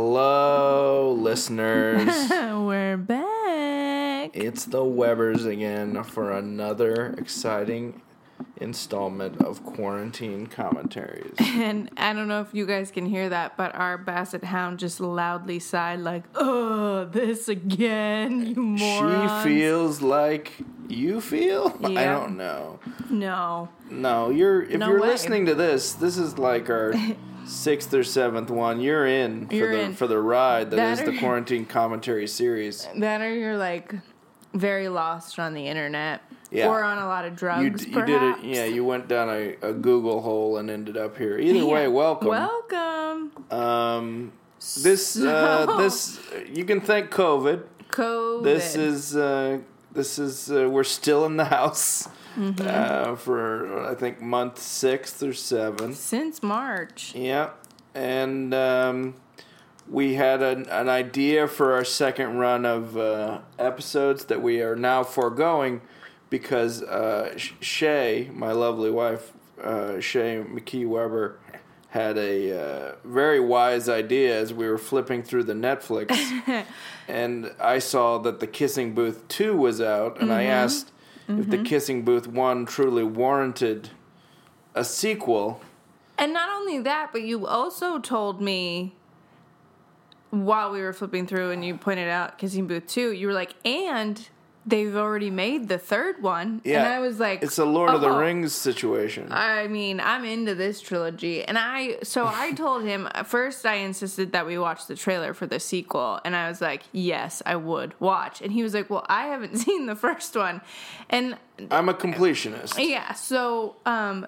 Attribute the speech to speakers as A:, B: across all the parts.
A: Hello, listeners.
B: We're back.
A: It's the Webbers again for another exciting installment of Quarantine Commentaries.
B: And I don't know if you guys can hear that, but our basset hound just loudly sighed like, "Oh, this again, you morons."
A: She feels like you feel? I
B: Yeah.
A: don't know.
B: no.
A: No, you're if
B: No
A: you're
B: way.
A: listening to this, this is like our sixth or seventh one. You're in for
B: You're
A: the
B: in.
A: for the ride that is
B: That
A: the
B: or-
A: Quarantine Commentary series.
B: That or you're like very lost on the internet
A: Yeah.
B: or on a lot of drugs.
A: You, d- you did it,
B: perhaps.
A: yeah. You went down a, a Google hole and ended up here. Either way,
B: Yeah.
A: welcome.
B: Welcome.
A: Um, this uh, this you can thank COVID.
B: COVID.
A: This is uh, this is uh, we're still in the house uh, for I think month six or seven.
B: since March.
A: Yeah, and um, we had an, an idea for our second run of uh, episodes that we are now foregoing because uh, Sh- Shay, my lovely wife, uh, Shay McKee Weber, had a uh, very wise idea as we were flipping through the Netflix, and I saw that the Kissing Booth two was out, and I asked if the Kissing Booth one truly warranted a sequel.
B: And not only that, but you also told me while we were flipping through and you pointed out Kissing Booth 2, you were like, and they've already made the third one. And I was like,
A: it's a Lord of the
B: oh.
A: Rings situation.
B: I mean, I'm into this trilogy. And I, so I told him, first I insisted that we watch the trailer for the sequel. And I was like, yes, I would watch. And he was like, well, I haven't seen the first one. And
A: I'm a completionist.
B: yeah, so um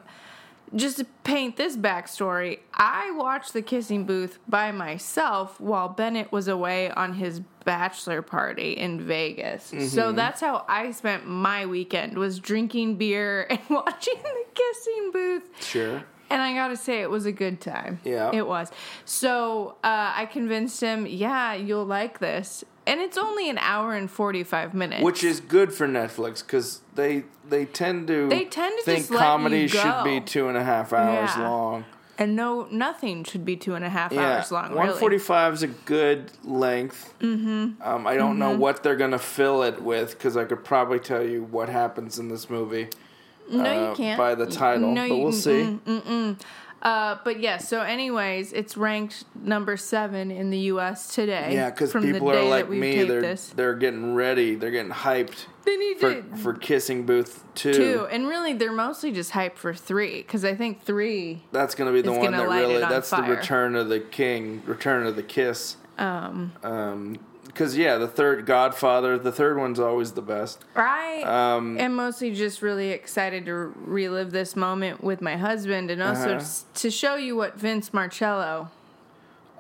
B: just to paint this backstory, I watched the kissing booth by myself while Bennett was away on his bachelor party in Vegas.
A: Mm-hmm.
B: So that's how I spent my weekend was drinking beer and watching the kissing booth.
A: Sure.
B: And I gotta say, it was a good time.
A: Yeah.
B: It was. So uh, I convinced him, yeah, you'll like this. And it's only an hour and 45 minutes.
A: Which is good for Netflix because they they tend to
B: They tend to
A: think
B: just let
A: comedy
B: you go.
A: should be two and a half hours
B: Yeah.
A: long.
B: And no, nothing should be two and a half
A: Yeah,
B: hours long.
A: one
B: really.
A: forty five is a good length. Mm-hmm. Um, I don't know what they're gonna fill it with because I could probably tell you what happens in this movie.
B: No,
A: uh,
B: you can't.
A: by the title,
B: No,
A: but
B: you-
A: we'll see.
B: Uh, but yeah, so anyways, it's ranked number seven in the U.S. today.
A: Yeah, because
B: from the
A: people are
B: day
A: like
B: that we
A: me;
B: taped
A: they're
B: this.
A: they're getting ready, they're getting hyped
B: They need
A: for
B: to
A: for Kissing Booth
B: two, and really they're mostly just hyped for three because I think three.
A: That's gonna be the
B: It's
A: one
B: gonna
A: that
B: light it
A: really.
B: on
A: That's the
B: fire.
A: Return of the King, Return of the Kiss. Um, because yeah, the third Godfather, the third one's always the best.
B: I
A: Um,
B: am mostly just really excited to relive this moment with my husband, and
A: Uh-huh.
B: also s- to show you what Vince Marcello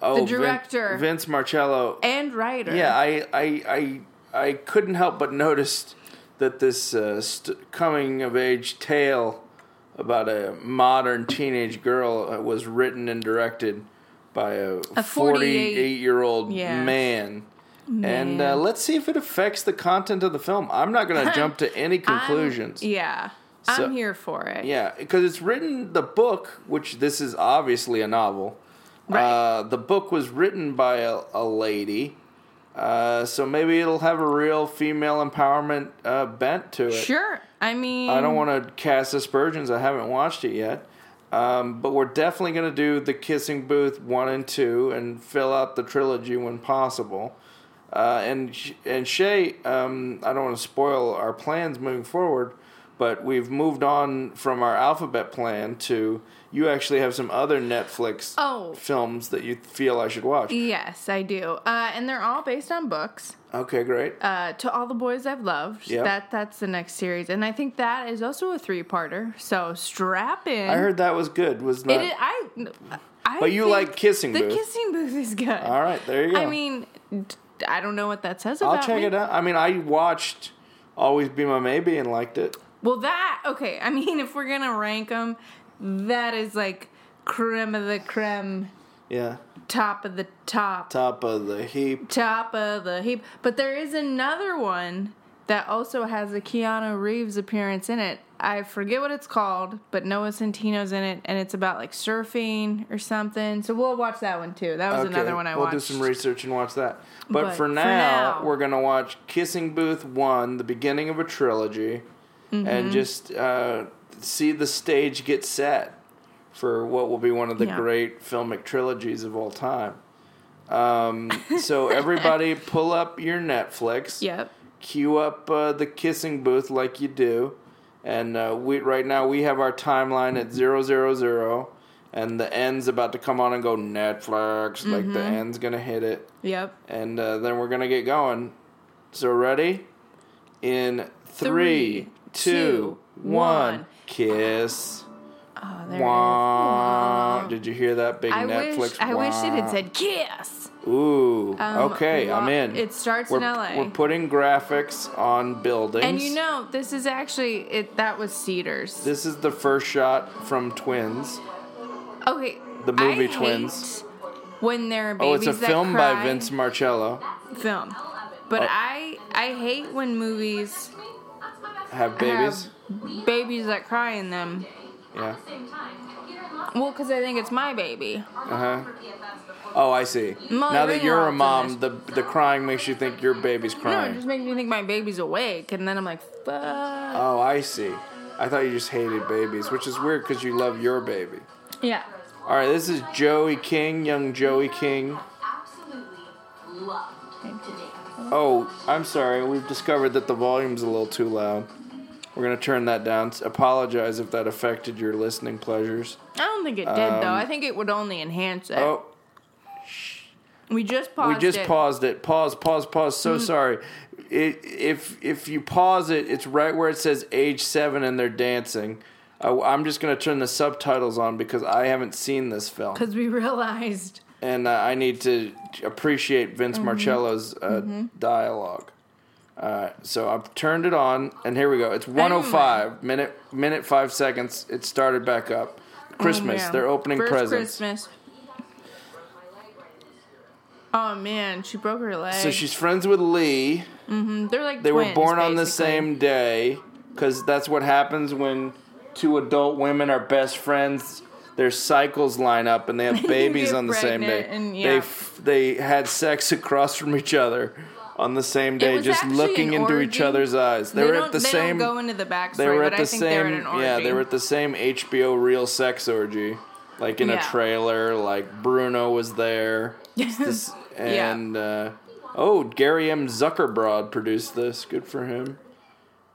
A: Oh, Vin-
B: director.
A: Vince Marcello.
B: and writer.
A: Yeah, I, I, I, I couldn't help but notice that this uh, st- coming of age tale about a modern teenage girl uh, was written and directed by a, 48 year old
B: Yeah.
A: man. And uh,
B: Man.
A: let's see if it affects the content of the film. I'm not going to jump to any
B: I'm-
A: conclusions.
B: yeah,
A: So-
B: I'm here for it.
A: Yeah, because it's written the book, which this is obviously a novel. Uh, the book was written by a, a lady, uh, so maybe it'll have a real female empowerment uh, bent to it.
B: Sure. I mean,
A: I don't want to cast aspersions. I haven't watched it yet, um, but we're definitely going to do the Kissing Booth one and two, and fill out the trilogy when possible. Uh, and Sh- and Shay, um, I don't want to spoil our plans moving forward, but we've moved on from our alphabet plan to you actually have some other Netflix
B: Oh.
A: films that you feel I should watch.
B: Yes, I do. Uh, and they're all based on books.
A: Okay, great.
B: Uh, to all the boys I've loved.
A: Yep.
B: That that's the next series, and I think that is also a three-parter. So strap in.
A: I heard that was good. Was
B: Um, it.
A: not.
B: Is, I, I.
A: But you
B: think
A: like Kissing
B: the
A: Booth.
B: kissing booth is good.
A: All right, there you go.
B: I mean, d- I don't know what that says
A: I'll
B: about
A: check
B: me.
A: it out. I mean, I watched Always Be My Maybe and liked it.
B: Well, that okay. I mean, if we're gonna rank them, that is like creme of the creme,
A: Yeah.
B: top of the top.
A: Top of the heap.
B: top of the heap. But there is another one that also has a Keanu Reeves appearance in it. I forget what it's called, but Noah Centino's in it, and it's about like surfing or something. So we'll watch that one too. That was another one I
A: we'll
B: watched.
A: do some research and watch that. But,
B: But
A: for,
B: for
A: now,
B: now-
A: we're gonna watch Kissing Booth One, the beginning of a trilogy,
B: Mm-hmm.
A: and just uh, see the stage get set for what will be one of the
B: Yeah.
A: great filmic trilogies of all time. Um, so everybody, pull up your Netflix.
B: Yep.
A: Cue up uh, the Kissing Booth like you do, and uh, we right now we have our timeline at zero zero zero. And the end's about to come on and go Netflix. Like
B: Mm-hmm.
A: the end's gonna hit it
B: Yep.
A: and uh, then we're gonna get going. So ready? In three,
B: Three,
A: two,
B: two,
A: one,
B: one.
A: kiss.
B: Oh, there it is.
A: Wah. Did you hear that big
B: I
A: Netflix?
B: wish I wish it had
A: wah?
B: said kiss.
A: Ooh.
B: Um,
A: okay, I'm
B: wah.
A: in.
B: It starts
A: we're,
B: in LA.
A: We're putting graphics on buildings.
B: And you know, this is actually it. That was Cedars.
A: this is the first shot from Twins.
B: okay.
A: The movie
B: I
A: Twins.
B: hate When there are
A: Oh,
B: babies
A: it's a
B: that
A: film by
B: cry.
A: Vince Oh. Marcello.
B: Film. But I I hate when movies Uh-huh.
A: Have babies.
B: have babies that cry in them.
A: Yeah.
B: Well, because I think it's my baby.
A: Uh huh. Oh, I see.
B: Molly
A: now that you're a
B: Ringwald's
A: mom,
B: in
A: the the crying makes you think your baby's
B: No,
A: crying.
B: it just makes me think my baby's awake, and then I'm like, fuck.
A: Oh, I see. I thought you just hated babies, which is weird because you love your baby.
B: yeah.
A: All right, this is Joey King, young Joey King.
C: absolutely loved today.
A: Oh, I'm sorry. We've discovered that the volume's a little too loud. We're gonna turn that down. S- Apologize if that affected your listening pleasures.
B: I don't think it did though. I think it would only enhance it.
A: Um, Oh,
B: we just paused.
A: we just
B: it. Hmm.
A: paused it. Pause, pause, pause. So sorry. It, if if you pause it, it's right where it says age seven and they're dancing. I, I'm just gonna turn the subtitles on because I haven't seen this film.
B: because we realized
A: and uh, I need to appreciate Vince
B: Mm-hmm.
A: Marcello's uh, dialogue. Uh, so I've turned it on, and here we go. It's 105 minute minute five seconds. It started back up. Christmas,
B: Oh, Yeah.
A: they're opening
B: First
A: presents.
B: Christmas. Oh man, she broke her leg.
A: So she's friends with Lee.
B: They're like
A: They were
B: twins,
A: born on the
B: basically.
A: same day because that's what happens when two adult women are best friends. Their cycles line up and they have babies
B: get
A: on the same day.
B: pregnant and-
A: They
B: yeah.
A: f- they had sex across from each other on the same day,
B: was
A: just
B: actually
A: looking
B: an
A: into each
B: orgy.
A: other's eyes. They,
B: They
A: were
B: don't-
A: at the
B: they
A: same.
B: Don't go into the backstory,
A: they were at
B: but
A: the
B: I think they were at
A: same.
B: an orgy.
A: yeah, they were at the same HBO real sex orgy, like in a
B: Yeah.
A: trailer. Like Bruno was there. It's this-
B: Yeah.
A: and uh, oh, Gary M. Zuckerbrod produced this. Good for him.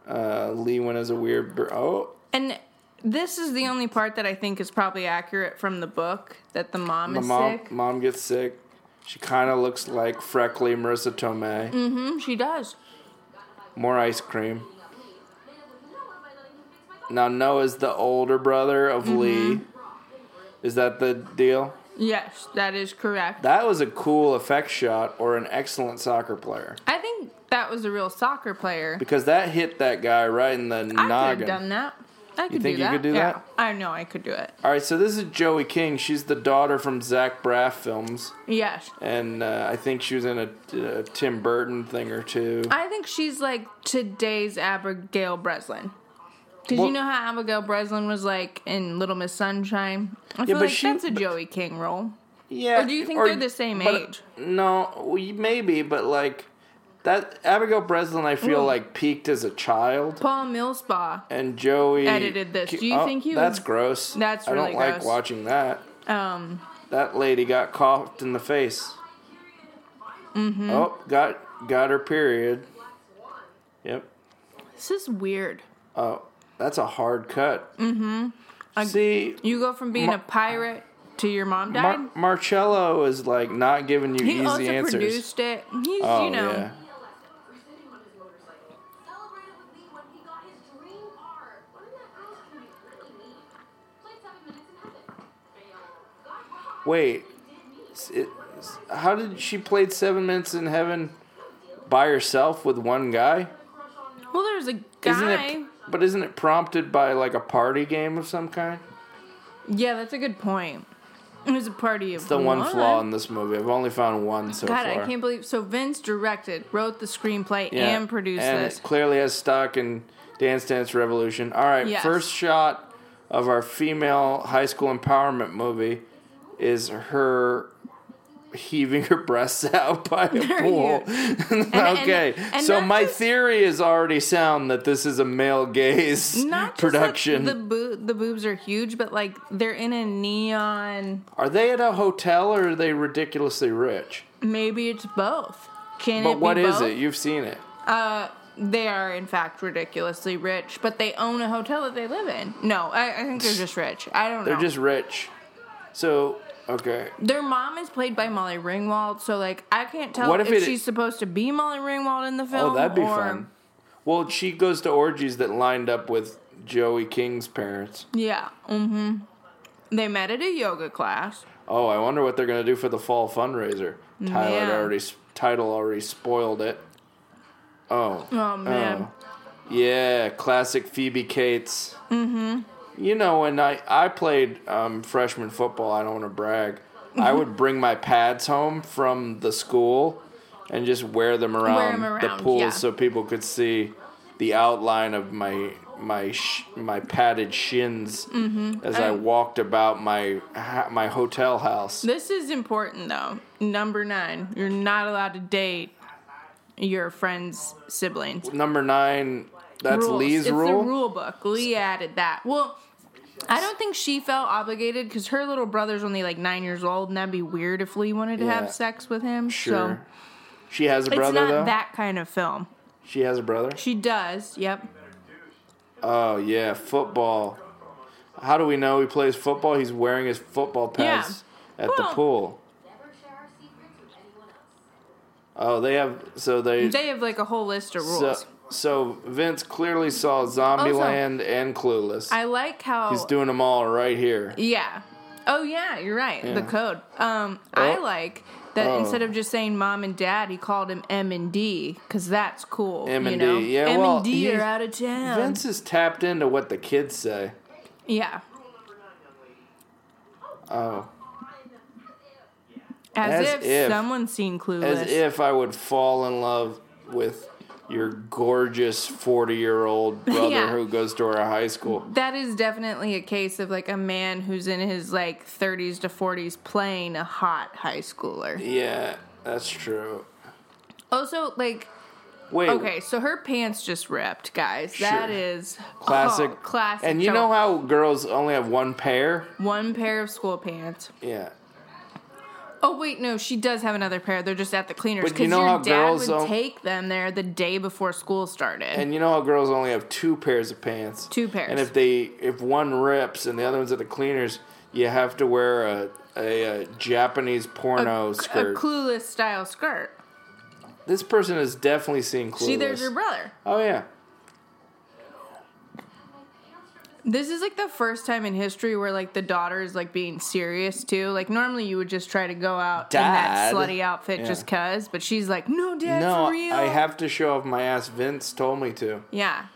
A: Uh, Lee went as a weird. Br- oh,
B: And this is the only part that I think is probably accurate from the book that the mom
A: the
B: is
A: mom
B: sick.
A: mom gets sick. She kind of looks like freckly Marissa Tomei.
B: Mm, she does.
A: More ice cream. Now Noah's the older brother of Lee.
B: Mm-hmm.
A: Is that the deal?
B: Yes, that is correct.
A: That was a cool effect shot or an excellent soccer player
B: I think that was a real soccer player.
A: because that hit that guy right in the
B: I could
A: noggin.
B: have done that. I
A: think
B: could do
A: you
B: that.
A: could do
B: yeah.
A: that?
B: I know I could do it.
A: All right, so this is Joey King. She's the daughter from Zach Braff films,
B: Yes.
A: and uh, I think she was in a, a Tim Burton thing or two.
B: I think she's like today's Abigail Breslin. Because
A: Well-
B: you know how Abigail Breslin was like in Little Miss Sunshine? I feel
A: but
B: like
A: she-
B: that's a
A: but-
B: Joey King role.
A: Yeah.
B: Or do you think they're the same
A: but-
B: age?
A: No, we- maybe, but like that Abigail Breslin, I feel
B: Ooh.
A: like peaked as a child,
B: Paul Millspa.
A: and Joey
B: Edited this. Do you
A: Oh,
B: think he
A: That's
B: was-
A: gross.
B: That's
A: I don't
B: really
A: like
B: gross.
A: watching that.
B: Um,
A: That lady got coughed in the face.
B: Mm-hmm.
A: Oh, got got her period. Yep.
B: this is weird.
A: Oh, that's a hard cut. Mm-hmm. See,
B: You go from being a pirate to your mom died.
A: Mar- Marcello is like not giving you
B: he
A: easy
B: also
A: answers.
B: produced it. He's,
A: oh
B: you know,
A: yeah. Wait, s- it, s- how did she played Seven Minutes in Heaven by herself with one guy?
B: well, there's a
A: Isn't
B: guy.
A: it? But isn't it prompted by like a party game of some kind?
B: yeah, that's a good point. It was a party of
A: It's the one flaw in this movie. I've only found one so
B: God,
A: far.
B: I can't believe. So Vince directed, wrote the screenplay,
A: Yeah,
B: and produced
A: and
B: this.
A: It clearly has stock in Dance Dance Revolution. All right,
B: Yes.
A: first shot of our female high school empowerment movie is her heaving her breasts out by a
B: There
A: pool.
B: and-
A: okay,
B: and
A: so
B: not
A: my
B: just-
A: theory is already sound that this is a male gaze
B: Not just, like,
A: production.
B: the boo- the boobs are huge, but like they're in a neon.
A: Are they at a hotel or are they ridiculously rich?
B: Maybe it's both. Can it
A: But
B: be
A: what is
B: both?
A: it? You've seen it.
B: Uh, they are in fact ridiculously rich, but they own a hotel that they live in. No, I, I think they're just rich. I don't
A: They're
B: know.
A: just rich. So, okay.
B: Their mom is played by Molly Ringwald, so like I can't tell
A: What if
B: if,
A: it-
B: she's supposed to be Molly Ringwald in the film.
A: Oh, that'd be
B: or,
A: fun. Well, she goes to orgies that lined up with Joey King's parents.
B: Yeah. Mm-hmm. They met at a yoga class.
A: Oh, I wonder what they're gonna do for the fall fundraiser. Tyler
B: Yeah.
A: already s- title already spoiled it. Oh.
B: Oh man.
A: Yeah, classic Phoebe Cates. Mm-hmm. You know, when I I played um, freshman football, I don't want to brag.
B: Mm-hmm.
A: I would bring my pads home from the school and just wear them around,
B: 'em around,
A: the pool
B: yeah.
A: so people could see the outline of my my sh- my padded shins
B: Mm-hmm.
A: as I, walked about my ha- my hotel house.
B: This is important though. Number nine, you're not allowed to date your friend's siblings.
A: Number nine. That's
B: rules.
A: Lee's
B: it's
A: rule.
B: the rule book. Lee added that. Well, I don't think she felt obligated because her little brother's only like nine years old, and that'd be weird if Lee wanted to
A: Yeah.
B: have sex with him.
A: Sure. she has a
B: So it's
A: brother
B: not
A: though.
B: that kind of film.
A: she has a brother.
B: She does. Yep.
A: Oh yeah, football. How do we know he plays football? He's wearing his football pads at the
B: Well-
A: pool.
C: Never share our secrets with anyone else.
A: Oh, they have so they,
B: They have like a whole list of
A: so,
B: rules. Oh,
A: so Vince clearly saw Zombieland and Clueless.
B: I like how
A: He's doing them all right here.
B: Yeah. Oh yeah, you're right. The
A: Yeah.
B: code. Um, I
A: Oh.
B: like that
A: Oh.
B: instead of just saying mom and dad, he called him M and D because that's cool.
A: M
B: you
A: and D,
B: know?
A: yeah,
B: M
A: well,
B: and D
A: he's-
B: are out of town.
A: Vince is tapped into what the kids say.
B: yeah.
A: Oh,
B: As,
A: As
B: if,
A: if-
B: someone's seen Clueless.
A: as if I would fall in love with your gorgeous forty-year-old brother
B: Yeah.
A: who goes to our high school.
B: that is definitely a case of like a man who's in his like 30s to 40s playing a hot high schooler.
A: Yeah, that's true.
B: Also, Oh, like,
A: Wait,
B: okay, so her pants just ripped, guys. That
A: Sure.
B: is
A: classic,
B: oh, classic.
A: And you
B: Joel.
A: know how girls only have one pair?
B: one pair of school pants.
A: Yeah.
B: Oh wait, no, she does have another pair. They're just at the cleaners
A: But you
B: because
A: know how
B: your dad
A: girls
B: would
A: don't-
B: take them there the day before school started.
A: And you know how girls only have two pairs of pants?
B: Two pairs.
A: And if they if one rips and the other one's at the cleaners, you have to wear a a, uh Japanese
B: a,
A: porno
B: a
A: skirt.
B: clueless style skirt.
A: this person has definitely seen Clueless.
B: See, there's your brother.
A: oh yeah.
B: This is like the first time in history where like the daughter is like being serious too. Like normally you would just try to go out
A: Dad.
B: in that slutty outfit
A: Yeah.
B: just 'cause, but she's like, no, dad,
A: no,
B: for real.
A: I have to show off my ass. Vince told me to.
B: Yeah,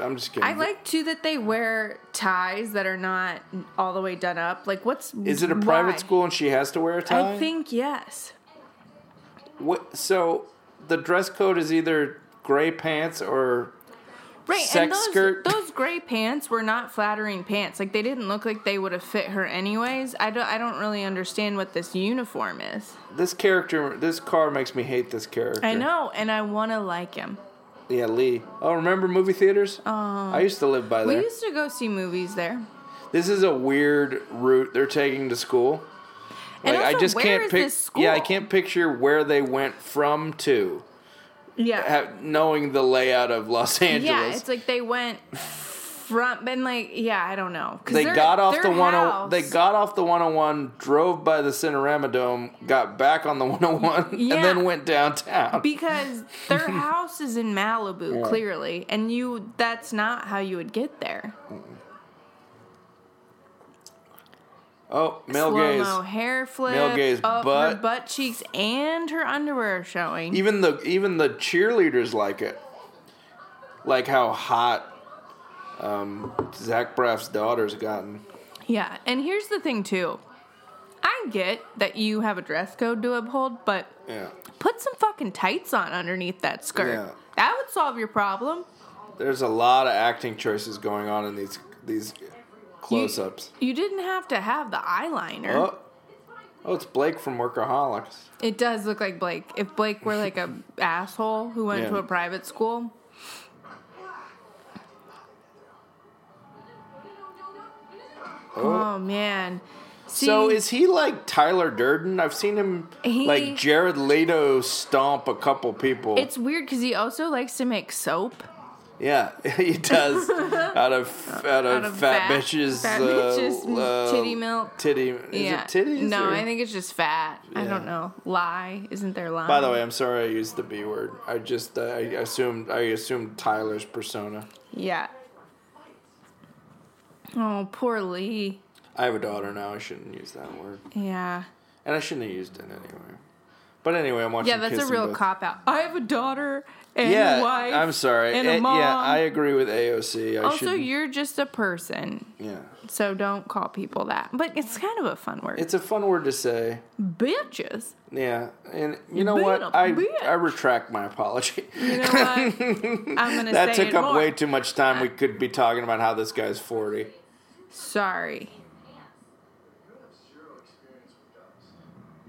A: I'm just kidding.
B: I like too that they wear ties that are not all the way done up. Like, what's
A: Is it a
B: why?
A: private school and she has to wear a tie?
B: I think yes.
A: What- so the dress code is either gray pants or
B: Right,
A: sex
B: and those,
A: skirt.
B: those gray pants were not flattering pants. Like they didn't look like they would have fit her anyways. I don't I don't really understand what this uniform is.
A: This character, this car makes me hate this character.
B: I know, and I want to like him.
A: Yeah, Lee. Oh, remember movie theaters? Oh. I used to live by
B: Um, We
A: there.
B: used to go see movies there.
A: This is a weird route they're taking to school.
B: And also,
A: I just
B: where
A: can't
B: is
A: pic-
B: this school?
A: Yeah, I can't picture where they went from to,
B: Yeah.
A: ha- knowing the layout of Los Angeles.
B: Yeah, it's like they went from and like yeah, I don't know. 'Cause
A: they
B: their-
A: got off
B: their
A: the one oh,
B: house-
A: they got off the 101, drove by the Cinerama Dome, got back on the 101
B: Yeah.
A: and then went downtown.
B: because their house is in Malibu clearly, and you that's not how you would get there.
A: oh, male
B: slow
A: gaze.
B: mo hair flip,
A: Male gaze,
B: up her
A: butt.
B: butt cheeks and her underwear are showing.
A: Even the even the cheerleaders like it, like how hot um, Zach Braff's daughter's gotten.
B: Yeah, and here's the thing too. I get that you have a dress code to uphold, but
A: Yeah.
B: put some fucking tights on underneath that skirt.
A: Yeah.
B: That would solve your problem.
A: There's a lot of acting choices going on in these these
B: You-
A: close-ups.
B: You, didn't have to have the eyeliner.
A: Oh. Oh, it's Blake from Workaholics.
B: It does look like Blake. If Blake were like a asshole who went
A: Yeah.
B: to a private school,
A: Oh.
B: oh man. See,
A: So is he like Tyler Durden? I've seen him
B: He-
A: like Jared Leto stomp a couple people.
B: it's weird because he also likes to make soap.
A: yeah, he does out of out of,
B: of
A: fat,
B: fat-
A: bitches,
B: fat
A: uh,
B: bitches,
A: uh,
B: titty milk.
A: titty. Is it titties?
B: No,
A: or-
B: I think it's just fat. I
A: Yeah.
B: don't know. Lie. Isn't there lie?
A: By the way, I'm sorry I used the B word. I just uh, I assumed I assumed Tyler's persona.
B: Yeah. Oh, poor Lee.
A: I have a daughter now. I shouldn't use that word,
B: Yeah.
A: and I shouldn't have used it anyway. But anyway, I'm watching.
B: Yeah, that's a
A: Kissing
B: real
A: Booth.
B: cop out. I have a daughter and
A: yeah,
B: a wife.
A: I'm sorry.
B: And
A: Eh,
B: a mom.
A: Yeah, I agree with AOC. I
B: also,
A: should.
B: you're just a person,
A: Yeah,
B: so don't call people that. But it's kind of a fun word.
A: it's a fun word to say.
B: bitches.
A: Yeah, and you know
B: being
A: what?
B: a
A: I
B: bitch.
A: I retract my apology.
B: You know what? I'm gonna
A: That
B: say
A: took
B: it
A: up
B: more. Uh,
A: way too much time. We could be talking about how this guy's forty.
B: Sorry.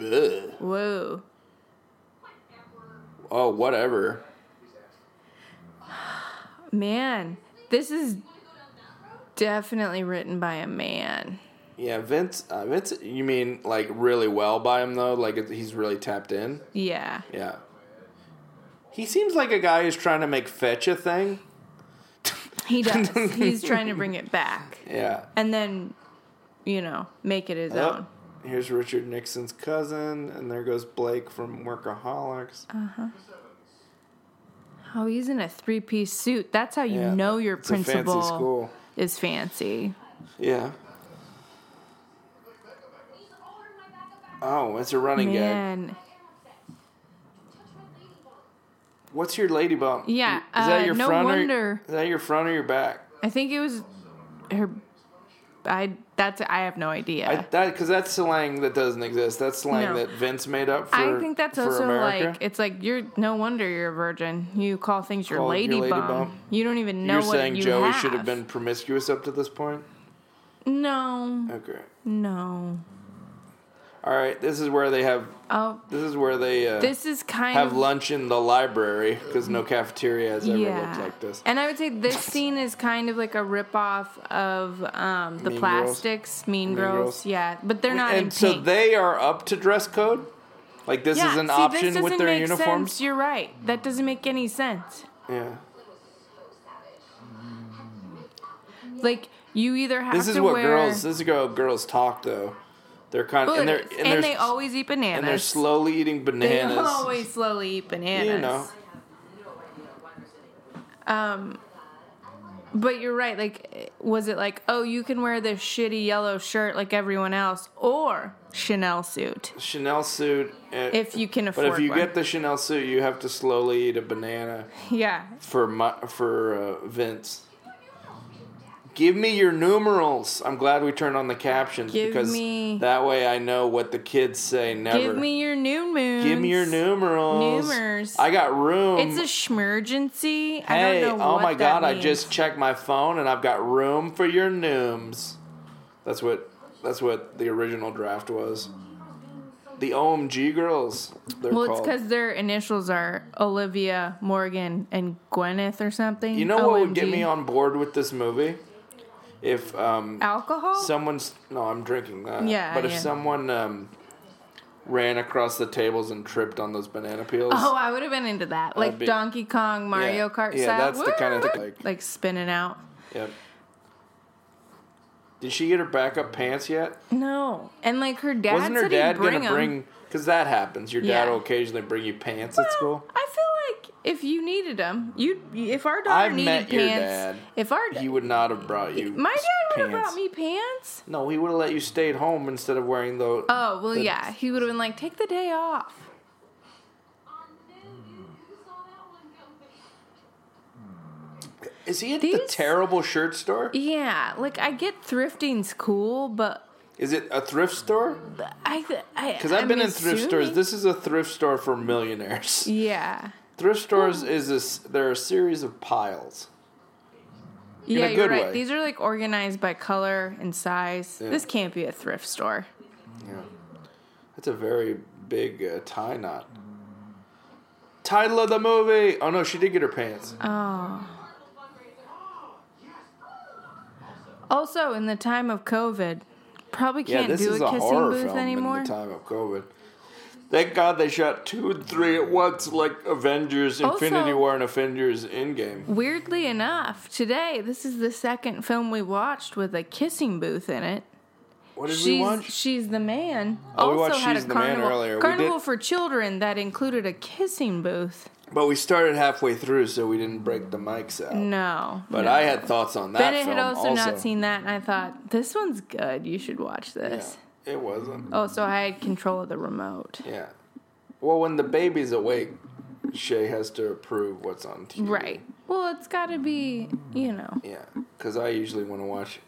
A: Ugh.
B: Whoa.
A: Oh, whatever.
B: Man, this is definitely written by a man.
A: Yeah, Vince. Uh, Vince. You mean like really well by him though? Like it- he's really tapped in.
B: Yeah.
A: Yeah. He seems like a guy who's trying to make fetch a thing.
B: He does. He's trying to bring it back.
A: Yeah.
B: And then, you know, make it his
A: Oh,
B: own.
A: here's Richard Nixon's cousin, and there goes Blake from Workaholics.
B: Uh, Oh, he's in a three piece suit. That's how you
A: Yeah,
B: know your
A: it's a fancy
B: principal
A: school.
B: is fancy.
A: Yeah. Oh, it's a running gag.
B: Man.
A: What's your lady bump?
B: Yeah,
A: Is that
B: uh,
A: your
B: no
A: front
B: wonder.
A: or is that your front or your back?
B: I think it was her. I that's I have no idea.
A: I, that because that's slang that doesn't exist. That's slang
B: No.
A: that Vince made up. for
B: I think that's
A: for
B: also
A: America.
B: like it's like you're no wonder you're a virgin. You call things your
A: Call it your
B: lady,
A: lady
B: bum.
A: bum.
B: You don't even know
A: You're
B: what
A: saying
B: you
A: Joey
B: have.
A: should have been promiscuous up to this point.
B: No,
A: Okay.
B: no.
A: All right. This is where they have.
B: Oh,
A: This is where they uh,
B: this is kind
A: have
B: of
A: lunch in the library because no cafeteria has ever
B: yeah.
A: looked like this.
B: And I would say this scene is kind of like a ripoff of um, the
A: Mean Girls?
B: plastics, Mean, Girls.
A: Girls.
B: Yeah, but they're not
A: and
B: in
A: so
B: pink.
A: they are up to dress code. Like this
B: yeah,
A: is an
B: see, this
A: option
B: doesn't
A: with their
B: make
A: uniforms.
B: Sense. You're right. That doesn't make any sense.
A: Yeah.
B: Like you either have
A: This
B: to
A: is what
B: wear
A: girls. This is how girls talk though. They're kind of and they're
B: bullets,
A: and,
B: and,
A: they're,
B: they always eat bananas.
A: and they're slowly eating
B: They
A: bananas.
B: always slowly eat bananas.
A: You know.
B: Um, but you're right. Like, was it like, oh, you can wear this shitty yellow shirt like everyone else, or Chanel suit?
A: Chanel suit. eh,
B: If you can
A: but if
B: afford
A: you
B: one.
A: get the Chanel suit, you have to slowly eat a banana
B: Yeah.
A: for my, for uh, Vince. Give me your numerals. I'm glad we turned on the captions
B: Give
A: because
B: me-
A: that way I know what the kids say. Never
B: Give me your new moon.
A: Give me your numerals.
B: Numerals.
A: I got room.
B: It's a schmergency. I
A: hey,
B: don't know
A: oh
B: what
A: my
B: that
A: god! I
B: means.
A: just checked my phone and I've got room for your nooms. That's what. That's what the original draft was. The OMG girls. They're
B: Well, it's
A: called.
B: because their initials are Olivia, Morgan, and Gwyneth or something.
A: you know what would get
B: OMG.
A: me on board with this movie? If um,
B: alcohol?
A: someone's no, I'm drinking that.
B: Yeah,
A: But if
B: yeah.
A: someone um, ran across the tables and tripped on those banana peels,
B: Oh, I would have been into that, like
A: be-
B: Donkey Kong, Mario
A: Yeah,
B: Kart
A: yeah,
B: style.
A: that's the kind of thing,
B: Like,
A: like-
B: spinning out.
A: yep. Did she get her backup pants yet?
B: No, and like her dad
A: Wasn't her
B: said
A: dad
B: he'd bring
A: gonna
B: them.
A: bring? Because that happens. Your
B: Yeah.
A: dad will occasionally bring you pants at school.
B: I feel like if you needed them, you if our daughter
A: I've
B: needed
A: met
B: pants,
A: your dad.
B: if our
A: He would not have brought you.
B: my
A: s-
B: dad would have
A: pants.
B: brought me pants.
A: No, he would have let you stay at home instead of wearing the.
B: Oh well,
A: the-
B: yeah, he would have been like, take the day off.
A: Is he at the
B: These-
A: terrible shirt store?
B: Yeah, like I get thrifting's cool, but
A: Is it a thrift store?
B: I I
A: Because I've
B: I'm
A: been in thrift stores.
B: assuming-
A: This is a thrift store for millionaires.
B: yeah
A: Thrift stores is a, s- they're a series of piles.
B: yeah
A: a
B: you're
A: good
B: right.
A: way.
B: These are like organized by color and size.
A: Yeah.
B: This can't be a thrift store.
A: Yeah. That's a very big uh, tie knot. Title of the movie. Oh no, she did get her pants.
B: Oh. Also, in the time of COVID, probably
A: yeah,
B: can't
A: this
B: do
A: is
B: a
A: a
B: kissing
A: horror
B: booth
A: film
B: anymore.
A: in the time of COVID. Thank God they shot two and three at once, like Avengers, Infinity
B: Also-
A: War, and Avengers Endgame.
B: Weirdly enough, today this is the second film we watched with a kissing booth in it.
A: What did
B: she's
A: we watch?
B: she's the man.
A: Oh, we
B: also
A: watched
B: had
A: She's
B: a
A: the Man
B: carnival
A: earlier. We
B: carnival
A: did-
B: for children that included a kissing booth.
A: But we started halfway through, so we didn't break the mics out.
B: No,
A: But
B: no.
A: I had thoughts on that
B: Mm, Bennett
A: film
B: had also,
A: also.
B: not seen that, and I thought this one's good. You should watch this.
A: Yeah, it wasn't.
B: Oh, so I had control of the remote.
A: Yeah. Well, when the baby's awake, Shay has to approve what's on TV.
B: Right. Well, it's got to be, you know,
A: Yeah, because I usually want to watch.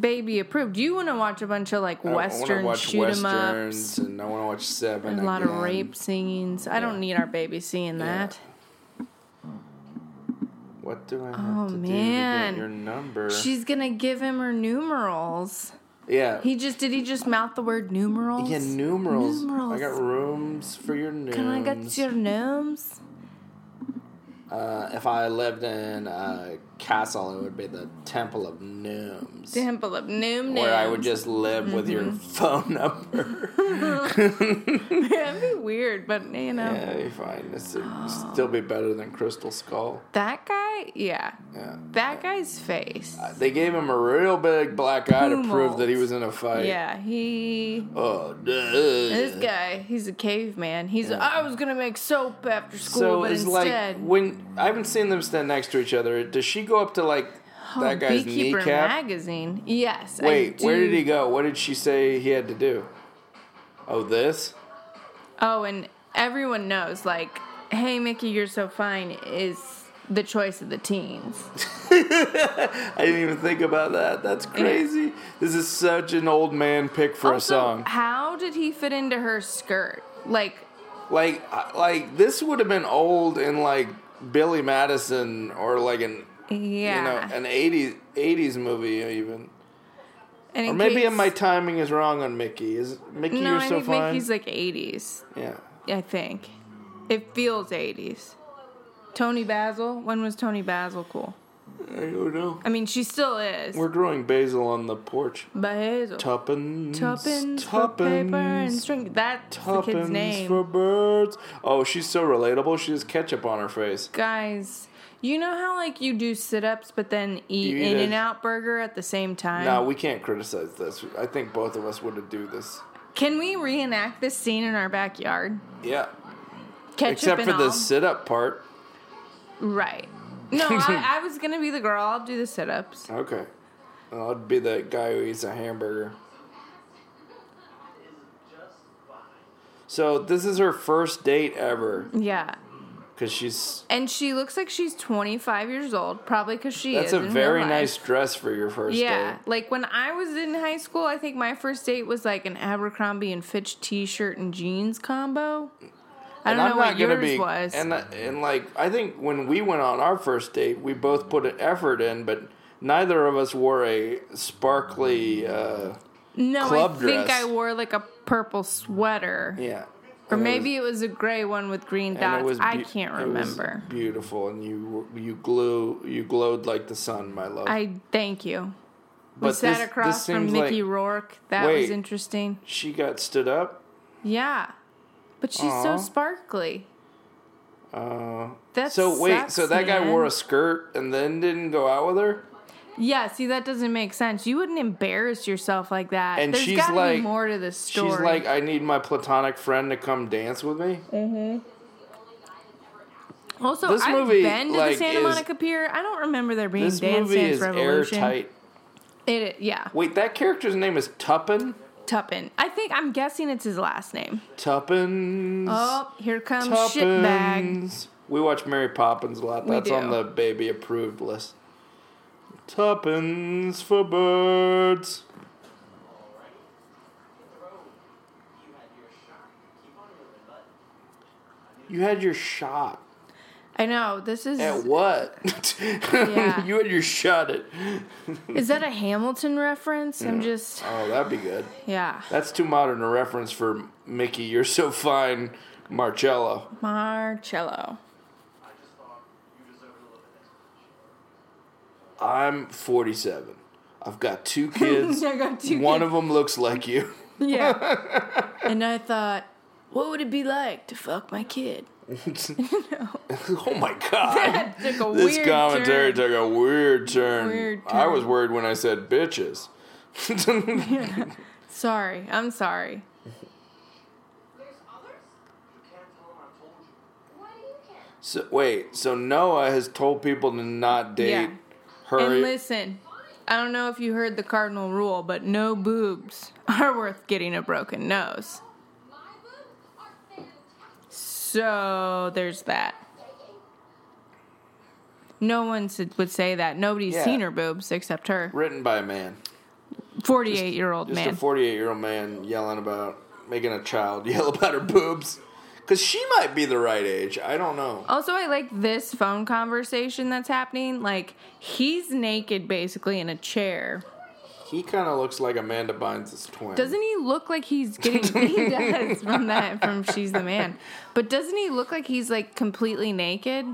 B: baby approved. You want to watch a bunch of like
A: I- I want
B: Western
A: to watch
B: shoot 'em
A: westerns,
B: ups,
A: and I want to watch Seven.
B: a lot of
A: again.
B: rape scenes. I
A: Yeah.
B: don't need our baby seeing
A: Yeah.
B: that.
A: What do I have
B: Oh,
A: to do to
B: man.
A: get your number?
B: She's gonna give him her numerals.
A: yeah.
B: He just did. He just mouth the word numerals.
A: yeah, numerals. I
B: numerals.
A: got rooms for your names.
B: Can I get your names?
A: Uh, if I lived in a castle, it would be the Temple of Nooms.
B: Temple of Noom
A: Where I would
B: Nooms.
A: just live with your
B: Mm-hmm.
A: phone number.
B: That'd be weird, but you know
A: Yeah, it'd be fine. This would still be better than Crystal Skull.
B: that guy. Yeah,
A: Yeah.
B: that guy's face.
A: They gave him a real big black eye to
B: Poo
A: prove that he
B: mold.
A: was in a fight.
B: yeah, he.
A: Oh, duh.
B: This guy, he's a caveman. He's. I was gonna make soap after school,
A: So
B: but
A: it's
B: instead,
A: like when I haven't seen them stand next to each other. Does she go up to like
B: oh,
A: that guy's
B: Beekeeper
A: kneecap?
B: magazine. Yes. I
A: Wait, where
B: do-
A: did he go? What did she say he had to do? Oh, this.
B: Oh, and everyone knows, like, hey, Mickey, you're so fine is the choice of the teens.
A: I didn't even think about that. That's crazy. This is such an old man pick for a
B: also,
A: song.
B: how did he fit into her skirt? Like,
A: Like, I- like this would have been old in like Billy Madison or like an
B: yeah.
A: you know an 80s 80s movie even.
B: and
A: Or
B: in
A: maybe
B: case-
A: my timing is wrong on Mickey. Is Mickey
B: No,
A: you're
B: I
A: so
B: think
A: fine?
B: Mickey's like 80s,
A: yeah.
B: I think. It feels 80s. Tony Basil? When was Tony Basil cool?
A: I don't know.
B: I mean, she still is.
A: We're growing basil on the porch.
B: Basil.
A: Tuppence.
B: Tuppence, for paper and string. That's the kid's
A: Tuppence
B: name.
A: for birds. Oh, she's so relatable. She has ketchup on her face.
B: Guys, you know how like you do sit-ups but then eat
A: You eat
B: in
A: a-
B: and out burger at the same time?
A: No, we can't criticize this. I think both of us would do this.
B: Can we reenact this scene in our backyard?
A: Yeah.
B: Ketchup
A: Except
B: and
A: for the
B: all?
A: sit up part.
B: right. No, I, I was gonna be the girl. I'll do the sit-ups.
A: Okay. Well, I'd be the guy who eats a hamburger. So this is her first date ever
B: Yeah.
A: because she's.
B: And she looks like she's 25 years old, probably because she
A: That's
B: is.
A: a
B: in real
A: very
B: life.
A: nice dress for your first
B: Yeah,
A: date.
B: like when I was in high school, I think my first date was like an Abercrombie and Fitch T-shirt and jeans combo. I don't
A: And I'm
B: know what
A: not gonna
B: yours
A: be-
B: was.
A: And and like I think when we went on our first date, we both put an effort in, but neither of us wore a sparkly. Uh,
B: no, I
A: club
B: think
A: dress.
B: I wore like a purple sweater,
A: yeah.
B: or
A: And it
B: maybe it was a gray one with green
A: was- and it
B: dots.
A: was
B: I
A: beau-
B: can't
A: it was
B: remember.
A: beautiful, and you you glow you glowed like the sun, my love.
B: I thank you. We
A: But
B: sat
A: this- this
B: across from
A: seems
B: Mickey
A: like-
B: Rourke. That
A: Wait.
B: was interesting.
A: she got stood up.
B: Yeah, but she's so
A: Aw.
B: sparkly.
A: Uh,
B: That
A: so wait,
B: sucks,
A: so that guy
B: man.
A: wore a skirt and then didn't go out with her.
B: Yeah, see, that doesn't make sense. You wouldn't embarrass yourself like that.
A: And
B: There's
A: she's
B: gotta
A: like-
B: be more to this story.
A: She's like, I need my platonic friend to come dance with me.
B: also,
A: this
B: I've
A: movie,
B: been to
A: like,
B: the Santa
A: is-
B: Monica Pier. I don't remember there being
A: This
B: Dance
A: movie
B: Dance
A: is
B: Revolution.
A: airtight.
B: It, yeah,
A: Wait, that character's name is Tuppin.
B: Tuppin. I think I'm guessing it's his last name.
A: Tuppins.
B: Oh, here comes
A: Tuppins.
B: shitbag.
A: We watch Mary Poppins a lot. That's on
B: do.
A: the baby approved list. Tuppence for birds. You had your shot.
B: I know. This is.
A: At what?
B: Yeah.
A: you had your shot at.
B: Is that a Hamilton reference? I'm just.
A: Oh, that'd be good.
B: Yeah.
A: That's too modern a reference for Mickey. You're so fine, Marcello.
B: Marcello.
A: I'm 47. I've got two kids.
B: I got two
A: One
B: kids.
A: of them looks like you.
B: Yeah. and I thought, what would it be like to fuck my kid?
A: oh my god.
B: That took a
A: this
B: weird
A: commentary
B: turn.
A: took a weird turn.
B: Weird
A: I
B: turn.
A: was worried when I said bitches.
B: Sorry. I'm sorry.
C: There's others?
D: You can't tell him I told you.
C: Why do you care?
A: so, wait, so Noah has told people to not date
B: Yeah.
A: her.
B: And listen, I don't know if you heard the cardinal rule, but no boobs are worth getting a broken nose.
C: My boobs are fantastic.
B: So there's that. No one s- would say that. Nobody's
A: Yeah.
B: seen her boobs except her.
A: written by a man.
B: 48 year old
A: Just a
B: Oh, man.
A: 48 year old man yelling about making a child yell about her boobs. Because she might be the right age. I don't know.
B: Also, I like this phone conversation that's happening. Like, he's naked basically in a chair.
A: He kind of looks like Amanda Bynes' twin.
B: Doesn't he look like he's getting he does from that from She's the Man. But doesn't he look like he's like completely naked?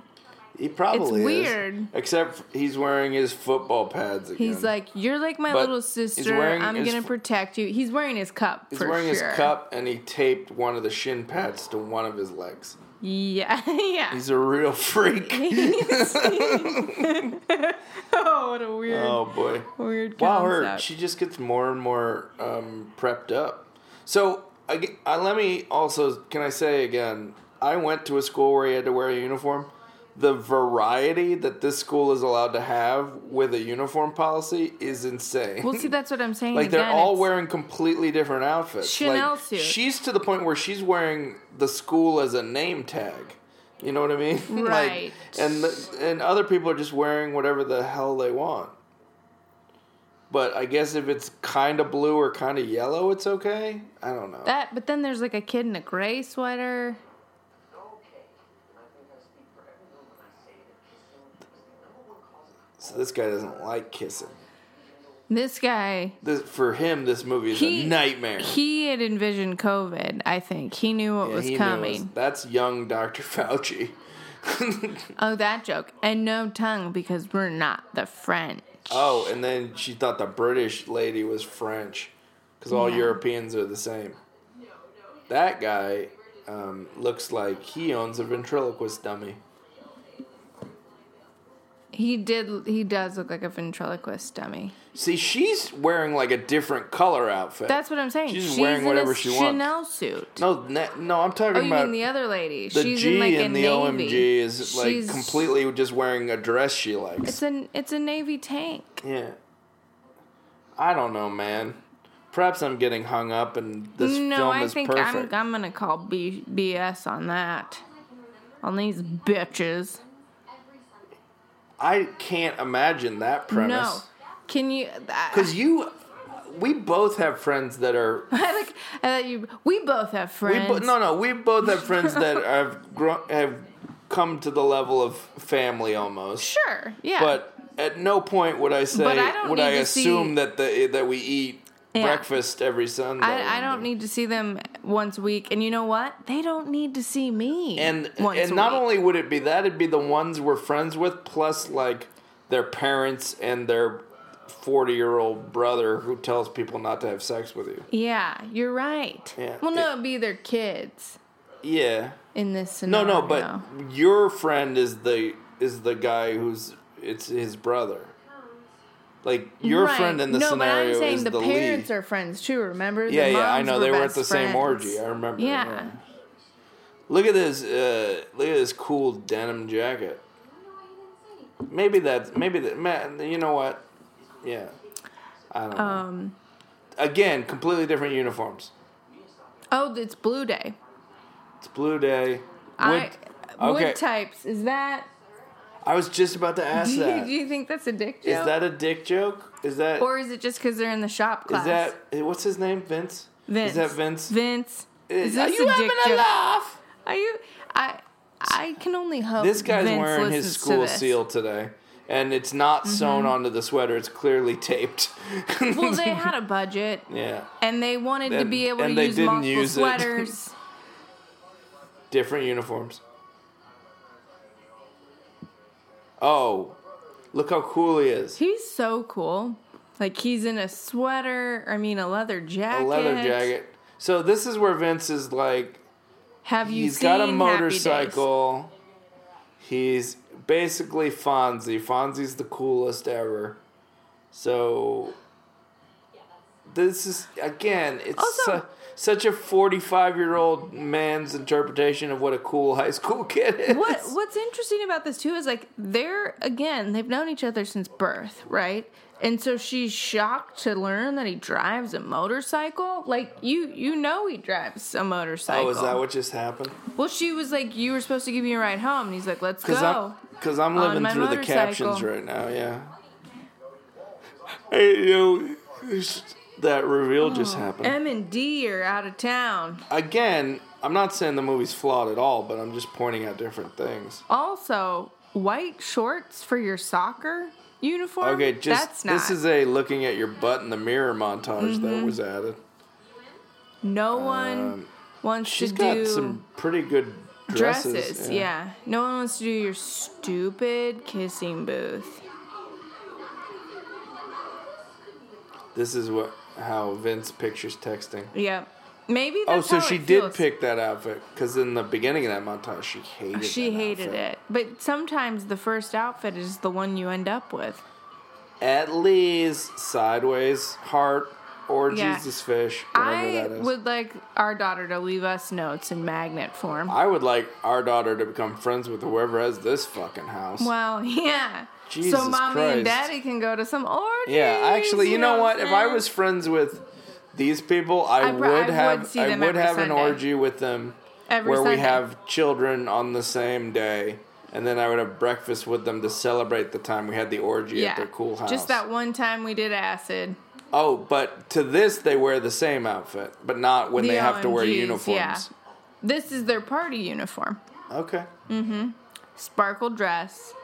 A: He probably
B: It's
A: is.
B: weird.
A: Except f- he's wearing his football pads again.
B: He's like, You're like my
A: But
B: little
A: he's
B: sister.
A: wearing
B: I'm
A: his
B: gonna
A: fu-
B: protect you. He's wearing his cup.
A: he's
B: for
A: wearing
B: sure.
A: his cup and he taped one of the shin pads to one of his legs.
B: Yeah, yeah.
A: He's a real freak.
B: oh, what a weird,
A: oh boy.
B: weird
A: Wow, her
B: concept.
A: she just gets more and more um, prepped up. So I, ge- I, let me also can I say again? I went to a school where you had to wear a uniform. The variety that this school is allowed to have with a uniform policy is insane.
B: Well, see, that's what I'm saying.
A: Like they're
B: again,
A: all
B: it's-
A: wearing completely different outfits.
B: Chanel
A: like,
B: suit.
A: She's to the point where she's wearing the school as a name tag. You know what I mean? Like,
B: Right.
A: and the, and other people are just wearing whatever the hell they want. But I guess if it's kind of blue or kind of yellow, it's okay. I don't know.
B: that. But then there's like a kid in a gray sweater.
D: Okay. And I think I speak for everyone when I say that kissing is the number one cause of
A: so this guy doesn't like kissing.
B: This guy,
A: This, for him, this movie is
B: he
A: a nightmare.
B: He had envisioned COVID. I think he knew what
A: Yeah,
B: was
A: he knew it
B: coming.
A: that's young Dr. Fauci.
B: Oh, that joke. And no tongue because we're not the French.
A: Oh, and then she thought the British lady was French because all Europeans are the same. That guy um, looks like he owns a ventriloquist dummy.
B: He did. He does look like a ventriloquist dummy.
A: See, she's wearing like a different color outfit.
B: That's what I'm saying.
A: She's wearing
B: in
A: whatever
B: a
A: she wants.
B: Chanel suit.
A: no, ne- no, I'm talking
B: Oh, you
A: about
B: mean the other lady?
A: the
B: She's
A: G
B: in like a
A: and the
B: navy.
A: OMG is like
B: She's-
A: completely just wearing a dress she likes.
B: It's an it's a navy tank.
A: yeah, I don't know, man. Perhaps I'm getting hung up, and this
B: no,
A: film
B: I
A: is
B: think
A: perfect.
B: I'm I'm gonna call B, BS on that. On these bitches.
C: Every Sunday.
A: I can't imagine that premise.
B: No, can you? I,
A: Because you, we both have friends that are.
B: I like I thought you. We both have
A: We
B: friends.
A: bo- no, no, we both have friends that have grown, have come to the level of family almost.
B: sure, yeah.
A: But at no point would I say
B: But I don't
A: would
B: need
A: I
B: to
A: assume
B: see-
A: that the that we eat
B: Yeah.
A: breakfast every Sunday.
B: I, I don't need to see them once a week, and you know what? They don't need to see me.
A: And
B: once
A: and
B: a
A: not
B: week.
A: only would it be that, it'd be the ones we're friends with plus like their parents and their forty year old brother who tells people not to have sex with you.
B: yeah, you're right.
A: Yeah.
B: Well, no,
A: Yeah.
B: it'd be their kids
A: Yeah.
B: in this
A: No, no,
B: scenario.
A: but your friend is the is the guy who's it's his brother. Like your
B: Right.
A: friend in the
B: no,
A: scenario
B: but I'm saying
A: is the,
B: the, parents
A: lead.
B: are friends too. Remember? The
A: yeah, yeah, I
B: moms
A: know they were at
B: best
A: the same
B: friends.
A: orgy. I remember.
B: Yeah.
A: Look at this. Uh, look at this cool denim jacket.
C: I don't know why you didn't say anything.
A: Maybe that's maybe that. Man, you know what? Yeah, I don't know.
B: Um.
A: Again, completely different uniforms.
B: Oh, it's Blue Day.
A: It's blue day.
B: I
A: Wood-
B: wood
A: okay.
B: types is that
A: I was just about to ask
B: Do you,
A: that. Is
B: do you think that's a dick joke?
A: that a dick joke? Is that is
B: or is it just because they're in the shop class?
A: that eh, what's his name? Vince.
B: Vince?
A: Is that Vince? Eh,
B: Vince. Is
A: Are
B: this
A: you
B: a
A: having
B: dick
A: a
B: joke?
A: laugh?
B: Are you? I I can only hope
A: This guy's
B: Vince
A: wearing his
B: listens to
A: school
B: this. Mm-hmm.
A: seal today, and it's not sewn onto the sweater. It's clearly taped.
B: Well, they had a budget,
A: yeah,
B: and they wanted to
A: And-
B: be able to
A: and they
B: use
A: didn't
B: multiple
A: use it.
B: sweaters.
A: different uniforms. Oh, look how cool he is.
B: He's so cool. Like he's in a sweater. I mean, a leather
A: a
B: jacket.
A: leather jacket. So this is where Vince is like
B: Have you
A: he's
B: seen
A: got a
B: Happy
A: motorcycle. He's basically Fonzie. Fonzie's the coolest ever. So this is again, it's
B: Also-
A: su- such a forty-five-year-old man's interpretation of what a cool high school kid is.
B: Days? What What's interesting about this too is like they're again they've known each other since birth, right? And so she's shocked to learn that he drives a motorcycle. Like you, you know he drives a motorcycle.
A: Oh, is that what just happened?
B: Well, she was like, "You were supposed to give me a ride home," and he's like, "Let's go."
A: Because I'm because I'm
B: on
A: living
B: my
A: through the captions
B: motorcycle.
A: right now. Yeah. Hey, you know, that reveal just happened.
B: M and D are out of town.
A: again, I'm not saying the movie's flawed at all, but I'm just pointing out different things.
B: Also, white shorts for your soccer uniform.
A: Okay, just
B: that's not. Mm-hmm.
A: this is a looking at your butt in the mirror montage that was added.
B: no one wants
A: um, She's
B: to
A: got
B: do
A: some pretty good dresses.
B: dresses. yeah. no one wants to do your stupid kissing booth.
A: This is what how Vince pictures texting.
B: Yep. Maybe.
A: Oh,
B: That's
A: so
B: how
A: she
B: it
A: did
B: feels.
A: pick that outfit because in the beginning of that montage, she hated.
B: She
A: that
B: hated
A: outfit.
B: it, but sometimes the first outfit is the one you end up with.
A: At least sideways heart or
B: Yeah.
A: Jesus fish, whatever
B: I
A: that is.
B: would like our daughter to leave us notes in magnet form.
A: I would like our daughter to become friends with whoever has this fucking house.
B: Well, yeah.
A: Jesus
B: so mommy
A: Christ.
B: and daddy can go to some orgies.
A: Yeah, actually, you, know what?
B: I'm
A: If I
B: saying?
A: was friends with these people, I,
B: I
A: would
B: pro- I would
A: have
B: see
A: I
B: them
A: would
B: every
A: have an
B: Sunday.
A: orgy with them
B: Every
A: where we
B: Sunday.
A: have children on the same day, and then I would have breakfast with them to celebrate the time we had the orgy
B: yeah,
A: at their cool house.
B: Just that one time we did acid.
A: Oh, but to this they wear the same outfit, but not when
B: The
A: they have to wear
B: OMGs,
A: uniforms.
B: This is their party uniform.
A: Okay.
B: Sparkle dress.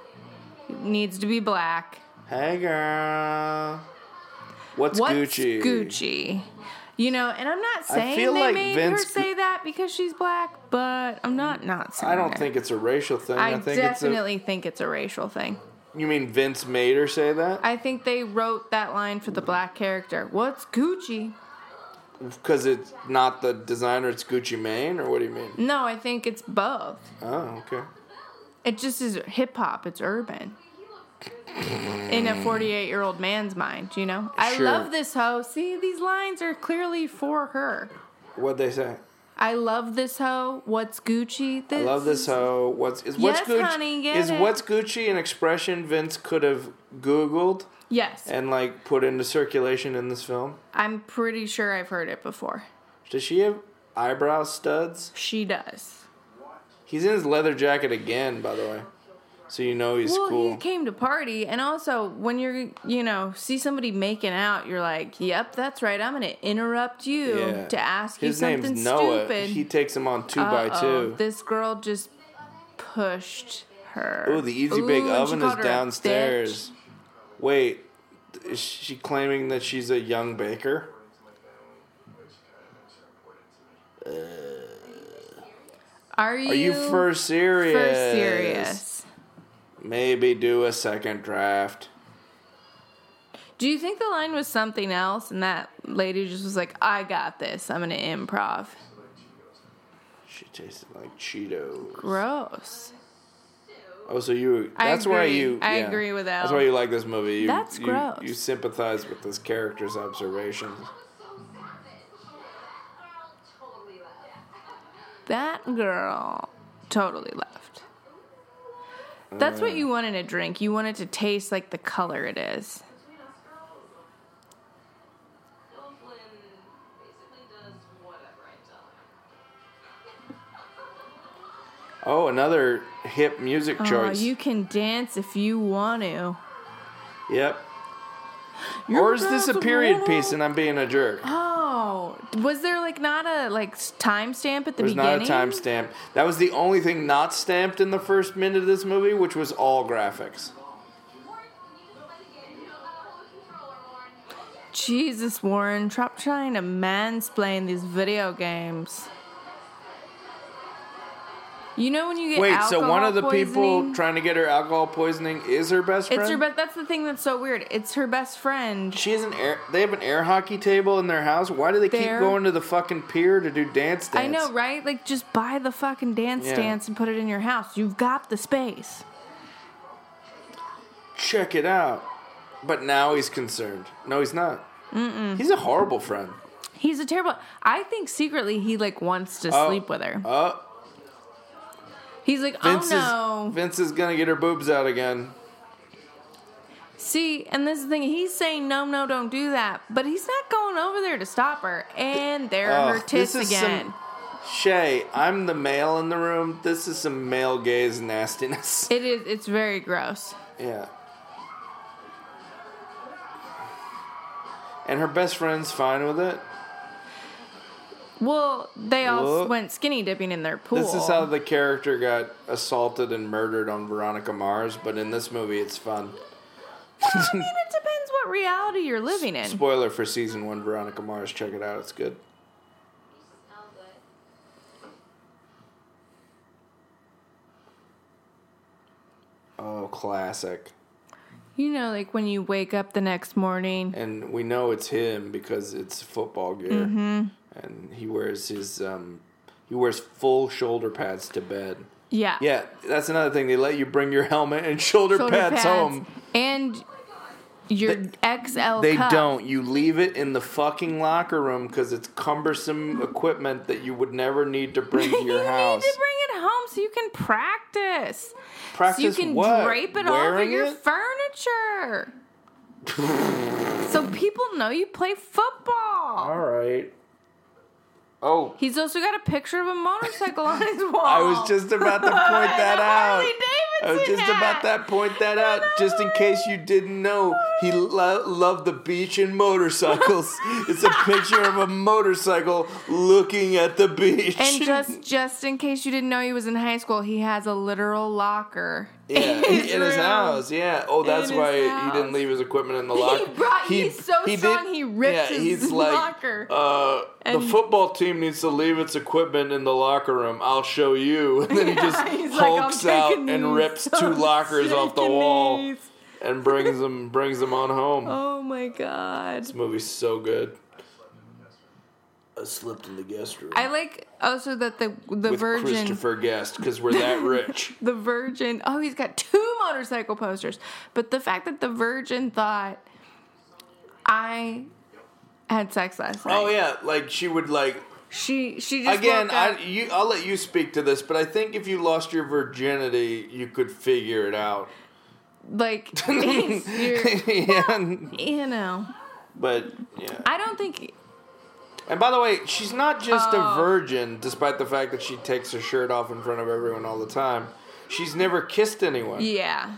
B: Needs to be black.
A: Hey, girl. What's,
B: What's
A: Gucci?
B: Gucci? You know, and I'm not
A: I
B: saying they
A: feel like
B: made
A: Vince
B: her
A: Gu-
B: say that because she's black, but I'm not not saying
A: I don't
B: it.
A: think it's a racial thing. I,
B: I,
A: think
B: definitely think it's a racial thing.
A: it's a. You mean Vince made her say that?
B: I think they wrote that line for the black character. What's Gucci?
A: Because it's not the designer, it's Gucci Mane, or what do you mean?
B: No, I think it's both.
A: Oh, okay.
B: It just is hip hop. It's urban. In a 48 year old man's mind, you know? I
A: Sure.
B: love this hoe. See, these lines are clearly for her.
A: What'd they say?
B: I love this hoe. What's Gucci? This
A: I love this hoe. What's is what's
B: Yes,
A: Gucci?
B: honey, get
A: is
B: it.
A: what's Gucci an expression Vince could have Googled
B: Yes.
A: and like put into circulation in this film?
B: I'm pretty sure I've heard it before.
A: Does she have eyebrow studs?
B: She does.
A: He's in his leather jacket again, by the way. So you know he's
B: Well,
A: cool.
B: he came to party, and also when you're, you know, see somebody making out, you're like, "Yep, that's right. I'm going to interrupt you
A: Yeah.
B: to ask
A: His
B: you
A: name's
B: something
A: Noah.
B: stupid."
A: He takes him on 2 by
B: Uh-oh,
A: two.
B: Oh, This girl just pushed her.
A: Oh, the Easy
B: Ooh,
A: Bake
B: and she
A: Oven
B: called
A: is
B: her a
A: downstairs. Wait, is she claiming that she's a young baker?
B: bitch. Are you,
A: Are you for serious?
B: for serious?
A: Maybe do a second draft.
B: Do you think the line was something else, and that lady just was like, "I got this. I'm gonna improv."
A: She tasted like Cheetos.
B: Gross.
A: Oh, so you.
B: I
A: That's why
B: agree.
A: you.
B: I
A: yeah.
B: agree with
A: That's
B: Elle.
A: why you like this movie. You,
B: That's
A: you,
B: gross.
A: You sympathize with this character's observations.
C: Girl, totally left.
B: That girl totally left. That's
A: Uh.
B: what you want in a drink. You want it to taste like the color it is.
E: Bill Flynn basically does whatever I tell him.
A: Oh, another hip music
B: Oh,
A: choice.
B: you can dance if you want to.
A: Yep.
B: You're
A: or is this a
B: not
A: period
B: wrong.
A: piece and I'm being a jerk?
B: Oh, was there like not a like s- timestamp at the
A: There's
B: beginning?
A: not a timestamp. That was the only thing not stamped in the first minute of this movie, which was all graphics.
E: Warren, can you just play the game? You don't have a whole controller, Warren.
B: Jesus, Warren, stop trying to mansplain these video games. You know when you get
A: Wait, so one
B: alcohol
A: of the people
B: poisoning?
A: trying to get her alcohol poisoning is her best friend.
B: It's her best. That's the thing that's so weird. It's her best friend.
A: She has an air. They have an air hockey table in their house. Why do they keep
B: There.
A: going to the fucking pier to do dance? dance?
B: I know, right? Like, just buy the fucking dance
A: Yeah.
B: dance and put it in your house. You've got the space.
A: Check it out. But now he's concerned. No, he's not. Mm-mm. He's a horrible friend.
B: He's a terrible. I think secretly he like wants to
A: Oh.
B: sleep with her.
A: Oh,
B: He's like,
A: Vince
B: oh no.
A: is Vince is gonna get her boobs out again.
B: See, and this is the thing. He's saying no, no, don't do that, but he's not going over there to stop her. And there are
A: Ugh, Oh,
B: her
A: this
B: tits
A: is some-
B: again.
A: Shay, I'm the male in the room. This is some male gaze nastiness.
B: It is. It's very gross.
A: yeah. And her best friend's fine with it.
B: Well, they all s-
A: Look.
B: went skinny dipping in their pool.
A: This is how the character got assaulted and murdered on Veronica Mars, but in this movie, it's fun.
B: I mean, it depends what reality you're living in.
A: Spoiler for season one, Veronica Mars. Check it out; it's good.
E: Smell good.
A: Oh, classic.
B: You know, like when you wake up the next morning.
A: And we know it's him because it's football gear,
B: Mm-hmm.
A: and he wears his um, he wears full shoulder pads to bed.
B: Yeah.
A: Yeah, that's another thing. They let you bring your helmet and shoulder,
B: Shoulder
A: pads, home.
B: And your XL
A: They
B: cup.
A: don't. You leave it in the fucking locker room because it's cumbersome equipment that you would never need to bring to your
B: you
A: house.
B: need to bring it home so you can practice.
A: Practice
B: so you can
A: what?
B: drape it over
A: Wearing
B: your
A: it?
B: furniture. so people know you play football.
A: All right. Oh,
B: He's also got a picture of a motorcycle on his wall.
A: I was just about to point that out.
B: Harley
A: I was
B: Davidson
A: just about
B: hat.
A: that point that out, just in case you didn't know. He lo- loved the beach and motorcycles. it's a picture of a motorcycle looking at the beach.
B: And just just in case you didn't know he was in high school, he has a literal locker.
A: Yeah, in his,
B: room.
A: house. Yeah. Oh, that's
B: his
A: why
B: house.
A: he didn't leave his equipment in the locker.
B: brought- he's so strong, he ripped his locker.
A: Uh, the
B: And-
A: football team needs to leave its equipment in the locker room. I'll show you. And then he
B: Yeah,
A: just
B: he's like, "I'm
A: hulks out
B: taking
A: and
B: these.
A: rips two
B: I'm
A: lockers off the
B: taking
A: wall
B: these."
A: and brings them brings them on home.
B: Oh my god.
A: This movie's so good. I slept in the guest room
B: I like also that the the
A: with
B: virgin
A: Christopher Guest because we're that rich.
B: the virgin oh he's got two motorcycle posters but the fact that the virgin thought i had sex last night
A: oh yeah, like she would like
B: she she just
A: Again,
B: woke up.
A: I you, I'll let you speak to this, but I think if you lost your virginity, you could figure it out.
B: like it's your-
A: And-
B: you know
A: but yeah.
B: i don't think
A: And by the way, she's not just
B: Oh.
A: a virgin, despite the fact that she takes her shirt off in front of everyone all the time. She's never kissed anyone.
B: yeah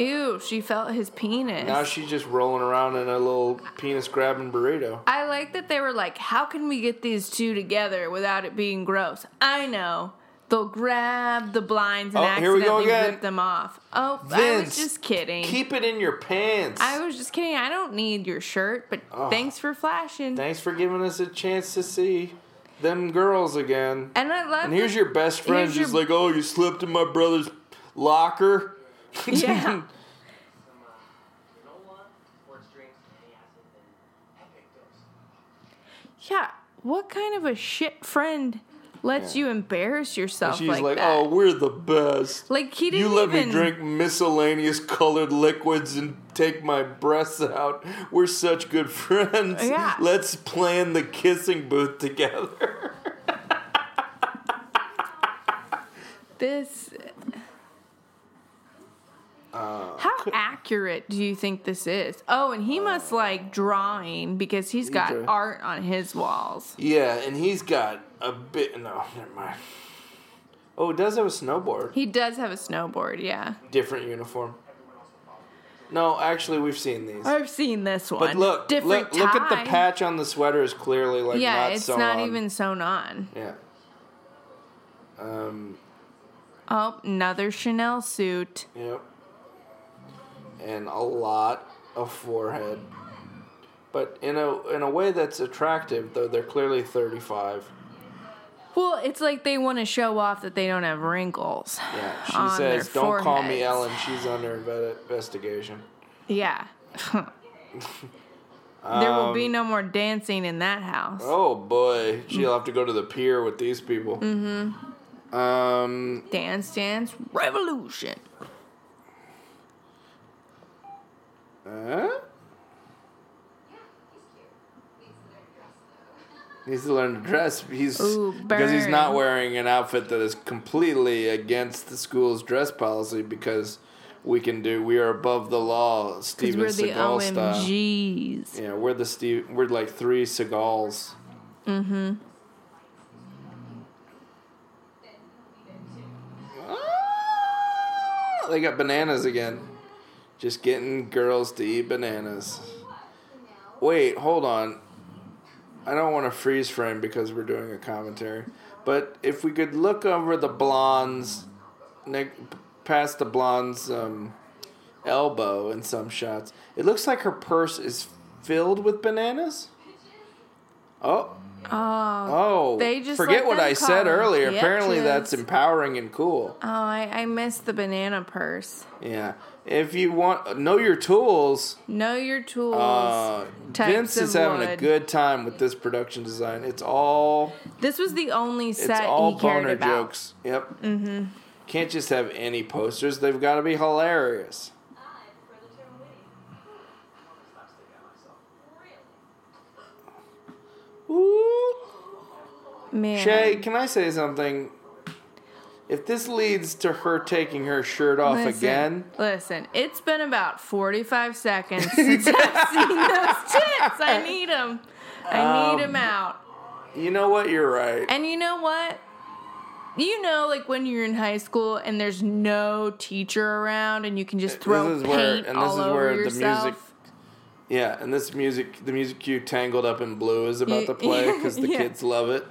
B: ew she felt his penis
A: Now she's just rolling around in a little penis grabbing burrito.
B: I like that they were like, how can we get these two together without it being gross? I know. They'll grab the blinds and
A: Oh, here we
B: accidentally
A: go again.
B: rip them off. Oh, I was
A: Vince,
B: just kidding.
A: Keep it in your pants.
B: I was just kidding. I don't need your shirt, but
A: Ugh.
B: thanks for flashing.
A: Thanks for giving us a chance to see them girls again.
B: and I love
A: And here's
B: that-
A: your best friend
B: here's your-
A: who's like, oh, you slipped in my brother's locker.
B: Yeah.
D: Some uh, granola, sports drinks, and acid, and epic dose.
B: Yeah. What kind of a shit friend lets
A: Yeah.
B: you embarrass yourself
A: She's
B: like,
A: like,
B: that?
A: oh, we're the best.
B: like he didn't
A: You let
B: even
A: me drink miscellaneous colored liquids and take my breasts out. We're such good friends.
B: Yeah.
A: Let's plan the kissing booth together.
B: this.
A: Uh,
B: How accurate do you think this is? Oh, and he must like drawing because he's got
A: draw-
B: art on his walls.
A: yeah, and he's got a bit. No, never mind. Oh, it does have a snowboard.
B: He does have a snowboard, yeah.
A: Different uniform. No, actually, we've seen these.
B: I've seen this one.
A: But look,
B: different
A: look, look at the
B: tie.
A: patch on the sweater is clearly like
B: yeah,
A: not
B: it's
A: sewn
B: not
A: on.
B: even sewn on.
A: Yeah. Um.
B: Oh, another Chanel suit.
A: Yep. And a lot of forehead, but in a in a way that's attractive. Though they're clearly thirty five.
B: Well, it's like they want to show off that they don't have wrinkles.
A: Yeah. She
B: on their
A: says, "Don't call me
B: foreheads."
A: Ellen. She's under inve- investigation."
B: Yeah. there will be
A: Um,
B: no more dancing in that house.
A: Oh boy, she'll have to go to the pier with these people. Mm-hmm. Um.
B: Dance, dance, revolution.
A: huh?
E: he's cute. Needs
A: Needs
E: to dress though.
A: to learn to dress. He's
B: Ooh,
A: because he's
B: burn.
A: not wearing an outfit that is completely against the school's dress policy. Because we can do, we are above the law.
B: Because
A: Steven
B: we're the
A: Seagal style.
B: OMGs.
A: Yeah, we're the Steve. We're like three Seagulls. Mm-hmm. Ah, They got bananas again. Just getting girls to eat bananas. Wait, hold on. I don't want to freeze frame because we're doing a commentary. But if we could look over the blonde's neck, past the blonde's um, elbow in some shots, it looks like her purse is filled with bananas. Oh. Oh,
B: they just
A: forget
B: let
A: what
B: them
A: I
B: call
A: said
B: them
A: earlier. Apparently,
B: bitches.
A: that's empowering and cool.
B: Oh, I, I missed the banana purse.
A: Yeah. If you want, know your tools.
B: Know your tools.
A: Uh,
B: types
A: Vince is
B: of
A: having a
B: wood.
A: good time with this production design. It's all
B: this was the only
A: it's
B: set
A: all
B: he cared
A: boner
B: about.
A: jokes. Yep. Mm-hmm. Can't just have any posters. They've got to be hilarious.
E: I prefer the term witty.
A: Ooh.
B: Man.
A: Shay, can I say something? If this leads to her taking her shirt off
B: Listen,
A: again,
B: Listen, it's been about 45 seconds since I've seen those tits. I need them. I
A: Um,
B: need them out.
A: you know what? You're right.
B: And you know what? You know, like when you're in high school and there's no teacher around, and you can just throw
A: is
B: paint
A: where- and this
B: all
A: is
B: over
A: where the
B: yourself.
A: music Yeah, and this music, the music cue "Tangled Up in Blue" is about
B: You-
A: to play because the
B: Yeah.
A: kids love it.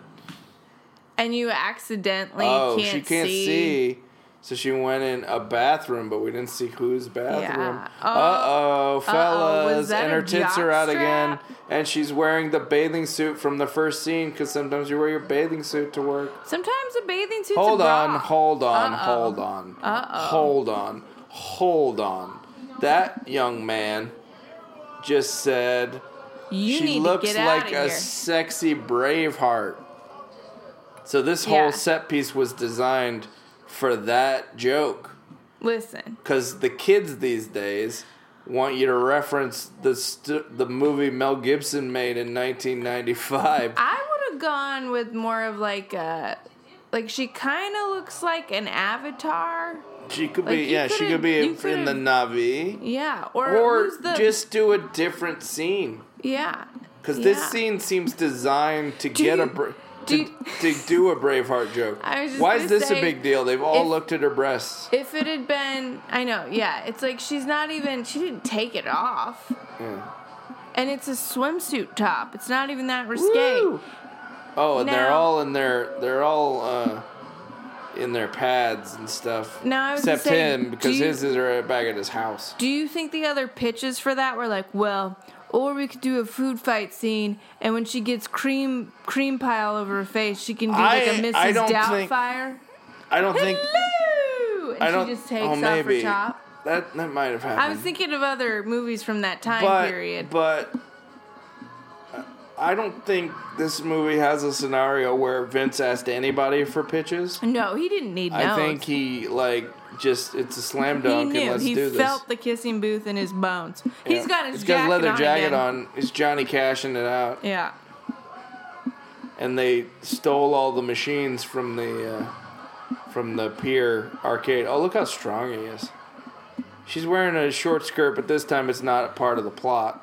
B: and you accidentally
A: Oh,
B: can't
A: she can't see.
B: see.
A: So she went in a bathroom, but we didn't see whose bathroom.
B: Yeah. Oh.
A: Uh oh, fellas.
B: was that
A: And
B: a
A: her tits are out
B: jockstrap?
A: again. And she's wearing the bathing suit from the first scene because sometimes you wear your bathing suit to work.
B: Sometimes a bathing suit's
A: Hold
B: a
A: on,
B: bra.
A: hold on,
B: Uh-oh.
A: hold on.
B: Uh-oh.
A: Hold on, hold on. That young man just said.
B: You
A: she
B: need
A: looks
B: to get
A: like
B: out
A: a
B: of here.
A: sexy Braveheart. So this whole
B: Yeah.
A: set piece was designed for that joke
B: Listen,
A: because the kids these days want you to reference the st- the movie Mel Gibson made in 1995.
B: I would have gone with more of like a, like she kind of looks like an avatar.
A: she could
B: like,
A: be
B: you
A: yeah, she could
B: could've-
A: be
B: you
A: in, in the
B: could've-
A: Navi,
B: Yeah, or,
A: or
B: who's the,
A: just do a different scene.
B: yeah.
A: Because
B: yeah.
A: this scene seems designed to get a
B: you-
A: bra-
B: do
A: to,
B: you-
A: to do a Braveheart joke.
B: I was just
A: Why
B: gonna
A: is this a
B: say,
A: big deal? They've all
B: if-
A: looked at her breasts.
B: If it had been, I know, yeah, it's like she's not even, she didn't take it off.
A: Yeah.
B: And it's a swimsuit top. It's not even that risque.
A: Woo! Oh, and they're
B: Now-
A: all in their they're all uh, in their pads and stuff.
B: Now, I was gonna
A: except
B: say,
A: him
B: do
A: because
B: you-
A: his is right back at his house.
B: Do you think the other pitches for that were like, well, or we could do a food fight scene, and when she gets cream cream pie all over her face, she can do like a
A: I-
B: Mrs.
A: I don't think-
B: Doubtfire.
A: I don't think
B: Hello! And
A: I don't.
B: she just takes
A: oh,
B: off
A: maybe
B: her top.
A: that that might have happened.
B: I was thinking of other movies from that time
A: but,
B: period.
A: But I don't think this movie has a scenario where Vince asked anybody for pitches.
B: no, he didn't need notes.
A: I think he like just it's a slam
B: he
A: dunk and
B: knew.
A: let's
B: He
A: do this.
B: felt the kissing booth in his bones.
A: Yeah.
B: He's got his
A: He's
B: jacket
A: got leather
B: on
A: jacket
B: again.
A: on. He's Johnny cashing it out,
B: Yeah.
A: and they stole all the machines from the uh, from the pier arcade. Oh, look how strong he is! She's wearing a short skirt, but this time it's not a part of the plot.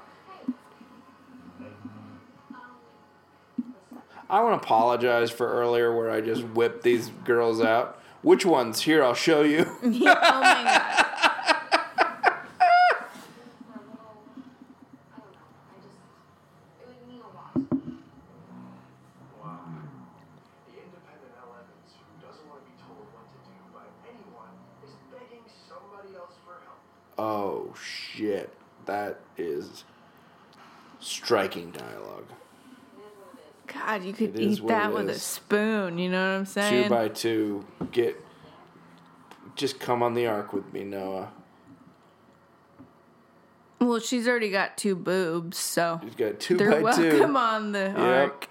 A: I want to apologize for earlier where I just whipped these girls out. Which ones? Here, I'll show you.
B: oh my god.
E: Or a little, I don't know. I just, it would mean a lot.
D: Wow. The independent L. Evans, who doesn't want to be told what to do by anyone, is begging somebody else for help.
A: Oh shit, that is striking dialogue.
B: God, you could
A: It is
B: eat
A: what
B: that
A: it
B: with a
A: is.
B: spoon. You know what I'm
A: Two
B: saying?
A: by two, get. Just come on the ark with me, Noah.
B: well, she's already got two boobs, so
A: You've got two
B: they're
A: by
B: welcome
A: two.
B: on the
A: Yep.
B: ark.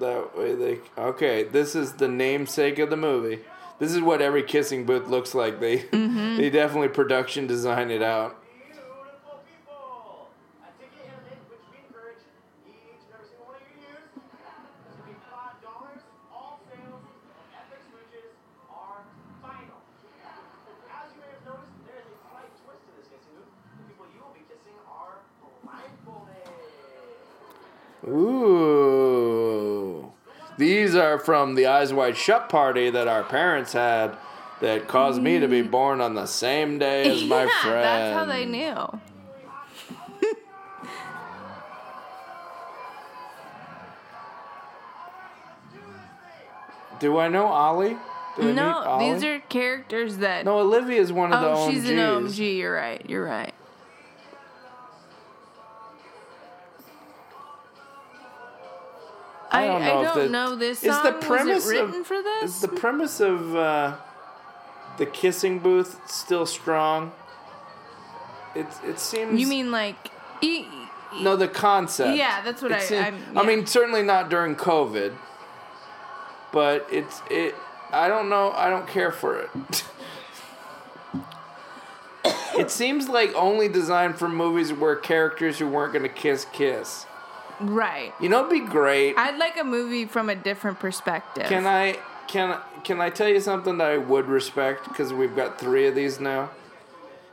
A: That way they okay. This is the namesake of the movie. This is what every kissing booth looks like. They
B: Mm-hmm.
A: they definitely production design it out.
D: Beautiful people! I take your hand, which we encourage each and every single one of you to use. This will be five dollars. All sales of Epic Switches are final. As you may have noticed, there is a slight twist to this kissing move. The people you will be kissing are blindfolded.
A: Ooh, these are from the Eyes Wide Shut party that our parents had, that caused me to be born on the same day as my
B: Mm. Yeah,
A: friend.
B: That's how they knew.
A: Do I know Ollie? Do I meet
B: No,
A: Ollie?
B: these are characters that.
A: no. Olivia is one of
B: oh,
A: the
B: she's an
A: OMGs.
B: OMG. You're right. You're right. I, I don't know,
A: if the-
B: this
A: is
B: song.
A: the premise
B: Was it written
A: of,
B: for this?
A: Is the premise of uh, the kissing booth still strong? It it seems.
B: You mean like? E-
A: no the concept?
B: Yeah, that's what
A: It
B: I-
A: seem-
B: I'm-
A: I
B: yeah.
A: mean, certainly not during COVID. But it's it. I don't know. I don't care for it. it seems like only designed for movies where characters who weren't going to kiss kiss.
B: right.
A: You know, it'd be great.
B: I'd like a movie from a different perspective.
A: Can I can can I tell you something that I would respect because we've got three of these now?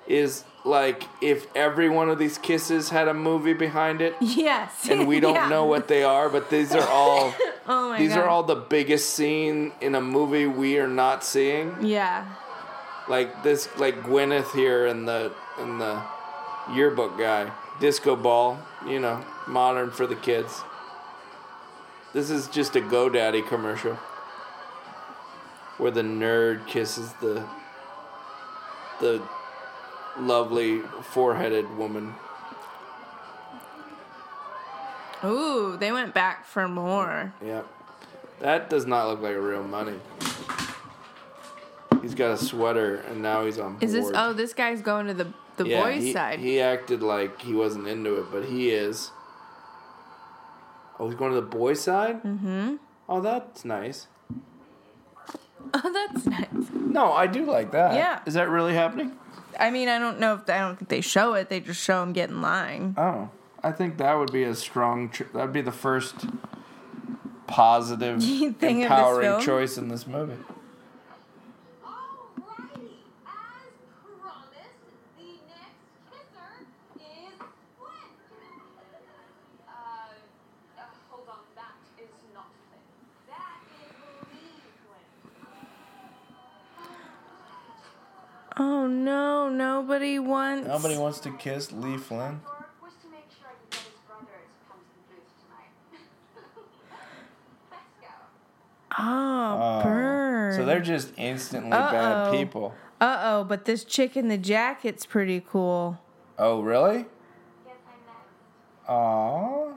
A: Is like if every one of these kisses had a movie behind it,
B: Yes.
A: and we don't
B: Yeah.
A: know what they are, but these are all
B: Oh my
A: these
B: God.
A: are all the biggest scene in a movie we are not seeing.
B: Yeah.
A: Like this, like Gwyneth here and the and the yearbook guy, disco ball, you know, modern for the kids. This is just a GoDaddy commercial where the nerd kisses the the lovely four-headed woman.
B: Ooh, they went back for more.
A: Yep. That does not look like real money. He's got a sweater and now he's on board.
B: Is this? Oh, this guy's going to the the boys'
A: he,
B: side.
A: He acted like he wasn't into it, but he is. Oh, he's going to the boys' side? Mm-hmm. Oh, that's nice.
B: oh, that's nice.
A: No, I do like that.
B: Yeah.
A: Is that really happening?
B: I mean, I don't know if I don't think they show it. They just show him get in line.
A: Oh. I think that would be a strong cho- that'd be the first positive
B: You think of this
A: empowering
B: film?
A: choice in this movie.
E: Alrighty, as promised, the next kisser is Flynn. Uh, uh, hold on, that is not Flynn. That is Lee Flynn.
B: Oh no, nobody wants.
A: Nobody wants to kiss Lee Flynn.
E: Thorpe wished to make sure I could get his brother to come to the booth tonight. Let's go.
B: Oh,
A: Oh.
B: burn.
A: So they're just instantly
B: Uh-oh.
A: bad people.
B: Uh oh, but this chick in the jacket's pretty cool.
A: Oh, really?
E: Guess I'm next.
A: Aww.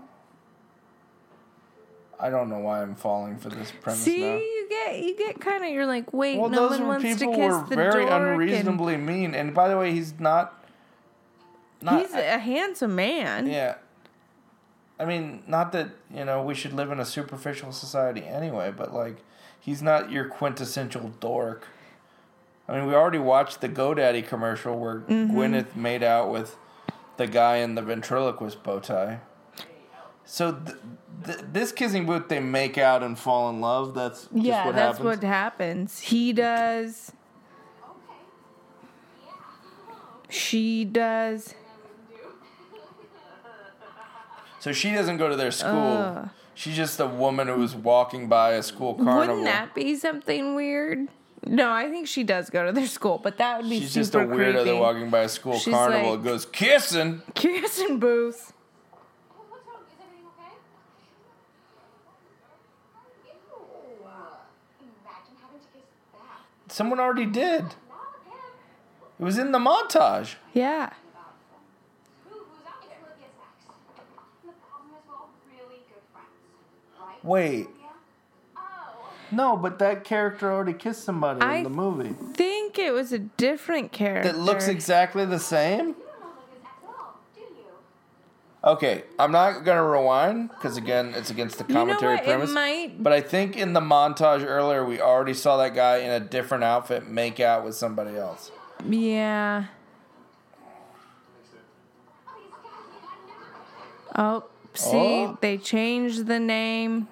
A: I don't know why I'm falling for this premise
B: See,
A: now.
B: you get you get kind of you're like, wait,
A: Well,
B: no
A: those
B: one
A: were
B: wants to
A: people
B: kiss
A: were
B: the
A: very
B: dork, and
A: unreasonably mean. And by the way, he's not. Not.
B: He's a handsome man.
A: yeah. I mean, not that you know we should live in a superficial society anyway, but like, he's not your quintessential dork. I mean, we already watched the GoDaddy commercial where
B: Mm-hmm.
A: Gwyneth made out with the guy in the ventriloquist bow tie. So th- th- this kissing booth, they make out and fall in love. That's just
B: Yeah,
A: what
B: that's
A: happens.
B: what happens. He does.
E: Okay. Yeah.
B: She does.
A: So she doesn't go to their school.
B: Ugh.
A: She's just a woman who was walking by a school carnival.
B: Wouldn't that be something weird? No, I think she does go to their school, but that would be
A: She's
B: super
A: just a weirdo
B: creepy.
A: that walking by a school
B: She's
A: carnival
B: like-
A: goes kissing.
B: Kirsten Booth.
E: What- What's wrong? Is everything okay? Ew. Imagine having to kiss that.
A: Someone already did.
E: Not him.
A: It was in the montage.
B: Yeah.
E: Who, who's out there? It's Olivia's ex. The problem is we're all really good friends, right?
A: Wait,
E: Yeah. Oh.
A: no, but that character already kissed somebody
B: I-
A: in the movie
B: Think it was a different character.
A: that looks exactly the same.
E: You don't know Olivia's ex at all, do you?
A: Okay, I'm not gonna rewind because again, it's against the
B: know
A: commentary
B: what? It
A: premise.
B: might-
A: But I think in the montage earlier, we already saw that guy in a different outfit make out with somebody else.
B: Yeah.
E: Please, guys, you gotta never.
B: Oh, see,
A: Oh.
B: they changed the name.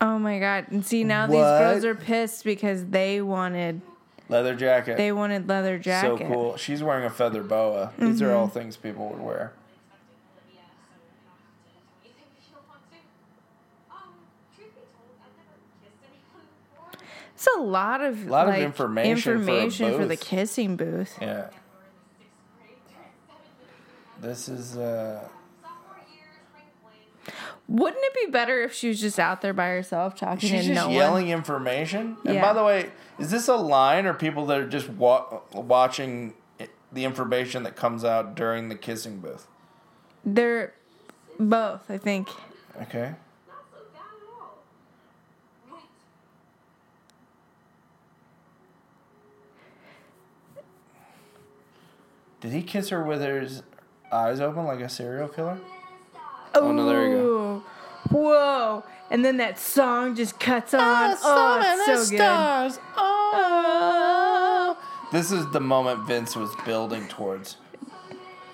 B: Oh my god! And see now these girls
A: What?
B: are pissed because they wanted
A: Leather jacket.
B: they wanted leather
A: so
B: jacket. Mm-hmm.
A: cool. She's wearing a feather boa. These are all things people would wear.
E: You think she'll want to? Um, truth be told, I've never kissed anyone before.
B: It's a lot of
A: Lot of
B: like,
A: information for a
B: information for the
A: booth.
B: kissing booth.
A: Yeah,
E: We're in the sixth grade, turn seventh grade.
A: this is. uh
E: Sophomore year, spring fling.
B: Wouldn't it be better if she was just out there by herself talking
A: She's
B: to
A: just
B: no
A: yelling information. And
B: Yeah.
A: by the way, is this a line or people that are just wa- watching it- the information that comes out during the kissing booth?
B: one? They're both, I think.
A: Okay.
E: Not so bad at all. Wait.
A: Did he kiss her with his eyes open like a serial killer?
B: Oh,
A: no, there you go.
B: Whoa! And then that song just cuts on. oh, it's so good.
A: Oh.
B: Oh.
A: This is the moment Vince was building towards.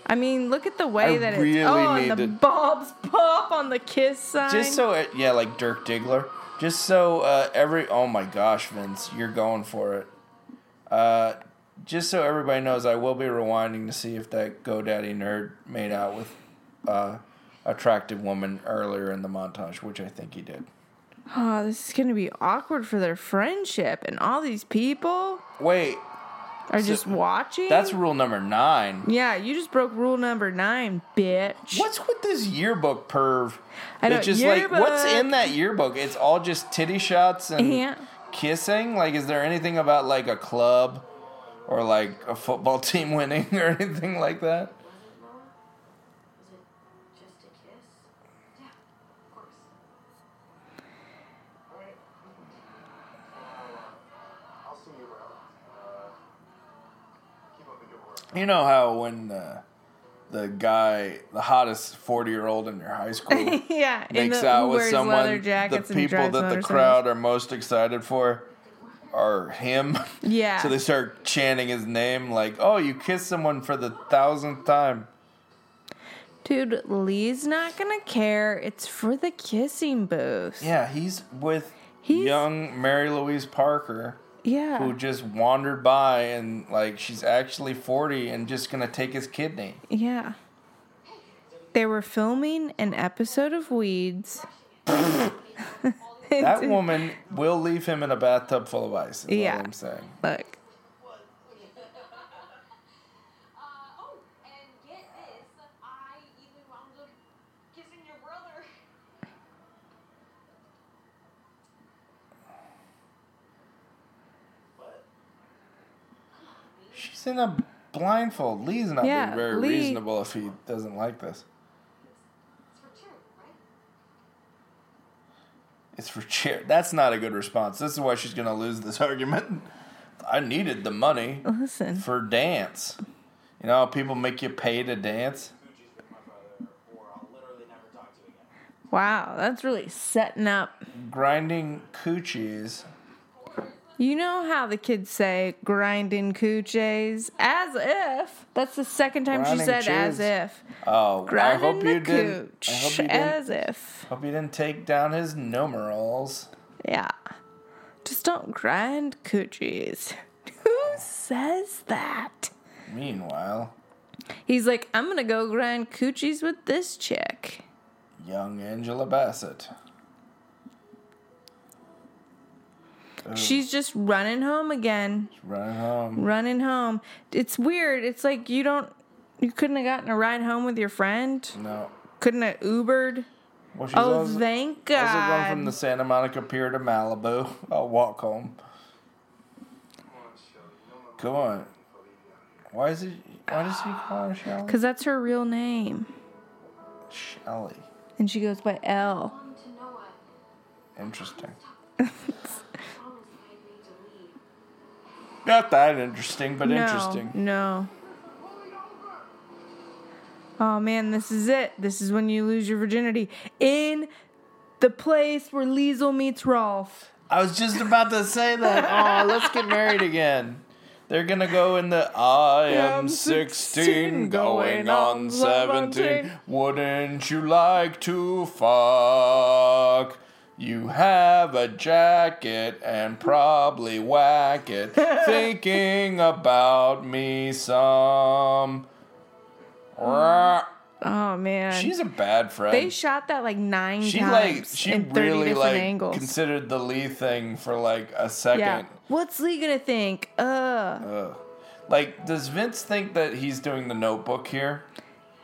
B: I mean, look at the way
A: I
B: that
A: really
B: it's. Oh, and
A: need
B: the
A: to-
B: bobs pop on the kiss sign.
A: Just so, it, yeah, like Dirk Diggler. Just so uh, every, oh my gosh, Vince, you're going for it. Uh, just so everybody knows, I will be rewinding to see if that GoDaddy nerd made out with uh, attractive woman earlier in the montage, which I think he did.
B: Oh, this is gonna be awkward for their friendship, and all these people
A: Wait,
B: are just watching.
A: that's rule number nine.
B: yeah. You just broke rule number nine, bitch.
A: What's with this yearbook perv?
B: I know,
A: It's just like what's
B: yearbook.
A: in that yearbook? It's all just titty shots and
B: Yeah.
A: kissing. Like, is there anything about like a club or like a football team winning or anything like that?
E: Was it just a kiss? Yeah, of course.
D: I'll see you around. Uh, keep up the good work.
A: You know how when the the guy, the hottest forty year old in your high school,
B: yeah, in
A: makes
B: the,
A: out
B: who
A: with
B: wears
A: someone,
B: leather
A: the
B: jackets and
A: people
B: drives
A: that the
B: motorcycles.
A: crowd are most excited for are him.
B: Yeah.
A: so they start chanting his name like, "Oh, you kissed someone for the thousandth time."
B: Dude, Lee's not gonna care. It's for the kissing booth.
A: Yeah, he's with
B: He's-
A: young Mary Louise Parker,
B: Yeah.
A: who just wandered by and like she's actually forty and just gonna take his kidney.
B: Yeah. They were filming an episode of Weeds.
A: That woman will leave him in a bathtub full of ice. Is yeah,
B: Yeah.
A: I'm saying.
B: Look.
E: Uh, oh, and get this, I even wound up kissing your brother.
A: She's in a blindfold. Lee's not
B: Yeah,
A: being very
B: Lee-
A: reasonable if he doesn't like this.
E: It's for true, right?
A: It's for chair. That's not a good response. This is why she's gonna lose this argument. I needed the money
B: Listen.
A: for dance. You know, how people make you pay to dance.
D: Fuji's with my brother, or I'll literally never talk to you again.
B: Wow, that's really setting up.
A: Grinding coochies.
B: You know how the kids say grinding cooches? As if. That's the second time
A: Grinding
B: she said as
A: chiz.
B: if.
A: Oh, I hope
B: Grinding
A: you
B: the
A: didn't. I hope
B: cooch.
A: you didn't.
B: As if.
A: Hope you didn't take down his numerals.
B: Yeah. Just don't grind coochies. Who says that?
A: Meanwhile,
B: He's like, I'm gonna go grind coochies with this chick.
A: Young Angela Bassett. Oh.
B: She's just running home again.
A: Running home.
B: Running home. It's weird. It's like you don't. You couldn't have gotten a ride home with your friend.
A: No.
B: Couldn't have Ubered.
A: Well, she's
B: Oh,
A: also,
B: thank
A: also going from
B: God.
A: the Santa Monica Pier to Malibu. I'll walk home. Come on. Why is it? Why does he call her Shelly?
B: Because that's her real name.
A: Shelly.
B: And she goes by L.
E: Come to Noah.
A: Interesting.
E: Promise I agreed to leave.
A: Not that interesting, but
B: no,
A: interesting.
B: No. Oh man, this is it. This is when you lose your virginity. In the place where Liesel meets Rolf.
A: I was just about to say that. oh, let's get married again. They're gonna go in the I am
B: I'm
A: 16,
B: 16,
A: going
B: going
A: on
B: on
A: 17.
B: 17.
A: Wouldn't you like to fuck? You have a jacket and probably whack it. Thinking about me some. Rah.
B: Oh man.
A: She's a bad friend.
B: they shot that like nine
A: she
B: times.
A: like she
B: in 30
A: really
B: different
A: like
B: angles.
A: considered the Lee thing for like a second.
B: yeah. What's Lee gonna think? Uh
A: Ugh. Like, does Vince think that he's doing the notebook here?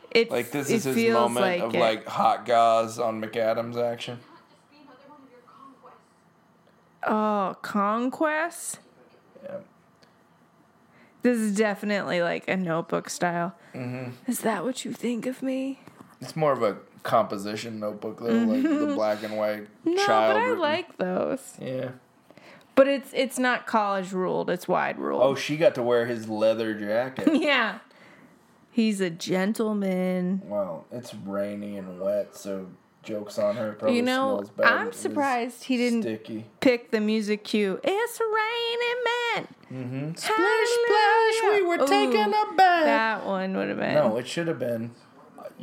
B: it,
A: Like, this
B: it
A: is his
B: feels
A: moment
B: like
A: of
B: it.
A: like hot guys on McAdams action?
E: Can't just be another one of your conquests.
B: Oh, conquest?
A: Yeah.
B: This is definitely like a notebook style.
A: Mm-hmm.
B: Is that what you think of me?
A: It's more of a composition notebook, though, like the black and white
B: Mm-hmm. No,
A: child.
B: but I
A: written-
B: like those.
A: Yeah.
B: But it's it's not college ruled. It's wide ruled.
A: Oh, she got to wear his leather jacket.
B: yeah. He's a gentleman.
A: well, it's rainy and wet, so jokes on her. Probably
B: you know,
A: smells bad. It
B: I'm
A: was
B: surprised he didn't
A: Sticky.
B: pick the music cue. It's raining men. Mm-hmm.
A: a bath.
B: That one would have been.
A: No, it should have been.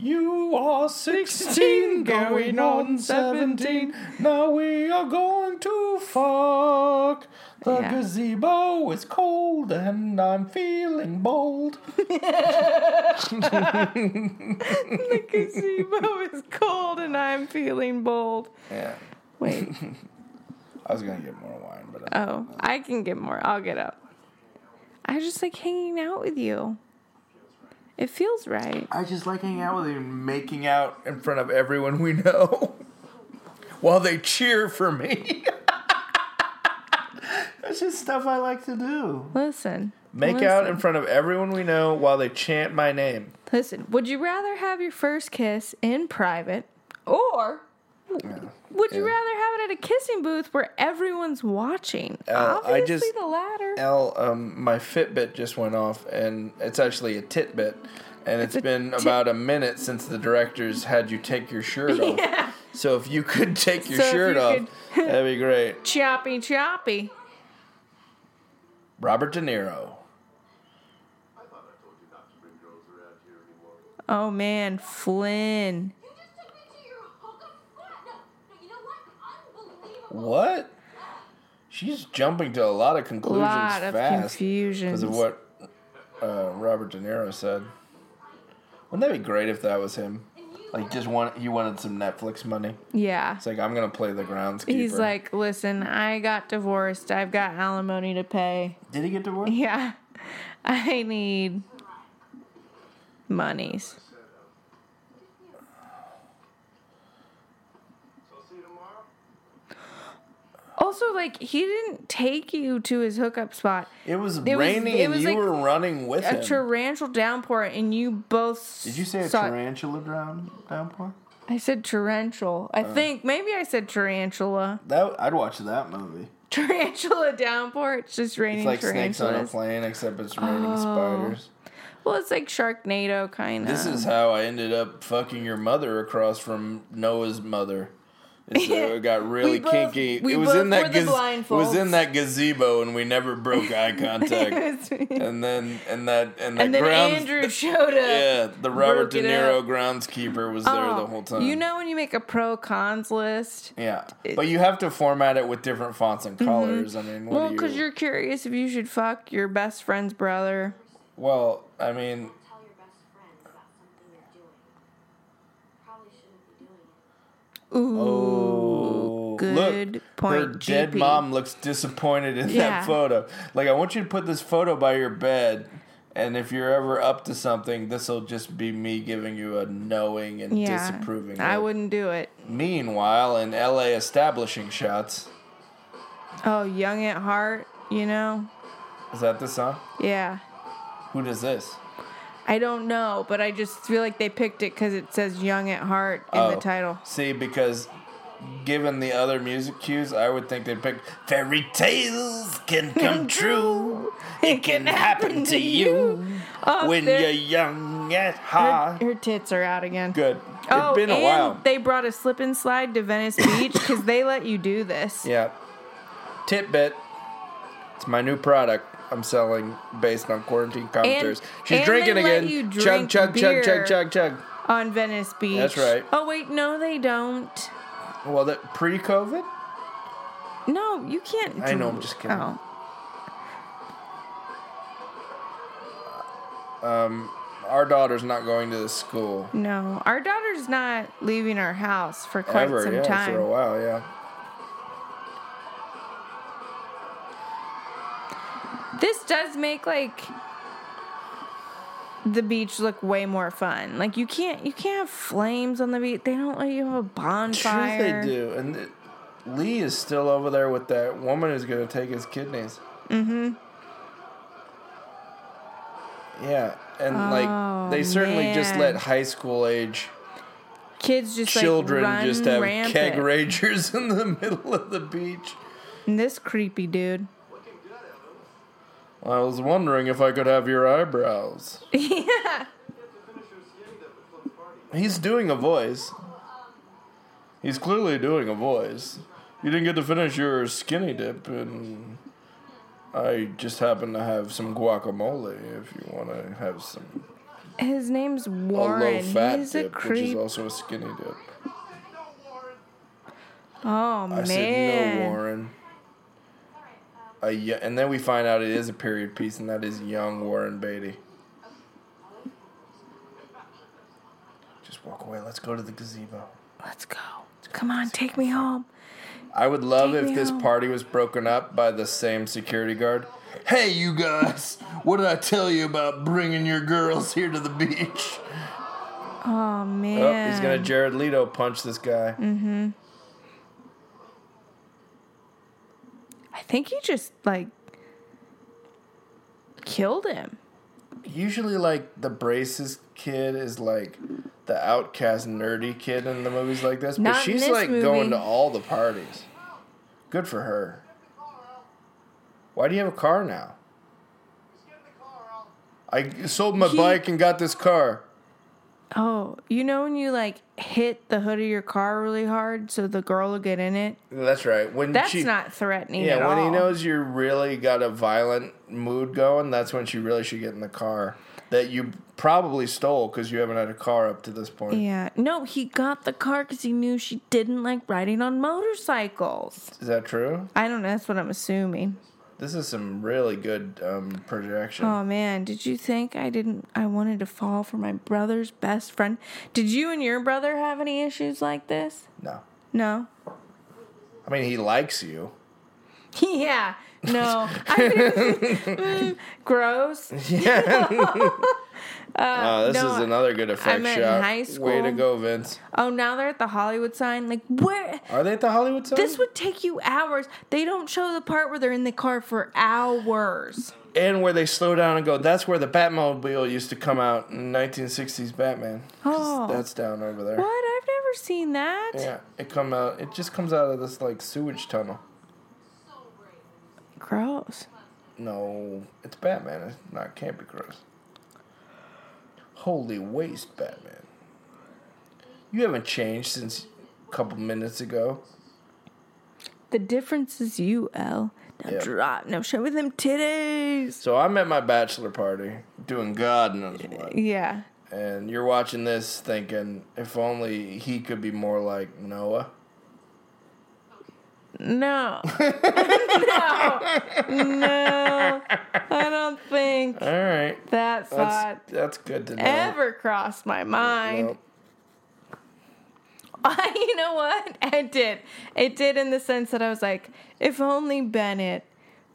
A: You are 16, going on 17. Now we are going to fuck. The
B: Yeah.
A: gazebo is cold and I'm feeling bold.
B: the gazebo is cold and I'm feeling bold.
A: Yeah.
B: Wait.
A: I was going to get more wine, but uh, I-
B: Oh, I can get more. I'll get up. I just like hanging out with you. It feels right.
A: I just like hanging out with you and making out in front of everyone we know while they cheer for me. That's just stuff I like to do.
B: Listen.
A: Make
B: listen,
A: out in front of everyone we know while they chant my name.
B: Listen, would you rather have your first kiss in private or would you
A: Yeah.
B: rather have it at a kissing booth where everyone's watching?
A: Uh, I
B: Obviously
A: just-
B: the latter.
A: L, um, my Fitbit just went off, and it's actually a titbit, and
B: a
A: it's been
B: tit-
A: about a minute since the directors had you take your shirt off. So if you could take your
B: So if
A: shirt
B: you
A: off, that'd be great.
B: choppy choppy.
A: Robert De Niro.
B: Oh man, Flynn.
E: You just took me to your hookup spot. No, no, you know what? Unbelievable.
A: What? She's jumping to a lot of conclusions
B: Lot of
A: fast
B: confusions.
A: because of what uh, Robert De Niro said. Wouldn't that be great if that was him? Like, just want he wanted some Netflix money.
B: Yeah.
A: It's like I'm gonna play the groundskeeper.
B: He's like, listen, I got divorced. I've got alimony to pay.
A: did he get divorced?
B: Yeah. I need monies.
D: So I'll see you tomorrow.
B: Also, like, he didn't take you to his hookup spot.
A: It was
B: It was-
A: raining
B: it
A: and
B: was
A: you
B: like
A: were running with
B: A
A: him.
B: torrential downpour, and you both.
A: did you say a
B: saw-
A: tarantula drown downpour?
B: I said torrential.
A: Oh.
B: I think maybe I said tarantula.
A: That I'd watch that movie.
B: Tarantula downpour. It's just raining
A: It's like snakes on a
B: tarantulas.
A: plane, except it's
B: Oh.
A: raining spiders.
B: well, it's like Sharknado kind of.
A: This is how I ended up fucking your mother across from Noah's mother. And So it got really
B: We both-
A: kinky.
B: we
A: it was
B: both
A: in that
B: wore the
A: it was in
B: blindfolds.
A: that gazebo, and we never broke eye contact. and then and that and that
B: and then
A: grounds,
B: Andrew showed up.
A: yeah, the Robert
B: broke
A: De
B: it
A: Niro
B: up.
A: groundskeeper was there the
B: Oh,
A: whole time.
B: You know when you make a pro cons list?
A: Yeah, but you have to format it with different fonts and colors. I mean, what
B: Mm-hmm. Well,
A: do
B: because
A: you?
B: you're curious if you should fuck your best friend's brother.
A: Well, I mean,
E: Tell your best friend about something you're doing. Probably shouldn't be doing it.
B: Ooh,
A: Oh,
B: good
A: look,
B: point.
A: Her dead
B: GP.
A: mom looks disappointed in
B: Yeah.
A: that photo. Like, I want you to put this photo by your bed, and if you're ever up to something, this will just be me giving you a knowing and
B: Yeah,
A: disapproving.
B: I
A: look.
B: wouldn't do it.
A: Meanwhile, in L.A. establishing shots,
B: Oh, young at heart, you know?
A: is that the song?
B: Yeah.
A: Who does this?
B: I don't know, but I just feel like they picked it because it says young at heart in the
A: Oh,
B: title.
A: See, because given the other music cues, I would think they'd pick "Fairy Tales Can Come True." It can happen to you
B: Oh,
A: when
B: there-
A: you're young at
B: Her,
A: heart.
B: her tits are out again.
A: Good.
B: Oh,
A: it's been a
B: and
A: while.
B: they brought a slip and slide to Venice Beach because they let you do this.
A: yeah. Titbit. It's my new product I'm selling based on quarantine commentaries. She's
B: and
A: drinking
B: they let
A: again.
B: you
A: chug,
B: drink
A: chug, chug,
B: beer.
A: chug, chug, chug.
B: On Venice Beach.
A: That's right.
B: Oh, wait, no, they don't.
A: Well, that pre COVID?
B: No, you can't.
A: I know, I'm
B: drink-
A: just kidding.
B: Oh.
A: Our daughter's not going to this school
B: No, our daughter's not leaving our house for quite
A: ever.
B: some
A: yeah,
B: time.
A: for a while, yeah.
B: This does make like the beach look way more fun. Like you can't you can't have flames on the beach. They don't let you have a bonfire.
A: Sure they do. And th- Lee is still over there with that woman who's going to take his kidneys. Mm-hmm. Yeah, and
B: Oh,
A: like they certainly just
B: man.
A: let high school age
B: Kids just
A: children
B: like run
A: just have
B: rampant.
A: keg ragers in the middle of the beach.
B: And this creepy dude.
A: I was wondering if I could have your eyebrows.
B: yeah.
A: He's doing a voice. He's clearly doing a voice. You didn't get to finish your skinny dip, and I just happen to have some guacamole if you want to have some
B: His name's
A: a low
B: Warren.
A: fat
B: He's a
A: dip, which is
B: creep.
A: also a skinny dip.
B: oh
A: I
B: man.
A: said no, Warren. A yo- and then we find out it is a period piece, and that is young Warren Beatty. Just walk away. Let's go to the gazebo.
B: Let's go. Come on, take me home.
A: I would love
B: Take
A: if
B: me
A: this
B: home.
A: party was broken up by the same security guard. Hey, you guys! What did I tell you about bringing your girls here to the beach?
B: Oh man.
A: Oh, he's gonna Jared Leto punch this guy.
B: I think he just like killed him.
A: Usually, like the braces kid is like the outcast nerdy kid in the movies like this, but
B: Not in
A: she's
B: this
A: like going
B: movie.
A: to all the parties. Good for her. Why do you have a car now? I sold my
B: He-
A: bike and got this car.
B: Oh, you know when you like hit the hood of your car really hard so the girl will get in it?
A: That's right. When
B: That's
A: she,
B: not threatening
A: Yeah,
B: at
A: when
B: all.
A: he knows you really got a violent mood going, that's when she really should get in the car that you probably stole because you haven't had a car up to this point.
B: Yeah. No, he got the car because he knew she didn't like riding on motorcycles.
A: Is that true?
B: I don't know. That's what I'm assuming.
A: This is some really good um, projection.
B: Oh man, did you think I didn't? I wanted to fall for my brother's best friend. Did you and your brother have any issues like this?
A: no,
B: No.
A: I mean he likes you.
B: Yeah. No. I mean, mm, gross.
A: Oh, this
B: Uh, no,
A: is another good effect
B: meant in
A: shot.
B: high
A: Way to
B: school.
A: go, Vince.
B: Oh, now they're at the Hollywood sign. Like, where?
A: Are they at the Hollywood sign?
B: This would take you hours. They don't show the part where they're in the car for hours.
A: and where they slow down and go, that's where the Batmobile used to come out in 1960s Batman. 'Cause
B: Oh.
A: That's down over there.
B: What? I've never seen that.
A: Yeah, it come out. It just comes out of this like sewage tunnel.
B: Gross.
A: No, it's Batman. It's not can't be gross. Holy waste, Batman. You haven't changed since a couple minutes ago.
B: The difference is you, L. Now
A: Yeah.
B: drop. Now show me them titties.
A: So I'm at my bachelor party doing God knows what.
B: Yeah.
A: And you're watching this thinking, if only he could be more like Noah.
B: No. no. No. I don't think
A: All right.
B: that
A: That's,
B: thought
A: that's good to know.
B: ever crossed my mind.
A: Nope.
B: you know what? It did. It did in the sense that I was like, if only Bennett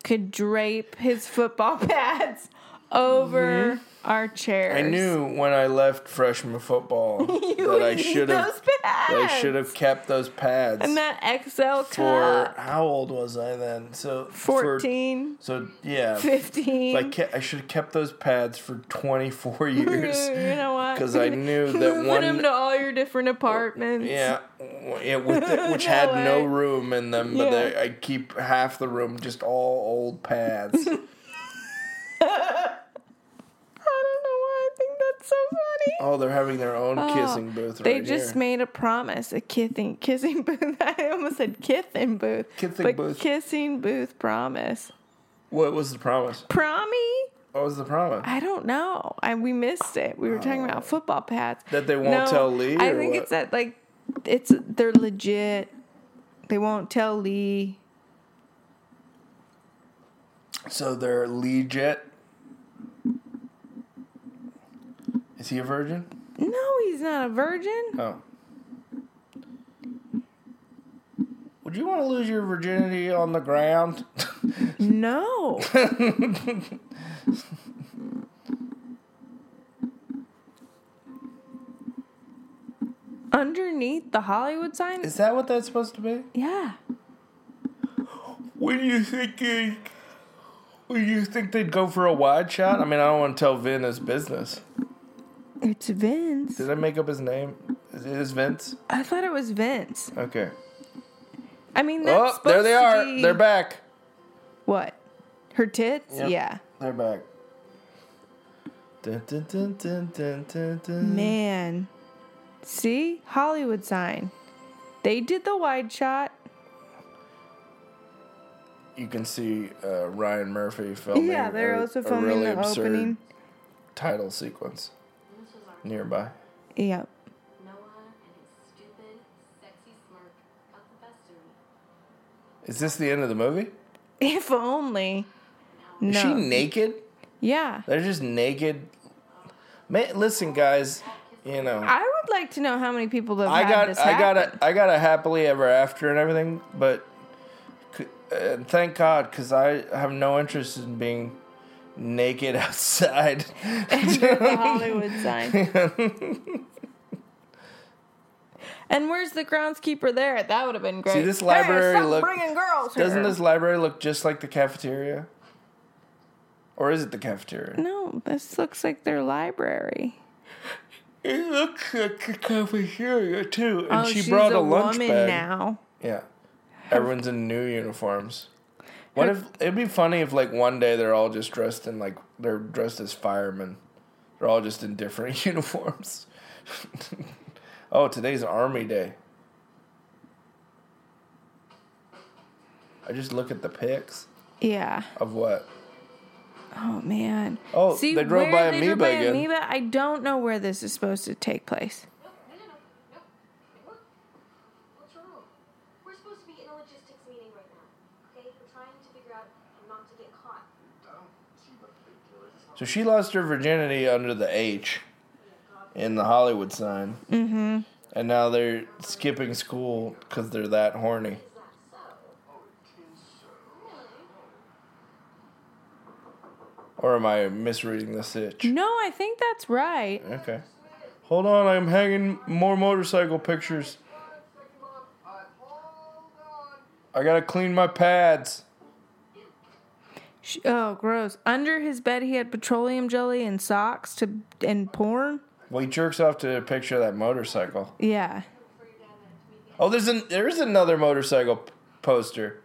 B: could drape his football pads over our chairs.
A: Mm-hmm. I knew when I left freshman football that I
B: need
A: should have
B: those pads.
A: that I should have kept those pads.
B: And that XL
A: for
B: cup.
A: how old was I then? So for-
B: 14,
A: so yeah,
B: 15.
A: I ke- I should have kept those pads for 24
B: you
A: years.
B: know what?
A: 'Cause I knew that
B: Moving
A: one- Oh,
B: them to all your different apartments.
A: Yeah, w- it, with the- which had
B: No
A: no
B: way.
A: room in them, but
B: Yeah.
A: they, I keep half the room just all old pads.
B: I don't know why I think that's so funny.
A: oh, they're having their own kissing booth right
B: They just
A: here.
B: made a promise, a kissing kissing booth. I almost said kissing booth.
A: Kissing
B: but
A: booth.
B: Kissing booth promise.
A: what was the promise?
B: Promi?
A: What was the promise?
B: I don't know. I we missed it. We were talking about football pads.
A: Oh. That they won't tell Lee,
B: I
A: or
B: think
A: what?
B: it's that like it's they're legit. They won't tell Lee.
A: So they're legit. Is he a virgin?
B: No, he's not a virgin.
A: Oh. Would you want to lose your virginity on the ground?
B: No. Underneath the Hollywood sign?
A: Is that what that's supposed to be?
B: yeah.
A: When you think you, when you think they'd go for a wide shot? I mean, I don't want to tell Vin his business.
B: It's Vince.
A: Did I make up his name? Is it is Vince?
B: I thought it was Vince.
A: Okay.
B: I mean, that's
A: Oh, there they
B: supposed
A: are.
B: to be-
A: They're back.
B: What? Her tits?
A: Yep.
B: Yeah.
A: They're back. Dun, dun, dun, dun, dun, dun, dun.
B: Man. See? Hollywood sign. They did the wide shot.
A: You can see uh, Ryan Murphy filming.
B: yeah, they're
A: a-
B: also
A: a
B: filming
A: really
B: the
A: absurd
B: opening.
A: title sequence
E: This was our
A: nearby.
B: Yep.
E: Noah and his stupid, sexy smirk got the best of me.
A: Is this the end of the movie?
B: If only. No.
A: Is she naked?
B: yeah.
A: They're just naked. Man, listen, guys. You know,
B: I would like to know how many people have
A: I
B: had
A: got,
B: this
A: I got,
B: happen.
A: a, I got a happily ever after and everything, but c- uh, thank God because I have no interest in being naked outside.
B: the Hollywood sign. and where's the groundskeeper there? That would have been great.
A: See, this
B: Hey,
A: library
B: stop
A: look-
B: bringing girls.
A: Doesn't
B: here.
A: this library look just like the cafeteria? Or is it the cafeteria?
B: No, this looks like their library.
A: It looks like the cafeteria too. And
B: oh,
A: she
B: she's
A: brought
B: a,
A: a, lunch
B: woman
A: bag.
B: now.
A: Yeah. Everyone's in new uniforms. What if it'd be funny if like one day they're all just dressed in like they're dressed as firemen. They're all just in different uniforms. oh, today's army day. I just look at the pics
B: Yeah.
A: of what?
B: Oh man.
A: Oh,
B: See,
A: they drove by
B: where they
A: Amoeba
B: drove by
A: again.
B: Amoeba. I don't know where this is supposed to take place.
E: No, no, no, no, no. What? What's wrong?
C: We're supposed to be in a logistics meeting right now. Okay? We're trying to figure out how not to get caught.
A: So she lost her virginity under the H in the Hollywood sign. Mm-hmm. And now they're skipping school because they're that horny.
C: Is that so?
A: Or am I misreading the sitch?
B: No, I think that's right.
A: Okay. Hold on, I'm hanging more motorcycle pictures.
D: Uh,
E: Oh,
D: hold on.
A: I gotta clean my pads.
B: She, oh, gross. Under his bed, he had petroleum jelly and socks to and porn.
A: Well, he jerks off to a picture of that motorcycle.
B: Yeah.
A: Oh, there's an there's another motorcycle p- poster.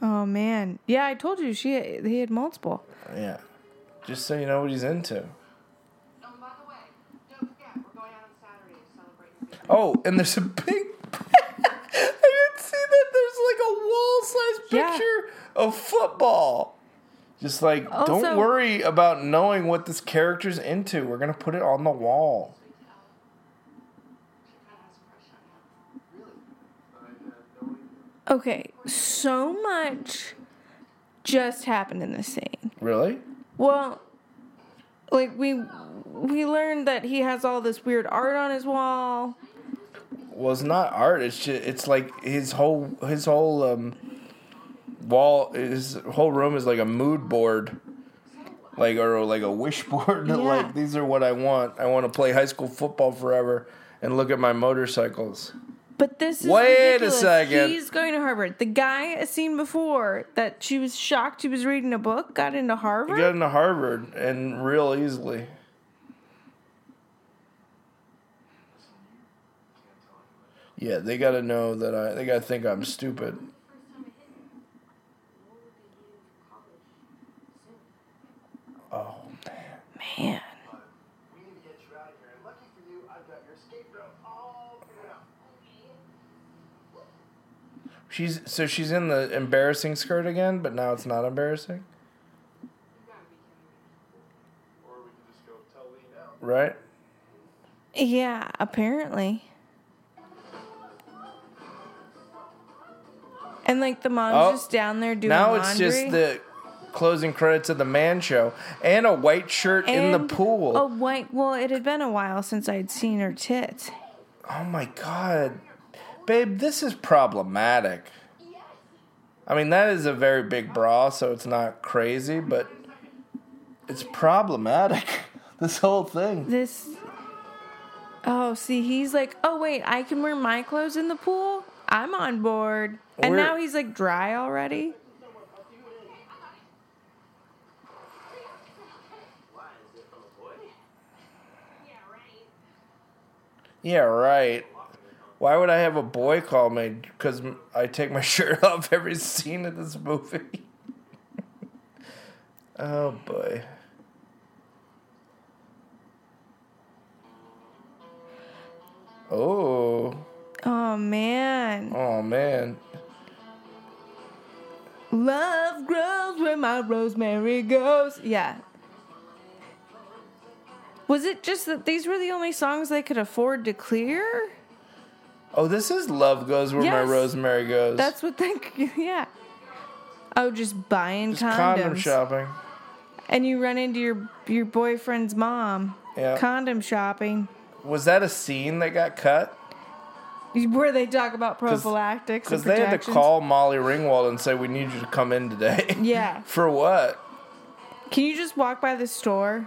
B: Oh man. Yeah, I told you she he had multiple.
A: Yeah. Just so you know what he's into.
E: Oh, by the way, don't forget, we're going out on Saturday to celebrate your big
A: Oh, and there's a big. I didn't see that. There's like a wall-sized
B: Yeah.
A: picture of football. Just like, don't
B: Also-
A: worry about knowing what this character's into. We're gonna put it on the wall.
E: ass crush on him.
D: I had no idea.
B: Okay, so much just happened in this scene.
A: Really?
B: Well, like we we learned that he has all this weird art on his wall.
A: Well, it's not art. It's just, it's like his whole his whole um, wall, his whole room is like a mood board, like or like a wish board.
B: Yeah.
A: like these are what I want. I want to play high school football forever and look at my motorcycles.
B: But this is
A: Wait a
B: ridiculous.
A: second.
B: He's going to Harvard. The guy I seen before that she was shocked he was reading a book got into
A: He
B: Harvard.
A: got into Harvard and real easily. Yeah, they got to know that I. They got to think I'm stupid. Oh man.
B: Man,
D: We need to get you out of here. And lucky for you, I've got your escape route all figured out.
A: She's so she's in the embarrassing skirt again, but now it's not embarrassing,
D: Or we can just go tell Lee now.
A: right?
B: yeah, apparently. And like the mom's
A: Oh,
B: just down there doing
A: now
B: laundry.
A: it's just the closing credits of the man show and a white shirt in
B: And
A: the pool.
B: A white. Well, it had been a while since I'd seen her tits.
A: Oh my god. Babe, this is problematic. I mean, that is a very big bra, so it's not crazy, but it's problematic. This whole thing.
B: This. Oh, see, he's like, oh wait, I can wear my clothes in the pool. I'm on board. And
A: We're-
B: now he's like dry already.
D: Why? Is it from a boy?
E: Yeah, right.
A: Yeah, right. Why would I have a boy call me? Because I take my shirt off every scene of this movie. oh boy. Oh.
B: Oh man,
A: Oh man.
B: love grows where my rosemary goes. Yeah. Was it just that these were the only songs they could afford to clear?
A: Oh, this is Love Goes Where
B: Yes.
A: My Rosemary Goes.
B: That's what they. Yeah. Oh, just buying
A: Just
B: condoms.
A: condom shopping.
B: And you run into your your boyfriend's mom.
A: Yeah.
B: Condom shopping.
A: Was that a scene that got cut?
B: Where they talk about prophylactics.
A: Because
B: Because
A: they had to call Molly Ringwald and say, We need you to come in today.
B: Yeah.
A: For what?
B: Can you just walk by the store?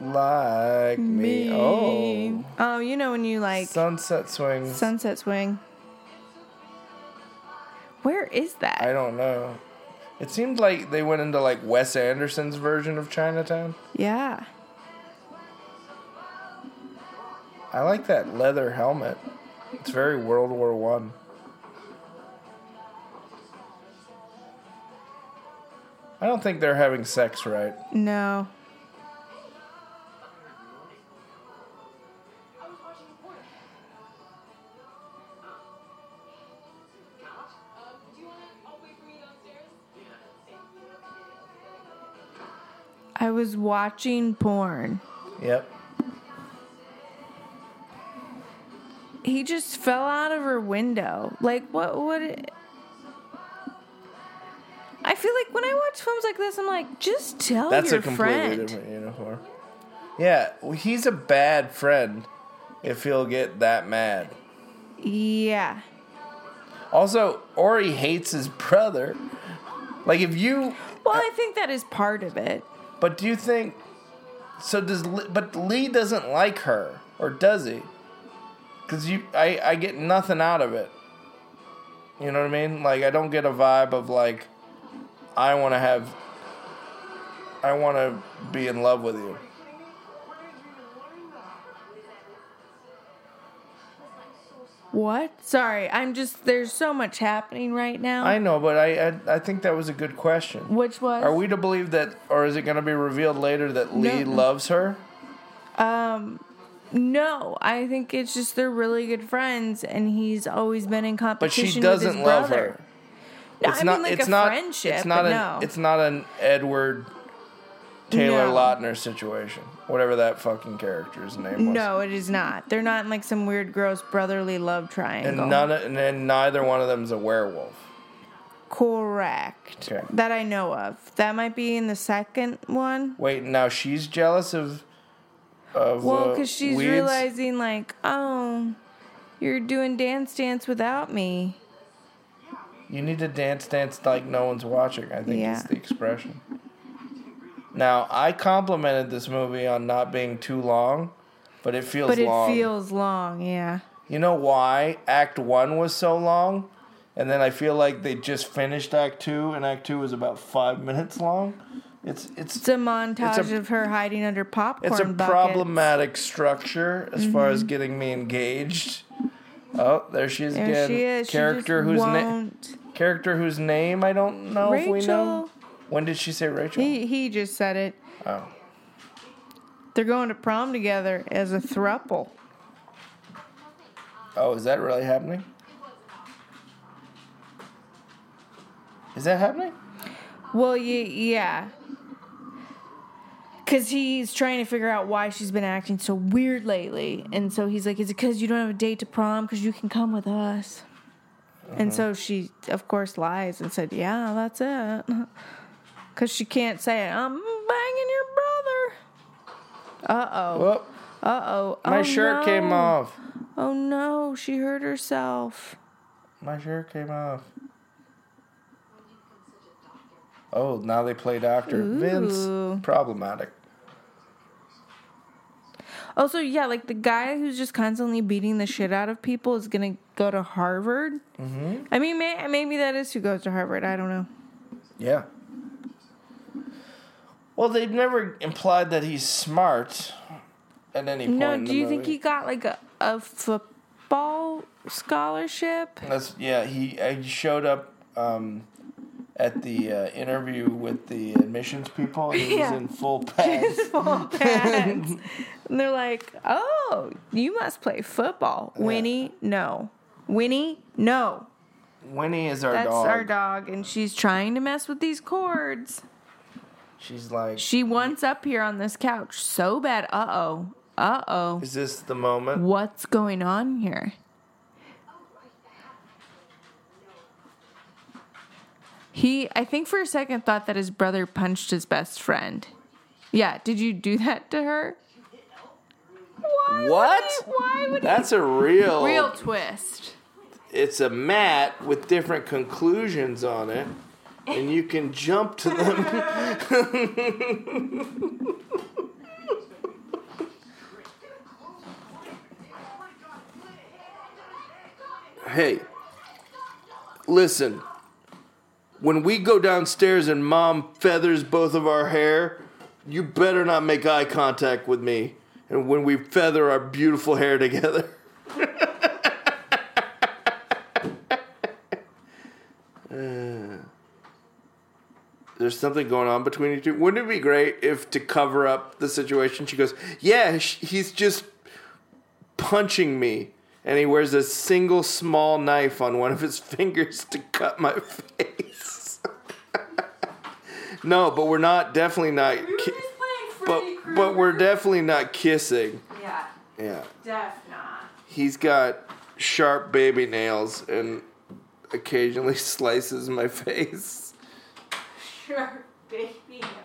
A: Like me. Oh.
B: Oh, you know when you like
A: Sunset swings.
B: sunset swing. Where is that?
A: I don't know. It seemed like they went into like Wes Anderson's version of Chinatown.
B: yeah.
A: I like that leather helmet. It's very World War One. I don't think they're having sex right.
B: No.
E: Um, do you want to? I'll wait for you downstairs.
B: I was watching porn.
A: Yep.
B: He just fell out of her window. Like what what I feel like when I watch films like this, I'm like, just tell
A: That's
B: Oh, your
A: a completely
B: friend.
A: different uniform. Yeah, well, he's a bad friend if he'll get that mad.
B: Yeah.
A: Also, Ori hates his brother. Like if you
B: Well, I think that is part of it.
A: But do you think? So does Lee, but Lee doesn't like her, or does he? Because you, I, I get nothing out of it. You know what I mean? Like I don't get a vibe of like, I want to have, I want to be in love with you.
B: What? Sorry, I'm just there's so much happening right now.
A: I know, but I, I, I think that was a good question.
B: Which was
A: Are we to believe that, or is it going to be revealed later that Lee
B: No.
A: loves her?
B: um no, I think it's just they're really good friends and he's always been in
A: But
B: competition
A: she
B: with
A: doesn't
B: his
A: love
B: brother.
A: her.
B: No, I mean like a friendship,
A: It's not
B: but
A: an.
B: no.
A: It's not an Edward Taylor
B: No.
A: Lautner situation. Whatever that fucking character's name was.
B: no, it is not. They're not in like some weird gross brotherly love
A: And
B: triangle.
A: none. of- And, and neither one of them's a werewolf.
B: Correct.
A: Okay.
B: That I know of. That might be in the second one.
A: Wait, now she's jealous of. of
B: Well,
A: uh,
B: because she's
A: weeds?
B: realizing, like, oh, you're doing dance dance without me.
A: You need to dance, dance like no one's watching. I think
B: Yeah.
A: is the expression. Now I complimented this movie on not being too long, but it feels
B: But it
A: long.
B: feels long, yeah.
A: you know why Act One was so long, and then I feel like they just finished Act Two, and Act Two was about five minutes long. It's it's
B: It's a montage of her hiding under popcorn
A: it's a
B: buckets.
A: problematic structure as far as getting me engaged. Oh, there she is
B: Mm-hmm. There
A: again.
B: she is.
A: Character
B: she
A: whose
B: just
A: name
B: won't-
A: character whose name I don't know if we know.
B: Rachel.
A: When did she say Rachel?
B: He he just said it.
A: oh.
B: They're going to prom together as a thruple.
A: Oh, is that really happening? Is that happening?
B: Well, ye- yeah. Because he's trying to figure out why she's been acting so weird lately. And so he's like, Is it because you don't have a date to prom? Because you can come with us.
A: Uh-huh.
B: And so she, of course, lies and said, Yeah, that's it. Because she can't say, I'm banging your brother. Uh oh.
A: Whoop.
B: Uh oh.
A: My shirt came off.
B: Oh no, she hurt herself.
A: My shirt came off. Oh, now they play doctor.
B: Ooh.
A: Vince, problematic.
B: Also, yeah, like the guy who's just constantly beating the shit out of people is gonna go to Harvard. Mm-hmm. I mean, may- maybe that is who goes to Harvard. I don't know.
A: Yeah. Well, they've never implied that he's smart at any point.
B: no,
A: in the
B: do you think
A: movie.
B: he got like a, a football scholarship?
A: That's yeah. He I showed up um, at the uh, interview with the admissions people. And he
B: Yeah.
A: was in full pads.
B: Full pads. and they're like, oh, you must play football. Winnie, no. Winnie, no.
A: Winnie is our
B: That's
A: dog.
B: our dog, and she's trying to mess with these cords.
A: She's like,
B: She wants up here on this couch so bad. Uh oh. Uh oh.
A: is this the moment?
B: What's going on here? He, I think for a second, thought that his brother punched his best friend. Yeah, did you do that to her? Why
A: What?
B: Would he, why would
A: That's a real.
B: he? Real twist.
A: It's a mat with different conclusions on it, and you can jump to them. hey, listen. When we go downstairs and mom feathers both of our hair, you better not make eye contact with me. And when we feather our beautiful hair together. there's something going on between you two. Wouldn't it be great if to cover up the situation, she goes, "Yeah, sh- he's just punching me." And he wears a single small knife on one of his fingers to cut my face. no, but we're not definitely not ki- but but we're definitely not kissing.
B: Yeah,
A: Yeah.
B: def not.
A: He's got sharp baby nails and occasionally slices my face.
B: Sure, baby.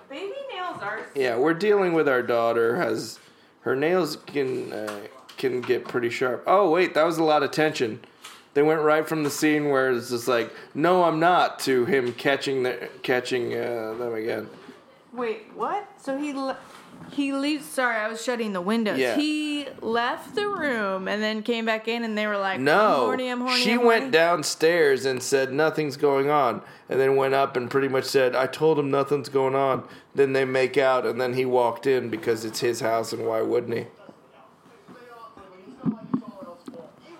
B: Baby nails are.
A: Yeah, we're dealing with our daughter. Has her nails can uh, can get pretty sharp. Oh wait, that was a lot of tension. They went right from the scene where it's just like, "No, I'm not," to him catching the, catching uh, them again.
B: Wait, what? So he le- he leaves. Sorry, I was shutting the windows.
A: Yeah.
B: He left the room and then came back in, and they were like,
A: No,
B: I'm horny, I'm horny."
A: she
B: I'm
A: went
B: horny."
A: downstairs and said nothing's going on, and then went up and pretty much said, "I told him nothing's going on." Then they make out, and then he walked in because it's his house, and why wouldn't he?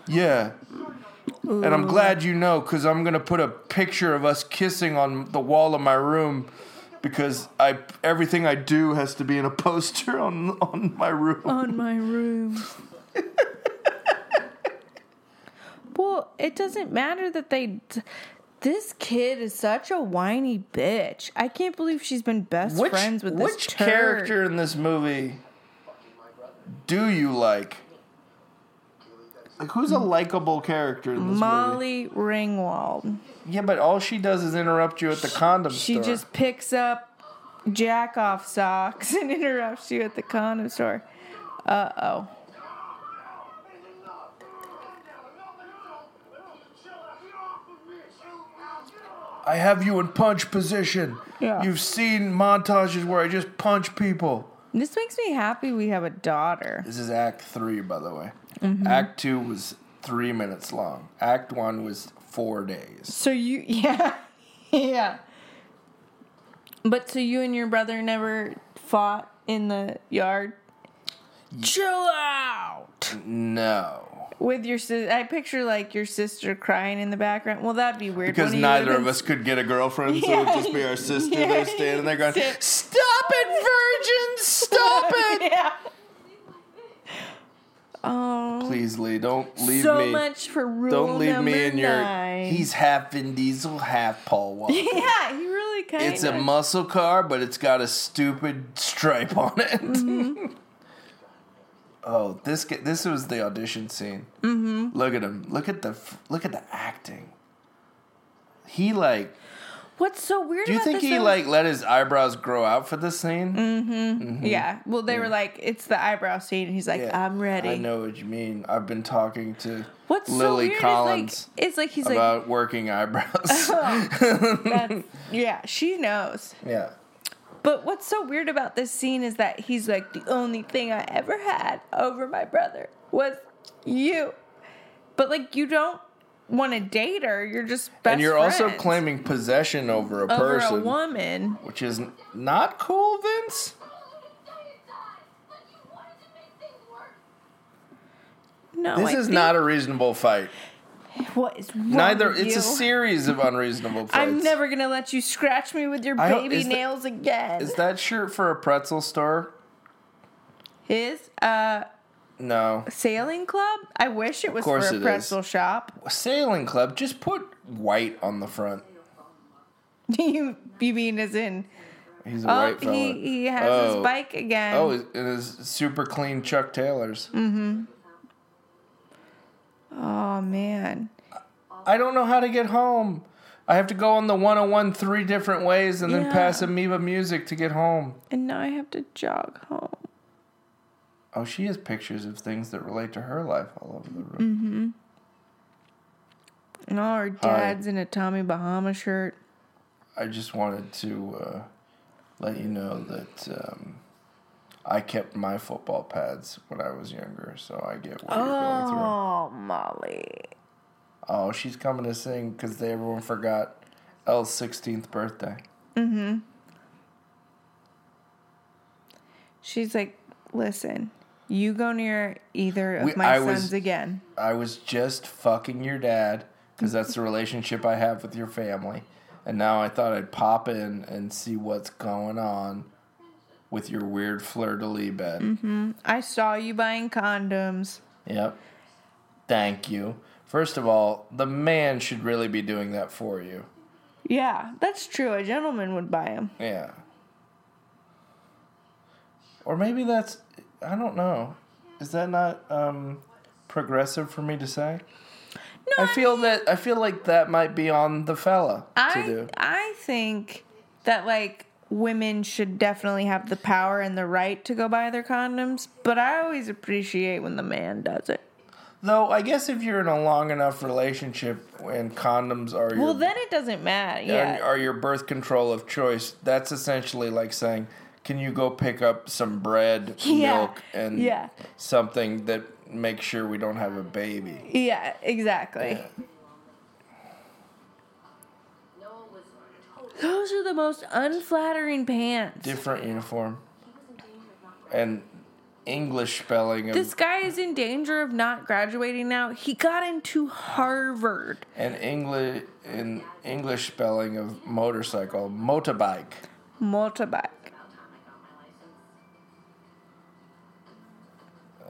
A: Yeah. And I'm glad you know because I'm going to put a picture of us kissing on the wall of my room because I everything I do has to be in a poster on on my room.
B: on my room. well, it doesn't matter that they. D- this kid is such a whiny bitch. I can't believe she's been best friends with this
A: which
B: turd.
A: character in this movie do you like? Like, who's a likable character in this movie?
B: Molly Ringwald.
A: Yeah, but all she does is interrupt you at the condom
B: She
A: store.
B: just picks up jack off socks and interrupts you at the condom store. Uh oh.
A: I have you in punch position.
B: Yeah.
A: You've seen montages where I just punch people.
B: This makes me happy we have a daughter.
A: This is Act Three, by the way.
B: Mm-hmm.
A: Act Two was three minutes long. Act One was four days.
B: So you, yeah, yeah. But so you and your brother never fought in the yard. Chill out
A: No,
B: with your. sis- I picture like your sister crying in the background. Well, that'd be weird.
A: because
B: One you
A: neither
B: would've
A: of us could get a girlfriend, so
B: Yeah.
A: it would just be our sister there standing there going,
B: Sit.
A: "Stop it, virgin! Stop
B: been-
A: it!"
B: yeah. Oh,
A: Please, Lee, don't leave
B: so
A: me.
B: much for rule
A: don't leave
B: number
A: me in your.
B: nine.
A: He's half Vin Diesel, half Paul Walker.
B: yeah, he really kind
A: It's a muscle car, but it's got a stupid stripe on it.
B: Mm-hmm.
A: oh, this ge- this was the audition scene. Mm-hmm. Look at him. Look at the f- look at the acting. He like.
B: What's so weird?
A: Do you
B: about
A: think
B: this
A: he
B: though-
A: like let his eyebrows grow out for this scene?
B: Mm, Yeah. Well, they were like, it's the eyebrow scene. and He's like,
A: Yeah.
B: I'm ready.
A: I know what you mean. I've been talking to
B: What's
A: Lily
B: so weird
A: Collins
B: is like, it's like he's
A: about working eyebrows.
B: like, that's, yeah, she knows.
A: yeah.
B: But what's so weird about this scene is that he's like, the only thing I ever had over my brother was you. But like, you don't want to date her. You're just best
A: and you're also
B: friends
A: claiming possession over a
B: over
A: person.
B: a woman.
A: which is n- not cool, Vince.
B: No,
A: This
B: Oh, I
A: is
B: think-
A: not a reasonable fight.
B: What is wrong
A: Neither.
B: with
A: It's
B: you?
A: a series of unreasonable fights.
B: I'm never gonna let you scratch me with your
A: I don't-
B: baby
A: is that-
B: nails again.
A: Is that shirt for a pretzel store?
B: His uh
A: No.
B: sailing club. I wish it was for
A: course it
B: a
A: is.
B: pretzel shop.
A: Sailing club. Just put white on the front.
B: you, you mean as in?
A: He's a
B: Oh,
A: white fella.
B: he, he has
A: Oh.
B: his bike again.
A: Oh, it is super clean Chuck Taylors.
B: oh man.
A: I don't know how to get home. I have to go on the 101 three different ways and then
B: Yeah.
A: pass Amoeba Music to get home.
B: And now I have to jog home.
A: Oh, she has pictures of things that relate to her life all over the
B: Mm.
A: room.
B: And all our dad's in a Tommy Bahama shirt.
A: I just wanted to uh, let you know that um, I kept my football pads when I was younger, so I get what you're going through.
B: Oh, Molly.
A: Oh, she's coming to sing because everyone forgot Elle's 16th birthday.
B: She's like, listen, you go near either of
A: We-
B: my
A: I
B: sons
A: was-
B: again.
A: I was just fucking your dad because that's the relationship I have with your family. And now I thought I'd pop in and see what's going on with your weird fleur de lis bed.
B: I saw you buying condoms.
A: Yep. Thank you. First of all, the man should really be doing that for you.
B: Yeah, that's true. A gentleman would buy them.
A: Yeah. Or maybe that's I don't know. Is that not um progressive for me to say?
B: No,
A: I feel that I feel like that might be on the fella to
B: I
A: do.
B: I think that like women should definitely have the power and the right to go buy their condoms, but I always appreciate when the man does it.
A: Though I guess if you're in a long enough relationship and condoms are your
B: Well, then it doesn't matter. Yeah.
A: are, are your birth control of choice, that's essentially like saying, "Can you go pick up some bread,
B: Yeah.
A: milk, and
B: Yeah.
A: something that makes sure we don't have a baby?"
B: yeah, exactly.
E: Noah was totally
B: Those are the most unflattering pants.
A: Different uniform and English spelling of
B: this guy is in danger of not graduating now. He got into Harvard.
A: and English and English spelling of motorcycle, motorbike.
B: Motorbike.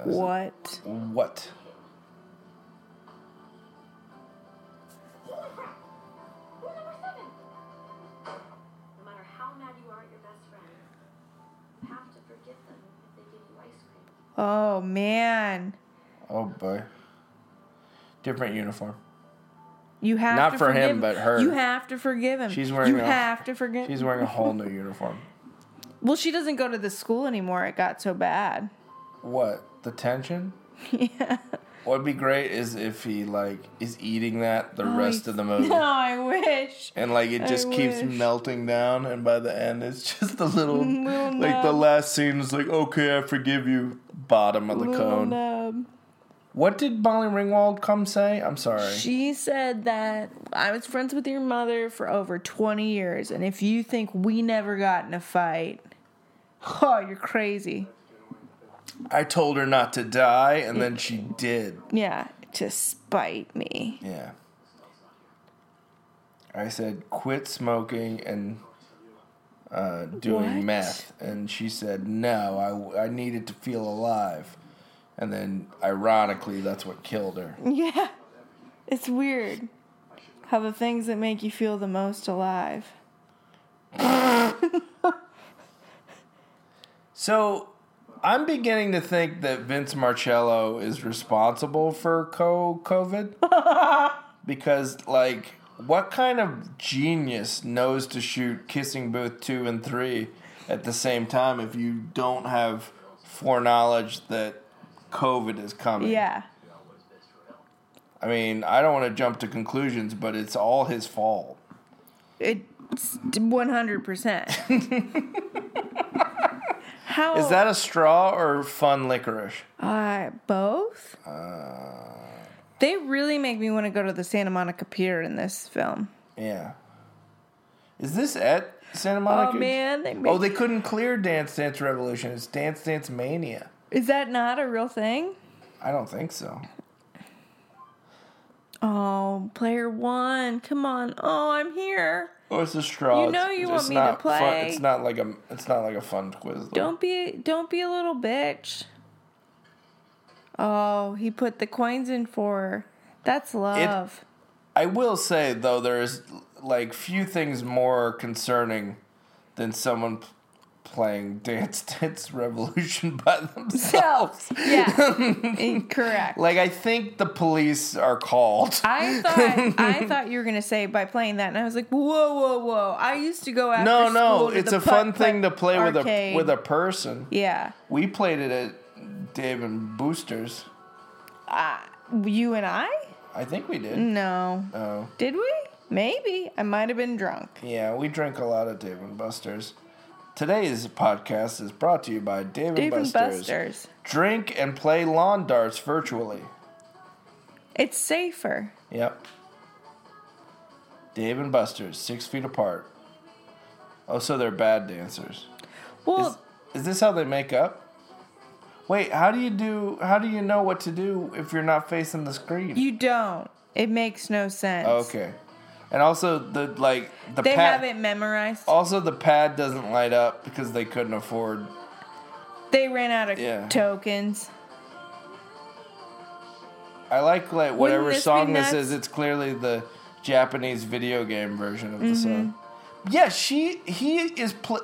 B: What?
A: What?
E: Holy crap! Rule number seven. No matter how mad you are at your best friend, you have to forgive them if they give you ice cream.
B: Oh man.
A: Oh boy. Different uniform.
B: You have
A: Not
B: to
A: for him,
B: forgive-
A: but her.
B: You have to forgive him.
A: She's wearing
B: You
A: a-
B: have to forgive.
A: She's wearing a whole new uniform.
B: Well, she doesn't go to the school anymore. It got so bad.
A: What? The tension?
B: Yeah.
A: What'd be great is if he like is eating that the rest of the movie.
B: No, Oh, I wish.
A: And like it
B: I
A: just keeps
B: wish.
A: melting down, and by the end, it's just the little,
B: Little
A: like the
B: nub.
A: last scene is like, "Okay, I forgive you." Bottom of the
B: Little
A: cone.
B: nub.
A: What did Molly Ringwald come say? I'm sorry.
B: She said that I was friends with your mother for over 20 years, and if you think we never got in a fight, oh, you're crazy.
A: I told her not to die, and then she did.
B: Yeah, to spite me.
A: Yeah. I said, quit smoking and uh, doing
B: What?
A: meth. And she said, no, I, I needed to feel alive. And then, ironically, that's what killed her.
B: Yeah, it's weird how the things that make you feel the most alive.
A: So I'm beginning to think that Vince Marcello is responsible for co COVID because, like, what kind of genius knows to shoot Kissing Booth two and three at the same time if you don't have foreknowledge that COVID is coming?
B: Yeah,
A: I mean, I don't want to jump to conclusions, but it's all his fault.
B: it's 100%. how
A: Is that a straw or fun licorice?
B: Uh, both.
A: Uh.
B: they really make me want to go to the Santa Monica Pier in this film.
A: Yeah. Is this at Santa
B: Oh
A: Monica?
B: man, they make,
A: Oh, they couldn't clear Dance Dance Revolution. It's Dance Dance Mania.
B: is that not a real thing?
A: I don't think so.
B: Oh, player one, come on! Oh, I'm here.
A: Or it's a straw.
B: You know
A: It's-
B: you
A: it's
B: want me to
A: not Fun.
B: play.
A: It's not like a. It's not like a fun quiz. though.
B: Don't be, don't be a little bitch. Oh, he put the coins in for her. That's love.
A: I will say though, there is like few things more concerning than someone p- playing Dance Dance Revolution by themselves.
B: yeah, incorrect.
A: like I think the police are called.
B: I thought I thought you were gonna say by playing that, and I was like, whoa, whoa, whoa! I used to go after
A: no, no,
B: school to
A: it's
B: the
A: a fun
B: putt-putt
A: thing to play with a
B: arcade.
A: with a person.
B: yeah.
A: We played it at Dave and Booster's.
B: Uh, You and I?
A: I think we did.
B: Mm. No.
A: Oh.
B: Did we? Maybe I might have been drunk.
A: Yeah, we drink a lot of Dave and Buster's. Today's podcast is brought to you by Dave,
B: Dave
A: and
B: and
A: Buster's.
B: Buster's.
A: Drink and play lawn darts virtually.
B: It's safer.
A: Yep. Dave and Buster's, six feet apart. Oh, so they're bad dancers. Is,
B: Well,
A: is this how they make up? Wait, how do you do? How do you know what to do if you're not facing the screen?
B: you don't. It makes no sense.
A: okay. And also the like the
B: They
A: pad.
B: have it memorized.
A: Also, the pad doesn't light up because they couldn't afford
B: They ran out of
A: Yeah.
B: tokens.
A: I like like whatever
B: this be
A: song this
B: nuts?
A: is. It's clearly the Japanese video game version
B: Mm-hmm.
A: of the song. Yeah, she he is pl-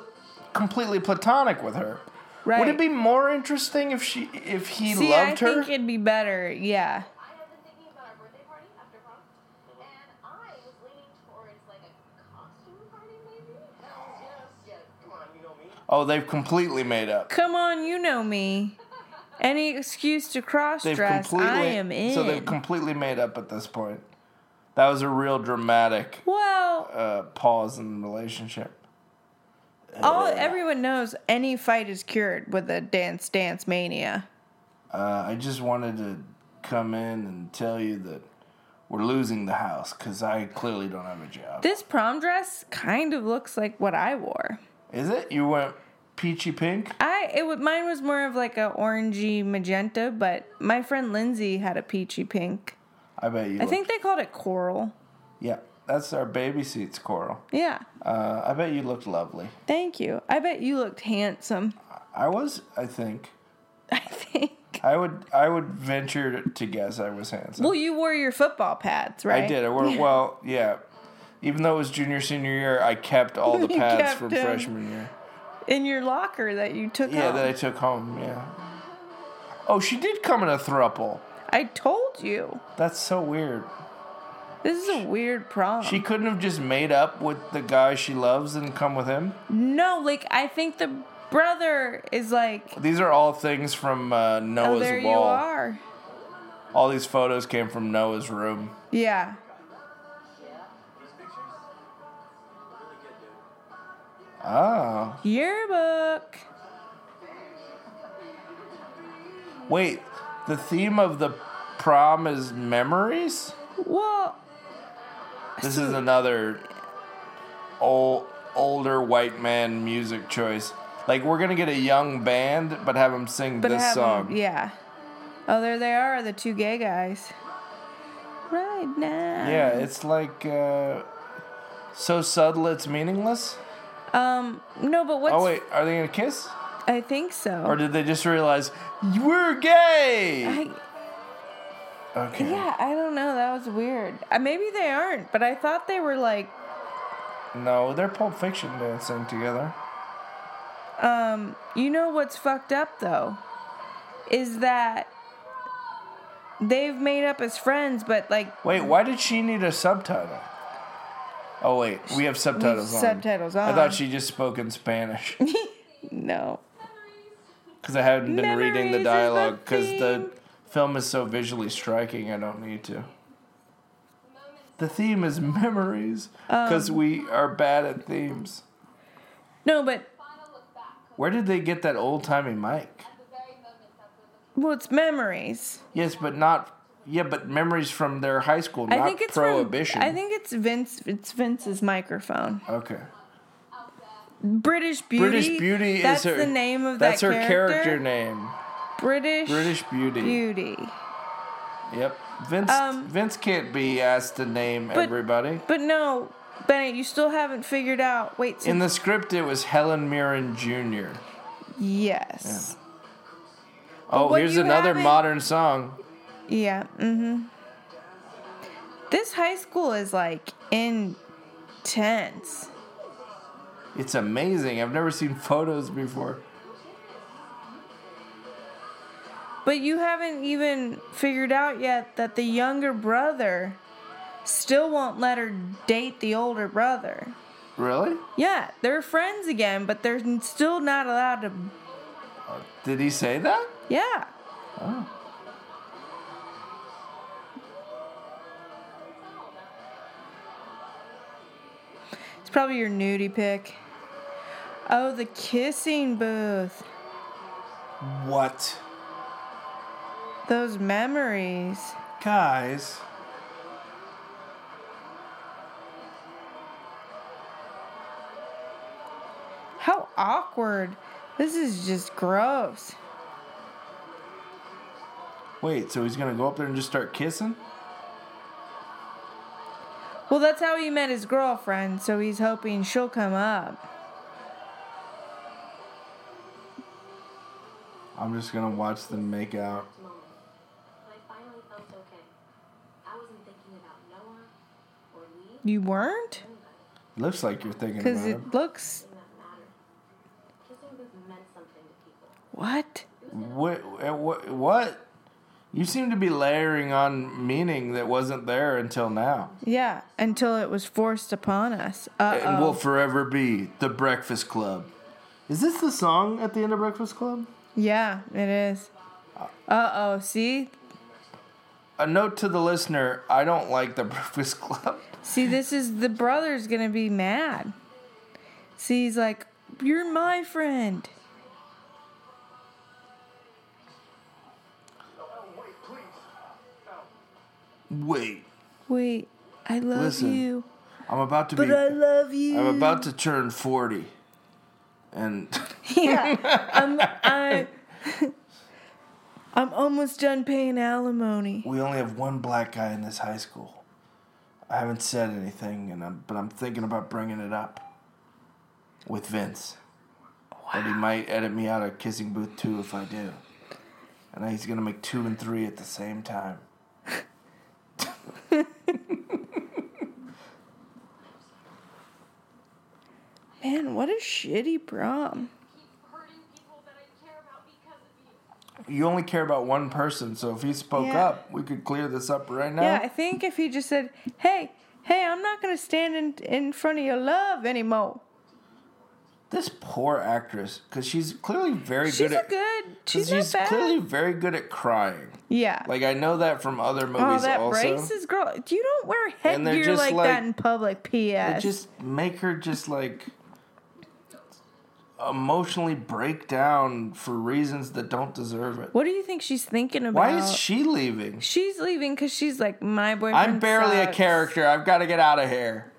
A: completely platonic with her. Would
B: Right.
A: it be more interesting if she if he
B: See,
A: loved
B: I
A: her?
B: think it'd be better. Yeah.
E: I have been thinking about our birthday party after prom,
D: Uh-huh.
E: and I was leaning towards like a costume party maybe.
D: Hells yes. Yeah, come on, you know me.
A: oh, they've completely made up.
B: Come on, you know me. Any excuse to cross
A: They've
B: dress,
A: completely
B: I am in.
A: so they've completely made up at this point. That was a real dramatic
B: well,
A: uh, pause in the relationship. Uh,
B: all everyone knows any fight is cured with a dance dance mania.
A: Uh, I just wanted to come in and tell you that we're losing the house because I clearly don't have a job.
B: This prom dress kind of looks like what I wore.
A: Is it? You went peachy pink?
B: I it would mine was more of like a orangey magenta, but my friend Lindsay had a peachy pink.
A: I bet you.
B: I think they called it coral.
A: Yeah, that's our baby seats, Coral.
B: Yeah.
A: Uh, I bet you looked lovely.
B: Thank you. I bet you looked handsome.
A: I was. I think.
B: I think.
A: I would. I would venture to guess I was handsome.
B: Well, you wore your football pads, right?
A: I did. I wore well. Yeah. Even though it was junior senior year, I kept all the
B: You
A: pads
B: kept
A: from
B: them.
A: freshman year.
B: In your locker that you took
A: Yeah,
B: home.
A: that I took home. Yeah. Oh, she did come in a thruple.
B: I, I told you.
A: That's so weird.
B: This is a weird prom.
A: She couldn't have just made up with the guy she loves and come with him.
B: no, like I think the brother is like,
A: These are all things from uh,
B: oh,
A: Noah's
B: there you
A: wall.
B: are.
A: All these photos came from Noah's room.
B: Yeah.
A: Oh.
B: Yearbook.
A: Wait, the theme of the prom is memories?
B: Well,
A: This is another old, older white man music choice. Like, we're going to get a young band, but have them sing
B: but
A: this
B: have
A: song.
B: yeah. Oh, there they are, the two gay guys. Right now.
A: Yeah, it's like uh, so subtle it's meaningless.
B: Um. No, but what's?
A: oh wait, are they gonna kiss?
B: I think so.
A: Or did they just realize we're gay?
B: I,
A: Okay.
B: yeah, I don't know. That was weird. Uh, maybe they aren't, but I thought they were like,
A: No, they're Pulp Fiction dancing together.
B: um, you know what's fucked up though, is that they've made up as friends, but like
A: Wait, why did she need a subtitle? Oh wait, we have subtitles on.
B: subtitles
A: I
B: on.
A: thought she just spoke in Spanish
B: no,
A: because I hadn't been reading the
B: Memories is my
A: dialogue because the
B: thing.
A: film is so visually striking. I don't need to. The theme is memories
B: Um.
A: because we are bad at themes.
B: no, but
A: Where did they get that old timey mic?
B: well, it's memories.
A: Yes, but not. Yeah, but memories from their high school, not
B: I think it's from-
A: prohibition.
B: I think it's Vince. It's Vince's microphone.
A: Okay.
B: British Beauty.
A: British Beauty
B: that's
A: is her.
B: the name of
A: that's
B: that
A: her
B: character.
A: name.
B: British.
A: British Beauty.
B: Beauty.
A: Yep. Vince.
B: Um,
A: Vince can't be asked to name everybody.
B: But no, Bennett, you still haven't figured out. Wait, so
A: In the script, it was Helen Mirren Jr.
B: yes,
A: Oh,
B: what
A: here's
B: you
A: another
B: haven't-
A: modern song.
B: yeah, mm-hmm. This high school is like intense.
A: It's amazing. I've never seen photos before.
B: But you haven't even figured out yet that the younger brother still won't let her date the older brother.
A: Really?
B: Yeah, they're friends again, but they're still not allowed to.
A: Did he say that?
B: Yeah. Oh. It's probably your nudie pick. Oh, the kissing booth.
A: What?
B: Those memories.
A: Guys.
B: How awkward. This is just gross.
A: Wait, so he's gonna go up there and just start kissing?
B: Well, that's how he met his girlfriend, so he's hoping she'll come up.
A: I'm just gonna watch them make out.
C: moment when I finally felt okay. I wasn't thinking about Noah or Lee.
B: You weren't?
A: Looks like you're thinking about
B: Because
A: it.
B: it looks.
C: It did not matter. Kissing booth meant something to people.
B: What?
A: What, eh, what? What? You seem to be layering on meaning that wasn't there until now.
B: Yeah, until it was forced upon us. Uh
A: And will forever be the Breakfast Club. Is this the song at the end of Breakfast Club?
B: Yeah, it is. Uh oh, see?
A: A note to the listener: I don't like the Breakfast Club.
B: See, this is the brother's gonna be mad. See, he's like, You're my friend.
A: Wait,
B: Wait, I love
A: Listen,
B: you.
A: I'm about to
B: But
A: be.
B: I love you.
A: I'm about to turn forty, and
B: Yeah. I'm, I, I'm almost done paying alimony.
A: we only have one black guy in this high school. I haven't said anything, and I'm, but I'm thinking about bringing it up with Vince. But he might edit me out of Kissing Booth 2 if I do. And he's going to make 2 and 3 at the same time.
B: Man, what a shitty prom.
E: Keep hurting people that I care about because of you.
A: you only care about one person, so if he spoke
B: Yeah.
A: up, we could clear this up right now.
B: Yeah, I think if he just said, "Hey, hey, I'm not gonna stand in in front of your love anymore."
A: This poor actress, because she's clearly very
B: She's
A: good
B: a
A: at.
B: good. She's, not bad.
A: clearly very good at crying.
B: yeah.
A: Like I know that from other
B: oh,
A: movies
B: that
A: also.
B: racist girl. You don't wear
A: And they're
B: headgear
A: just
B: like,
A: like-
B: that in public.
A: They
B: P.S.
A: just make her just like emotionally break down for reasons that don't deserve it.
B: what do you think she's thinking about?
A: Why is she leaving?
B: She's leaving because she's like my boyfriend.
A: I'm barely a
B: sucks."
A: character. I've got to get out of here.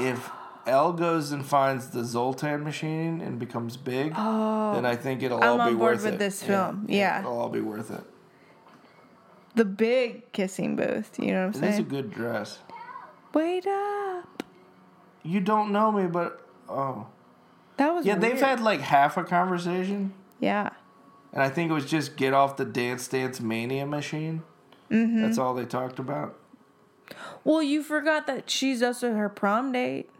A: If L goes and finds the Zoltan machine and becomes big, then I think it'll all
B: Oh, I'm
A: be
B: on board
A: worth
B: with
A: it.
B: this
A: Yeah,
B: film. Yeah.
A: it'll all be worth it.
B: The big kissing booth. You know what I'm
A: It is a
B: saying?
A: good dress.
B: Wait up.
A: You don't know me, but oh.
B: That was
A: Yeah, they've
B: weird.
A: had like half a conversation,
B: yeah.
A: and I think it was just get off the Dance Dance Mania machine.
B: Mm-hmm.
A: That's all they talked about.
B: Well, you forgot that she's also her prom date.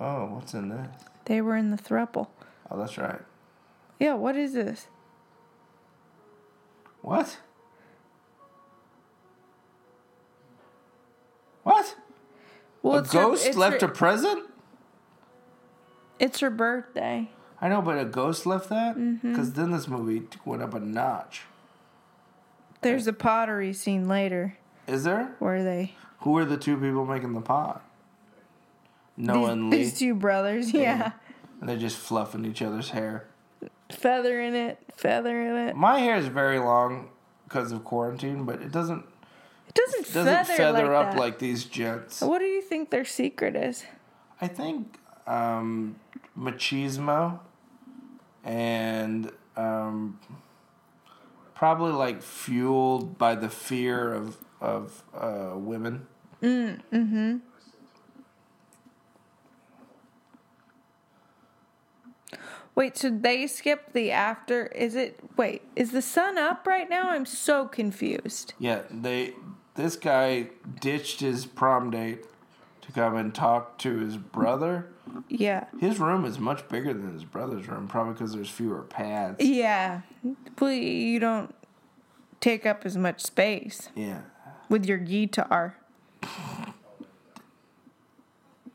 A: Oh, what's in this?
B: They were in the thruple.
A: Oh, that's right.
B: Yeah, what is this?
A: What? What?
B: Well,
A: a ghost
B: her, it's
A: left
B: her,
A: a present?
B: It's her birthday.
A: I know, but a ghost left that?
B: Mm-hmm.
A: Because then this movie went up a notch.
B: There's a pottery scene later
A: Is there?
B: where they
A: Who are the two people making the pot? Noah
B: these,
A: and Lee.
B: these two brothers, yeah.
A: And they're just fluffing each other's hair.
B: feather in it, feather in it.
A: My hair is very long because of quarantine, but it doesn't
B: It doesn't,
A: doesn't
B: feather,
A: feather,
B: like
A: up
B: that.
A: like these gents.
B: What do you think their secret is?
A: I think um, machismo and um, probably like fueled by the fear of of uh, women.
B: Wait, so they skip the after? Is it? Wait, is the sun up right now? I'm so confused.
A: Yeah, they this guy ditched his prom date to come and talk to his brother.
B: Yeah.
A: His room is much bigger than his brother's room, probably because there's fewer pads.
B: Yeah. Well, you don't take up as much space
A: Yeah.
B: with your guitar.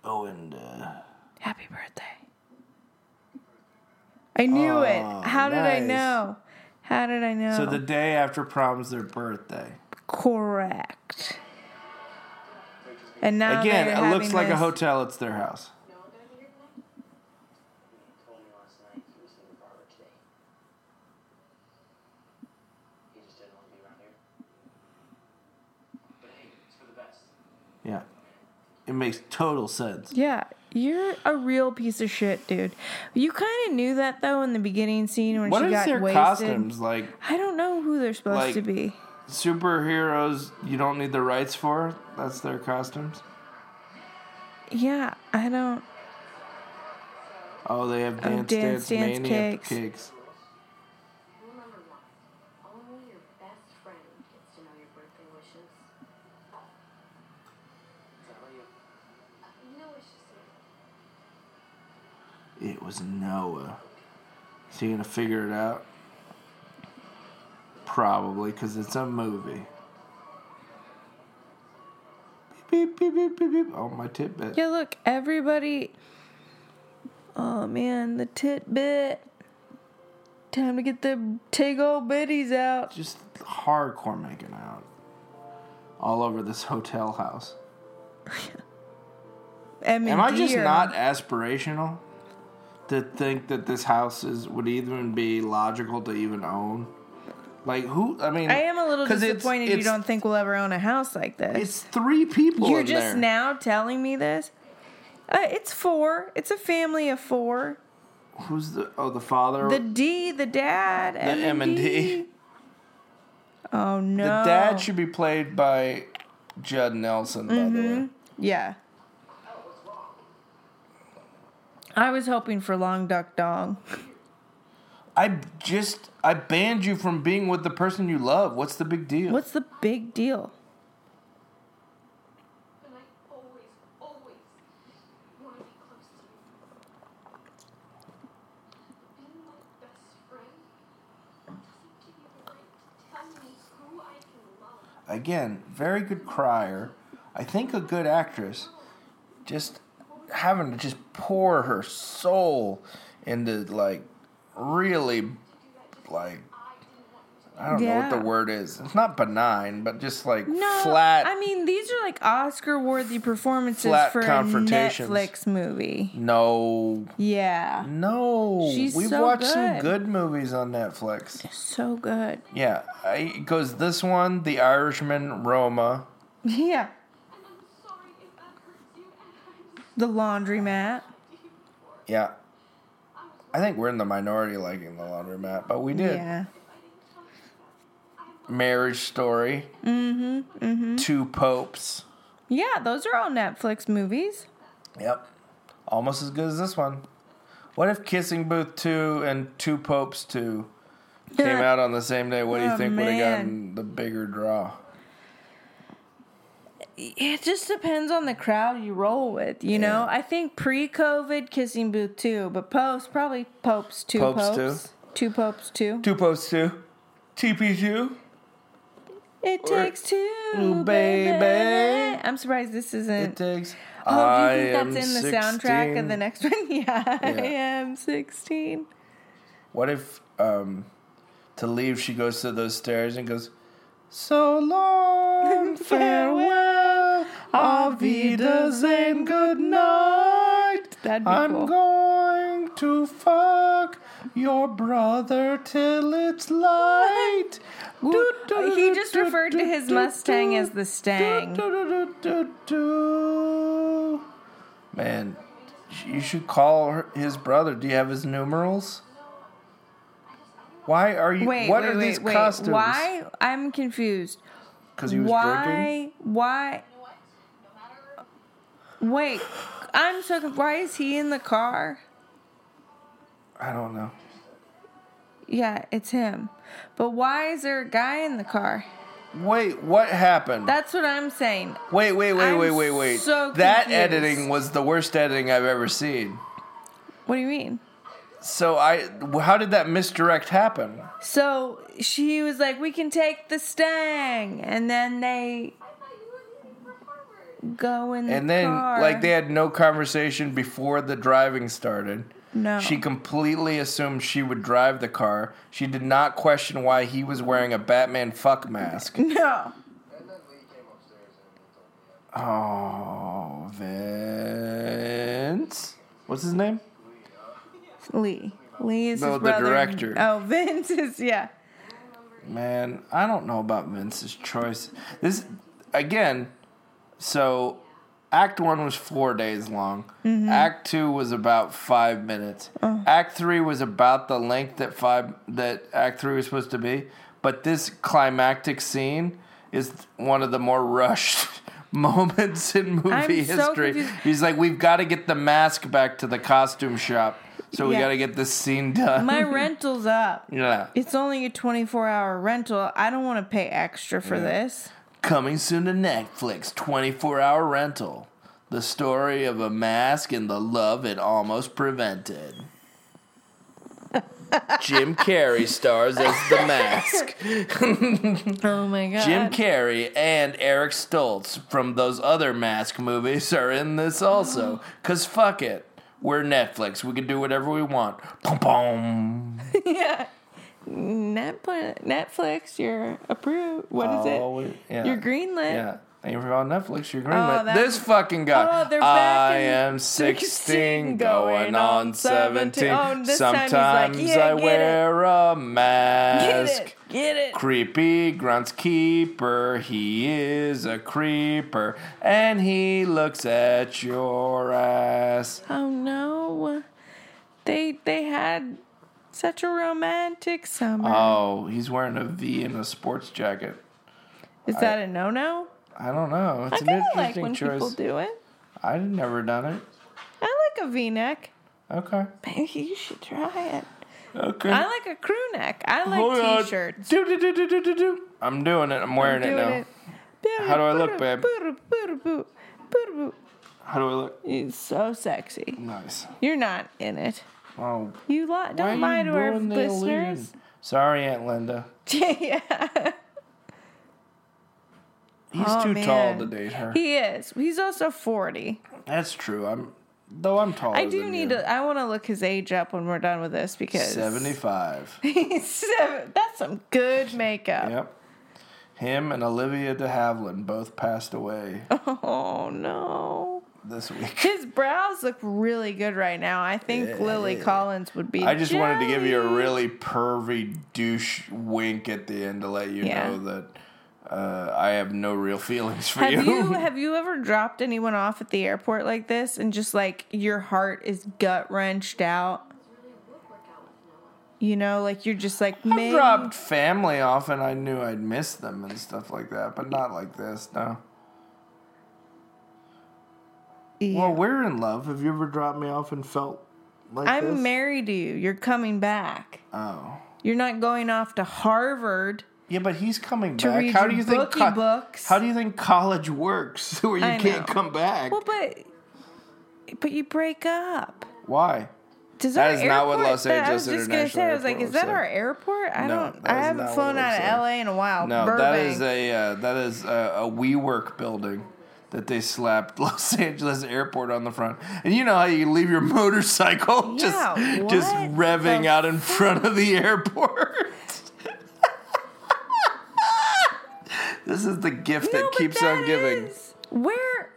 A: Oh, and uh,
B: Happy birthday. I knew it.
A: Oh,
B: How did I
A: nice.
B: know? How did I know?
A: so the day after prom's their birthday.
B: correct. And now
A: Again,
B: they're
A: it looks
B: Oh, having
A: like a
B: this-
A: hotel. It's their house.
F: He told me last night he was seeing the barber today. He just didn't want to be around here.
D: But hey, it's for the best.
A: Yeah. It makes total sense.
B: Yeah, you're a real piece of shit, dude. You kind of knew that though in the beginning scene when
A: What
B: she
A: is
B: got
A: their
B: wasted.
A: costumes? Like
B: I don't know who they're supposed
A: Like-
B: to be.
A: superheroes you don't need the rights for? That's their costumes?
B: Yeah, I don't.
A: Oh, they have
B: Oh,
A: dance
B: Dance
A: dance,
B: Dance
A: mania
B: Kicks.
A: kicks.
C: Rule number one only your best friend gets to know your birthday wishes. Uh, no wishes, sir.
A: It was Noah. Is he gonna figure it out? Probably, because it's a movie. Beep, beep, beep, beep, beep, beep. Oh, my tidbit.
B: Yeah, look, everybody. Oh man, the titbit. Time to get the tig old bitties out.
A: Just hardcore making out. All over this hotel house.
B: M and
A: Am I just
B: D are-
A: not aspirational to think that this house is would even be logical to even own? Like who? I mean,
B: I am a little
A: 'cause it's-
B: disappointed you
A: it's-
B: don't think we'll ever own a house like this.
A: It's three people.
B: You're
A: in
B: just
A: there.
B: now telling me this. Uh, it's four. It's a family of four.
A: Who's the? Oh, the father.
B: The D, the dad,
A: The
B: M and D. Oh no.
A: The dad should be played by Judd Nelson. By
B: Mm-hmm.
A: the way,
B: Yeah. I was hoping for Long Duck Dong.
A: I just I banned you from being with the person you love. What's the big deal?
B: What's the big deal?
C: And I always, always want to be close to you. Being my best friend
A: again, very good crier. I think a good actress. Just having to just pour her soul into like really like I don't know
B: Yeah.
A: what the word is. It's not benign, but just like
B: No,
A: flat.
B: I mean, these are like Oscar-worthy performances
A: Flat
B: for a
A: confrontations.
B: Netflix movie.
A: no,
B: Yeah,
A: no.
B: She's
A: We've
B: so
A: watched some
B: good.
A: good movies on Netflix.
B: so good.
A: Yeah, I, it goes this one, The Irishman, Roma,
B: Yeah,
E: And I'm sorry if that hurts you, and I'm
B: The Laundromat.
E: sorry for
A: Yeah. I think we're in the minority liking the laundromat, but we did.
B: Yeah,
E: if I didn't tell you about it.
A: Marriage story. Mm-hmm. Two popes.
B: yeah, those are all Netflix movies.
A: Yep. Almost as good as this one. What if Kissing Booth 2 and Two Popes 2 came out on the same day? What do you
B: Oh,
A: think would have
B: man.
A: gotten the bigger draw?
B: It just depends on the crowd you roll with, you know. I think pre-COVID, Kissing Booth two, but post probably Popes two,
A: Popes
B: Popes,
A: two.
B: two, Popes two.
A: Two Popes 2. TP2.
B: It
A: Or-
B: takes two,
A: Ooh,
B: baby.
A: baby.
B: I'm surprised this
A: It
B: isn't.
A: takes.
B: oh, do you
A: I am
B: think that's in the soundtrack of
A: 16.
B: the next one? yeah, I
A: Yeah.
B: am 16.
A: What if um, to leave she goes to those stairs and goes, So long, farewell, auf Wiedersehen, good night.
B: That'd be
A: I'm
B: cool.
A: going to fuck your brother till it's light. Do, do,
B: he
A: do,
B: just
A: do,
B: referred to
A: do,
B: his
A: do,
B: Mustang
A: do,
B: as the Stang.
A: do, do, do, do, do. Man, you should call her, his brother. Do you have his numerals? Why are you?
B: Wait,
A: what
B: wait,
A: are
B: wait,
A: these
B: wait.
A: costumes?
B: Why? I'm confused.
A: Because he was drinking.
B: why? Why? Wait, I'm so. conf- Why is he in the car?
A: I don't know.
B: Yeah, it's him. But why is there a guy in the car?
A: Wait, what happened?
B: That's what I'm saying.
A: wait, wait, wait,
B: I'm
A: wait, wait, wait.
B: so
A: that
B: confused.
A: editing was the worst editing I've ever seen.
B: What do you mean?
A: So I, how did that misdirect happen?
B: So she was like, "We can take the Stang," and then they
E: I thought you were leaving for Harvard.
B: go in the
A: And then,
B: car.
A: like, they had no conversation before the driving started.
B: No.
A: She completely assumed she would drive the car. She did not question why he was wearing a Batman fuck mask.
B: no.
F: And then Lee came upstairs and told me that.
A: Oh, Vince. What's his name?
B: Lee. Lee is
A: No,
B: his
A: the
B: brother.
A: director.
B: Oh, Vince is yeah.
A: Man, I don't know about Vince's choice. This, again, so Act 1 was four days long.
B: Mm-hmm.
A: Act 2 was about five minutes.
B: Oh.
A: Act 3 was about the length that, five, that Act 3 was supposed to be. But this climactic scene is one of the more rushed moments in movie
B: so
A: history.
B: confused.
A: He's like, we've got to get the mask back to the costume shop. So we
B: Yeah.
A: got to get this scene done.
B: My rental's up.
A: yeah.
B: It's only a 24-hour rental. I don't want to pay extra for this.
A: Coming soon to Netflix 24 hour rental. The story of a mask and the love it almost prevented. Jim Carrey stars as the mask.
B: Oh my god.
A: Jim Carrey and Eric Stoltz from those other mask movies are in this also. Cause fuck it. We're Netflix. We can do whatever we want. Boom, boom.
B: yeah. Netflix, Netflix, you're approved. What is it?
A: Oh, we- yeah.
B: You're greenlit.
A: Yeah. And if you're on Netflix, you're greenlit.
B: Oh, that-
A: this fucking guy.
B: Oh, they're back
A: I
B: in
A: am 16,
B: 16,
A: going on 17.
B: Oh, this time he's like,
A: Sometimes
B: yeah,
A: I
B: get
A: wear a
B: Get
A: mask.
B: it. Get it.
A: Creepy Grunt's keeper, he is a creeper, and he looks at your ass.
B: Oh no. They they had such a romantic summer.
A: Oh, he's wearing a V and a sports jacket.
B: Is that a no no?
A: I don't know.
B: I
A: It's
B: kinda
A: an
B: like
A: interesting
B: when people
A: choice.
B: do it.
A: I've never done it.
B: I like a V neck.
A: Okay.
B: Maybe you should try it.
A: Okay.
B: I like a crew neck. I like
A: Hold on.
B: t-shirts.
A: Do, do, do, do, do, do, do. I'm doing it. I'm wearing it
B: Doing
A: now.
B: it. Boo,
A: How do I look,
B: boo,
A: babe?
B: boo, boo, boo, boo, boo.
A: How do I look?
B: It's so sexy.
A: Nice.
B: You're not in it.
A: Oh,
B: You li-
A: why are
B: don't lie
A: you
B: to our
A: ruining the
B: listeners.
A: illusion? Sorry, Aunt Linda.
B: yeah.
A: He's
B: Oh,
A: too
B: man.
A: tall to date her.
B: He is. He's also 40.
A: That's true. I'm though I'm taller.
B: I do
A: than
B: need
A: you.
B: to. I want to look his age up when we're done with this because
A: seventy-five.
B: He's seven. That's some good makeup.
A: yep. Him and Olivia De Havilland both passed away
B: Oh no.
A: this week.
B: His brows look really good right now. I think Lily Collins would be.
A: I just wanted to give you a
B: jealous.
A: really pervy douche wink at the end to let you
B: Yeah.
A: know that uh, I have no real feelings for
B: Have you have you ever dropped anyone off at the airport like this and just like your heart is gut wrenched out?
C: This really would work out with no one.
B: You know, like you're just like
A: I
B: man.
A: dropped family off and I knew I'd miss them and stuff like that, but not like this, no.
B: Yeah.
A: Well, we're in love. Have you ever dropped me off and felt like
B: I'm
A: this?
B: married to you. You're coming back.
A: Oh.
B: You're not going off to Harvard.
A: Yeah, but he's coming
B: To
A: back.
B: read
A: how
B: your
A: do you think
B: bookie books.
A: How do you think college works where you
B: I
A: can't
B: know.
A: come back?
B: Well, but but you break up.
A: Why?
B: Does
A: That
B: our
A: is not what
B: airport-
A: Los
B: that- I was
A: Angeles
B: just gonna say, I was
A: International
B: like, is
A: Airport
B: that
A: looks
B: our
A: like.
B: airport? I
A: No,
B: don't.
A: that
B: I
A: is
B: haven't
A: not what
B: flown
A: it
B: out of
A: looks like.
B: LA in a while.
A: No,
B: Burbank.
A: that is a uh, that is a, a WeWork building that they slapped Los Angeles Airport on the front. And you know how you leave your motorcycle
B: Yeah,
A: just just
B: what
A: revving
B: the
A: out in front of the airport. this is the gift
B: No,
A: that
B: but
A: keeps
B: that
A: on giving.
B: is- Where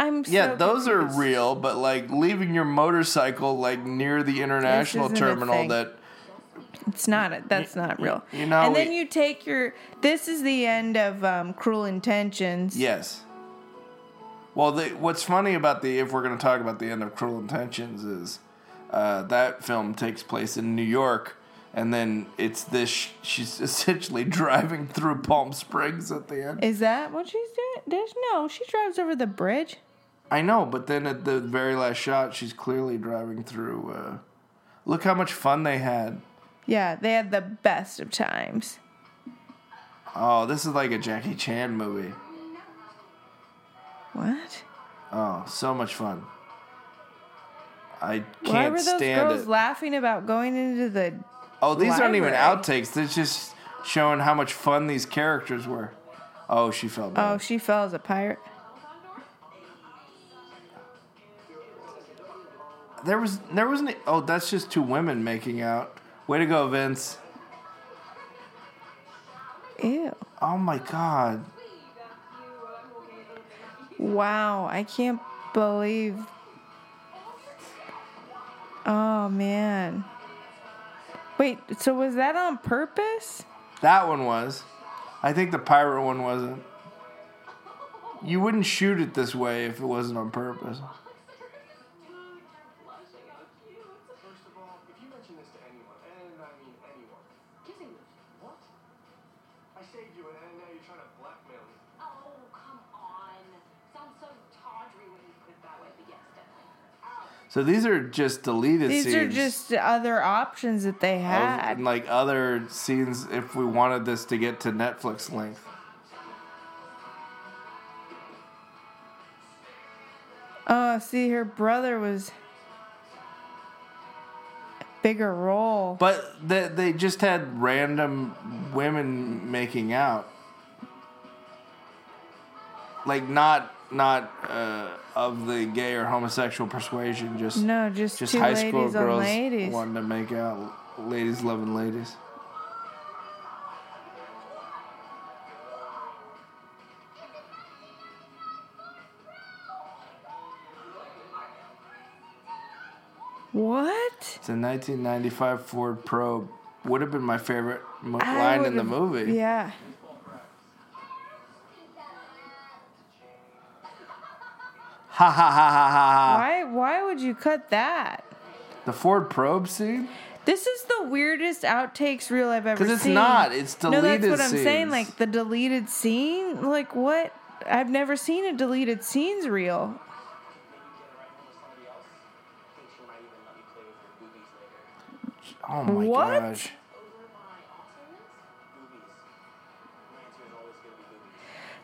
B: I'm.
A: Yeah,
B: so
A: those are
B: confused.
A: real, but like leaving your motorcycle like near the international
B: isn't a
A: terminal
B: thing.
A: that
B: It's not. A, that's not real.
A: you know,
B: and then
A: we-
B: you take your. This is the end of um, Cruel Intentions.
A: Yes. Well, the, what's funny about the if we're going to talk about the end of Cruel Intentions is uh, that film takes place in New York, and then it's this. She's essentially driving through Palm Springs at the end.
B: Is that what she's doing? There's no. She drives over the bridge.
A: I know, but then at the very last shot, she's clearly driving through. Uh, look how much fun they had.
B: Yeah, they had the best of times.
A: Oh, this is like a Jackie Chan movie.
B: What?
A: Oh, so much fun. I can't
B: Why were those
A: stand
B: girls
A: it.
B: laughing about going into the
A: Oh, these aren't even
B: Library.
A: outtakes. They're just showing how much fun these characters were. Oh, she fell
B: Oh,
A: down.
B: she fell as a pirate.
A: there was there wasn't. Oh, that's just two women making out. Way to go, Vince.
B: Ew.
A: Oh my God.
B: Wow, I can't believe. Oh man. Wait, so was that on purpose?
A: That one was. I think the pirate one wasn't. You wouldn't shoot it this way if it wasn't on purpose.
F: First of all, if you mention this to anyone, and I mean anyone,
C: Kissing booth.
F: what? I saved you, and and now you're trying to blackmail me.
E: Oh, come on. Sounds so tawdry when you put it that way, but yes, definitely.
A: So these are just deleted
B: These
A: scenes.
B: are just other options that they
A: of-
B: had.
A: like other scenes if we wanted this to get to Netflix length.
B: Oh, see, her brother was a bigger role.
A: But they, they just had random women making out. Like not not uh, of the gay or homosexual persuasion, just
B: no, just,
A: just
B: two
A: high school
B: ladies on
A: girls
B: ladies.
A: wanting to make out, ladies loving ladies.
B: What?
A: It's a 1995 Ford Probe. Would have been my favorite mo-
B: I
A: line in the
B: would've-
A: movie.
B: Yeah.
A: Ha ha ha ha ha!
B: Why? Why would you cut that?
A: ha. The Ford Probe scene.
B: This is the weirdest outtakes reel I've ever seen.
A: 'Cause it's not. It's
B: No, that's what
A: deleted
B: I'm saying.
A: scenes.
B: Like the deleted scene. Like what? I've never seen a deleted scenes reel.
A: Oh my
B: What?
A: gosh!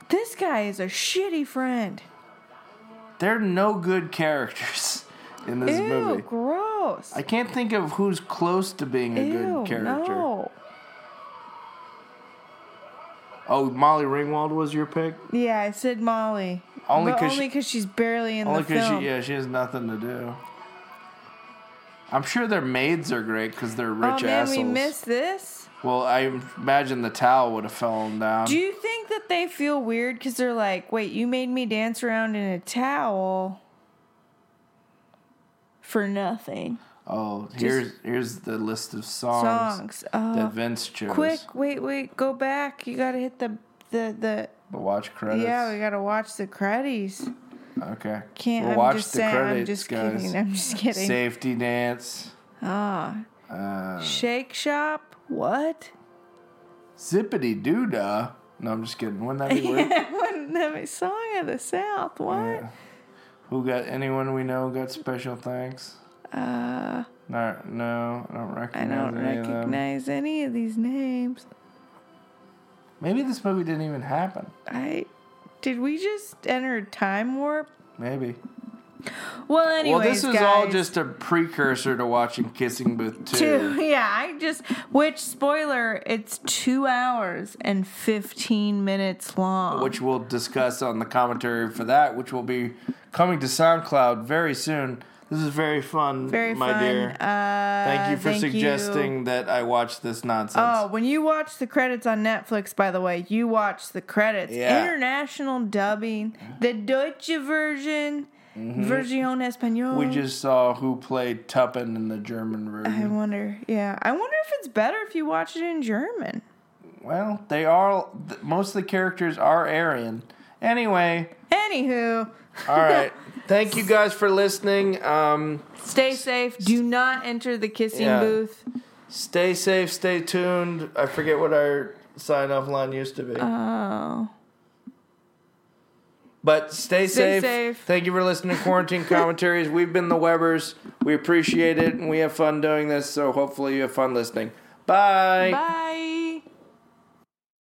B: This guy is a shitty friend.
A: They're no good characters in this
B: Ew,
A: movie.
B: gross.
A: I can't think of who's close to being a
B: Ew,
A: good character.
B: no.
A: Oh, Molly Ringwald was your pick?
B: Yeah, I said Molly.
A: Only
B: But
A: 'cause she-
B: only because she's barely in
A: Only
B: the film.
A: because she, yeah, she has nothing to do. I'm sure their maids are great because they're
B: oh
A: rich
B: man,
A: assholes.
B: we missed this.
A: well, I imagine the towel would have fallen down.
B: Do you think that they feel weird because they're like, wait, you made me dance around in a towel for nothing?
A: oh, here's here's the list of songs,
B: Songs. Oh,
A: that Vince chose.
B: quick, wait, wait, go back. You gotta hit the the the.
A: The watch credits.
B: yeah, we gotta watch the credits.
A: okay.
B: Can't.
A: We'll
B: I'm
A: watch
B: just
A: the
B: saying. I'm
A: credits,
B: just
A: guys.
B: kidding. I'm just kidding.
A: Safety dance.
B: Ah,
A: Uh,
B: Shake Shop. What?
A: zippity doo dah. No, I'm just kidding. Wouldn't that be weird?
B: Wasn't that a song of the South? What?
A: Yeah. Who got anyone we know got special thanks?
B: Uh,
A: No, no, I don't
B: I
A: recognize
B: don't
A: any of them.
B: recognize any of these names.
A: Maybe this movie didn't even happen.
B: I did we just enter a time warp?
A: Maybe.
B: Well, anyways,
A: well, this is
B: guys,
A: all just a precursor to watching Kissing Booth 2.
B: two. Yeah, I just which spoiler, it's two hours and fifteen minutes long.
A: Which we'll discuss on the commentary for that, which will be coming to SoundCloud very soon. This is very fun,
B: very
A: my
B: fun.
A: dear.
B: Uh,
A: Thank you for
B: thank
A: suggesting that I watch this nonsense.
B: Oh, when you watch the credits on Netflix, by the way, you watch the credits.
A: Yeah.
B: International dubbing, the Deutsche version, Version Espanol.
A: Mm-hmm. We just saw who played Tuppen in the German
B: I
A: version.
B: wonder. Yeah, I wonder if it's better if you watch it in German.
A: Well, they are. th- Most of the characters are Aryan. Anyway,
B: Anywho,
A: all right. Thank you guys for listening. Um,
B: stay safe. Do not enter the kissing
A: Yeah.
B: booth.
A: stay safe, stay tuned. I forget what our sign off line used to be,
B: Oh,
A: but stay,
B: stay
A: safe.
B: safe.
A: Thank you for listening to Quarantine Commentaries. We've been the Webbers. We appreciate it, and we have fun doing this. So hopefully you have fun listening. Bye.
B: bye.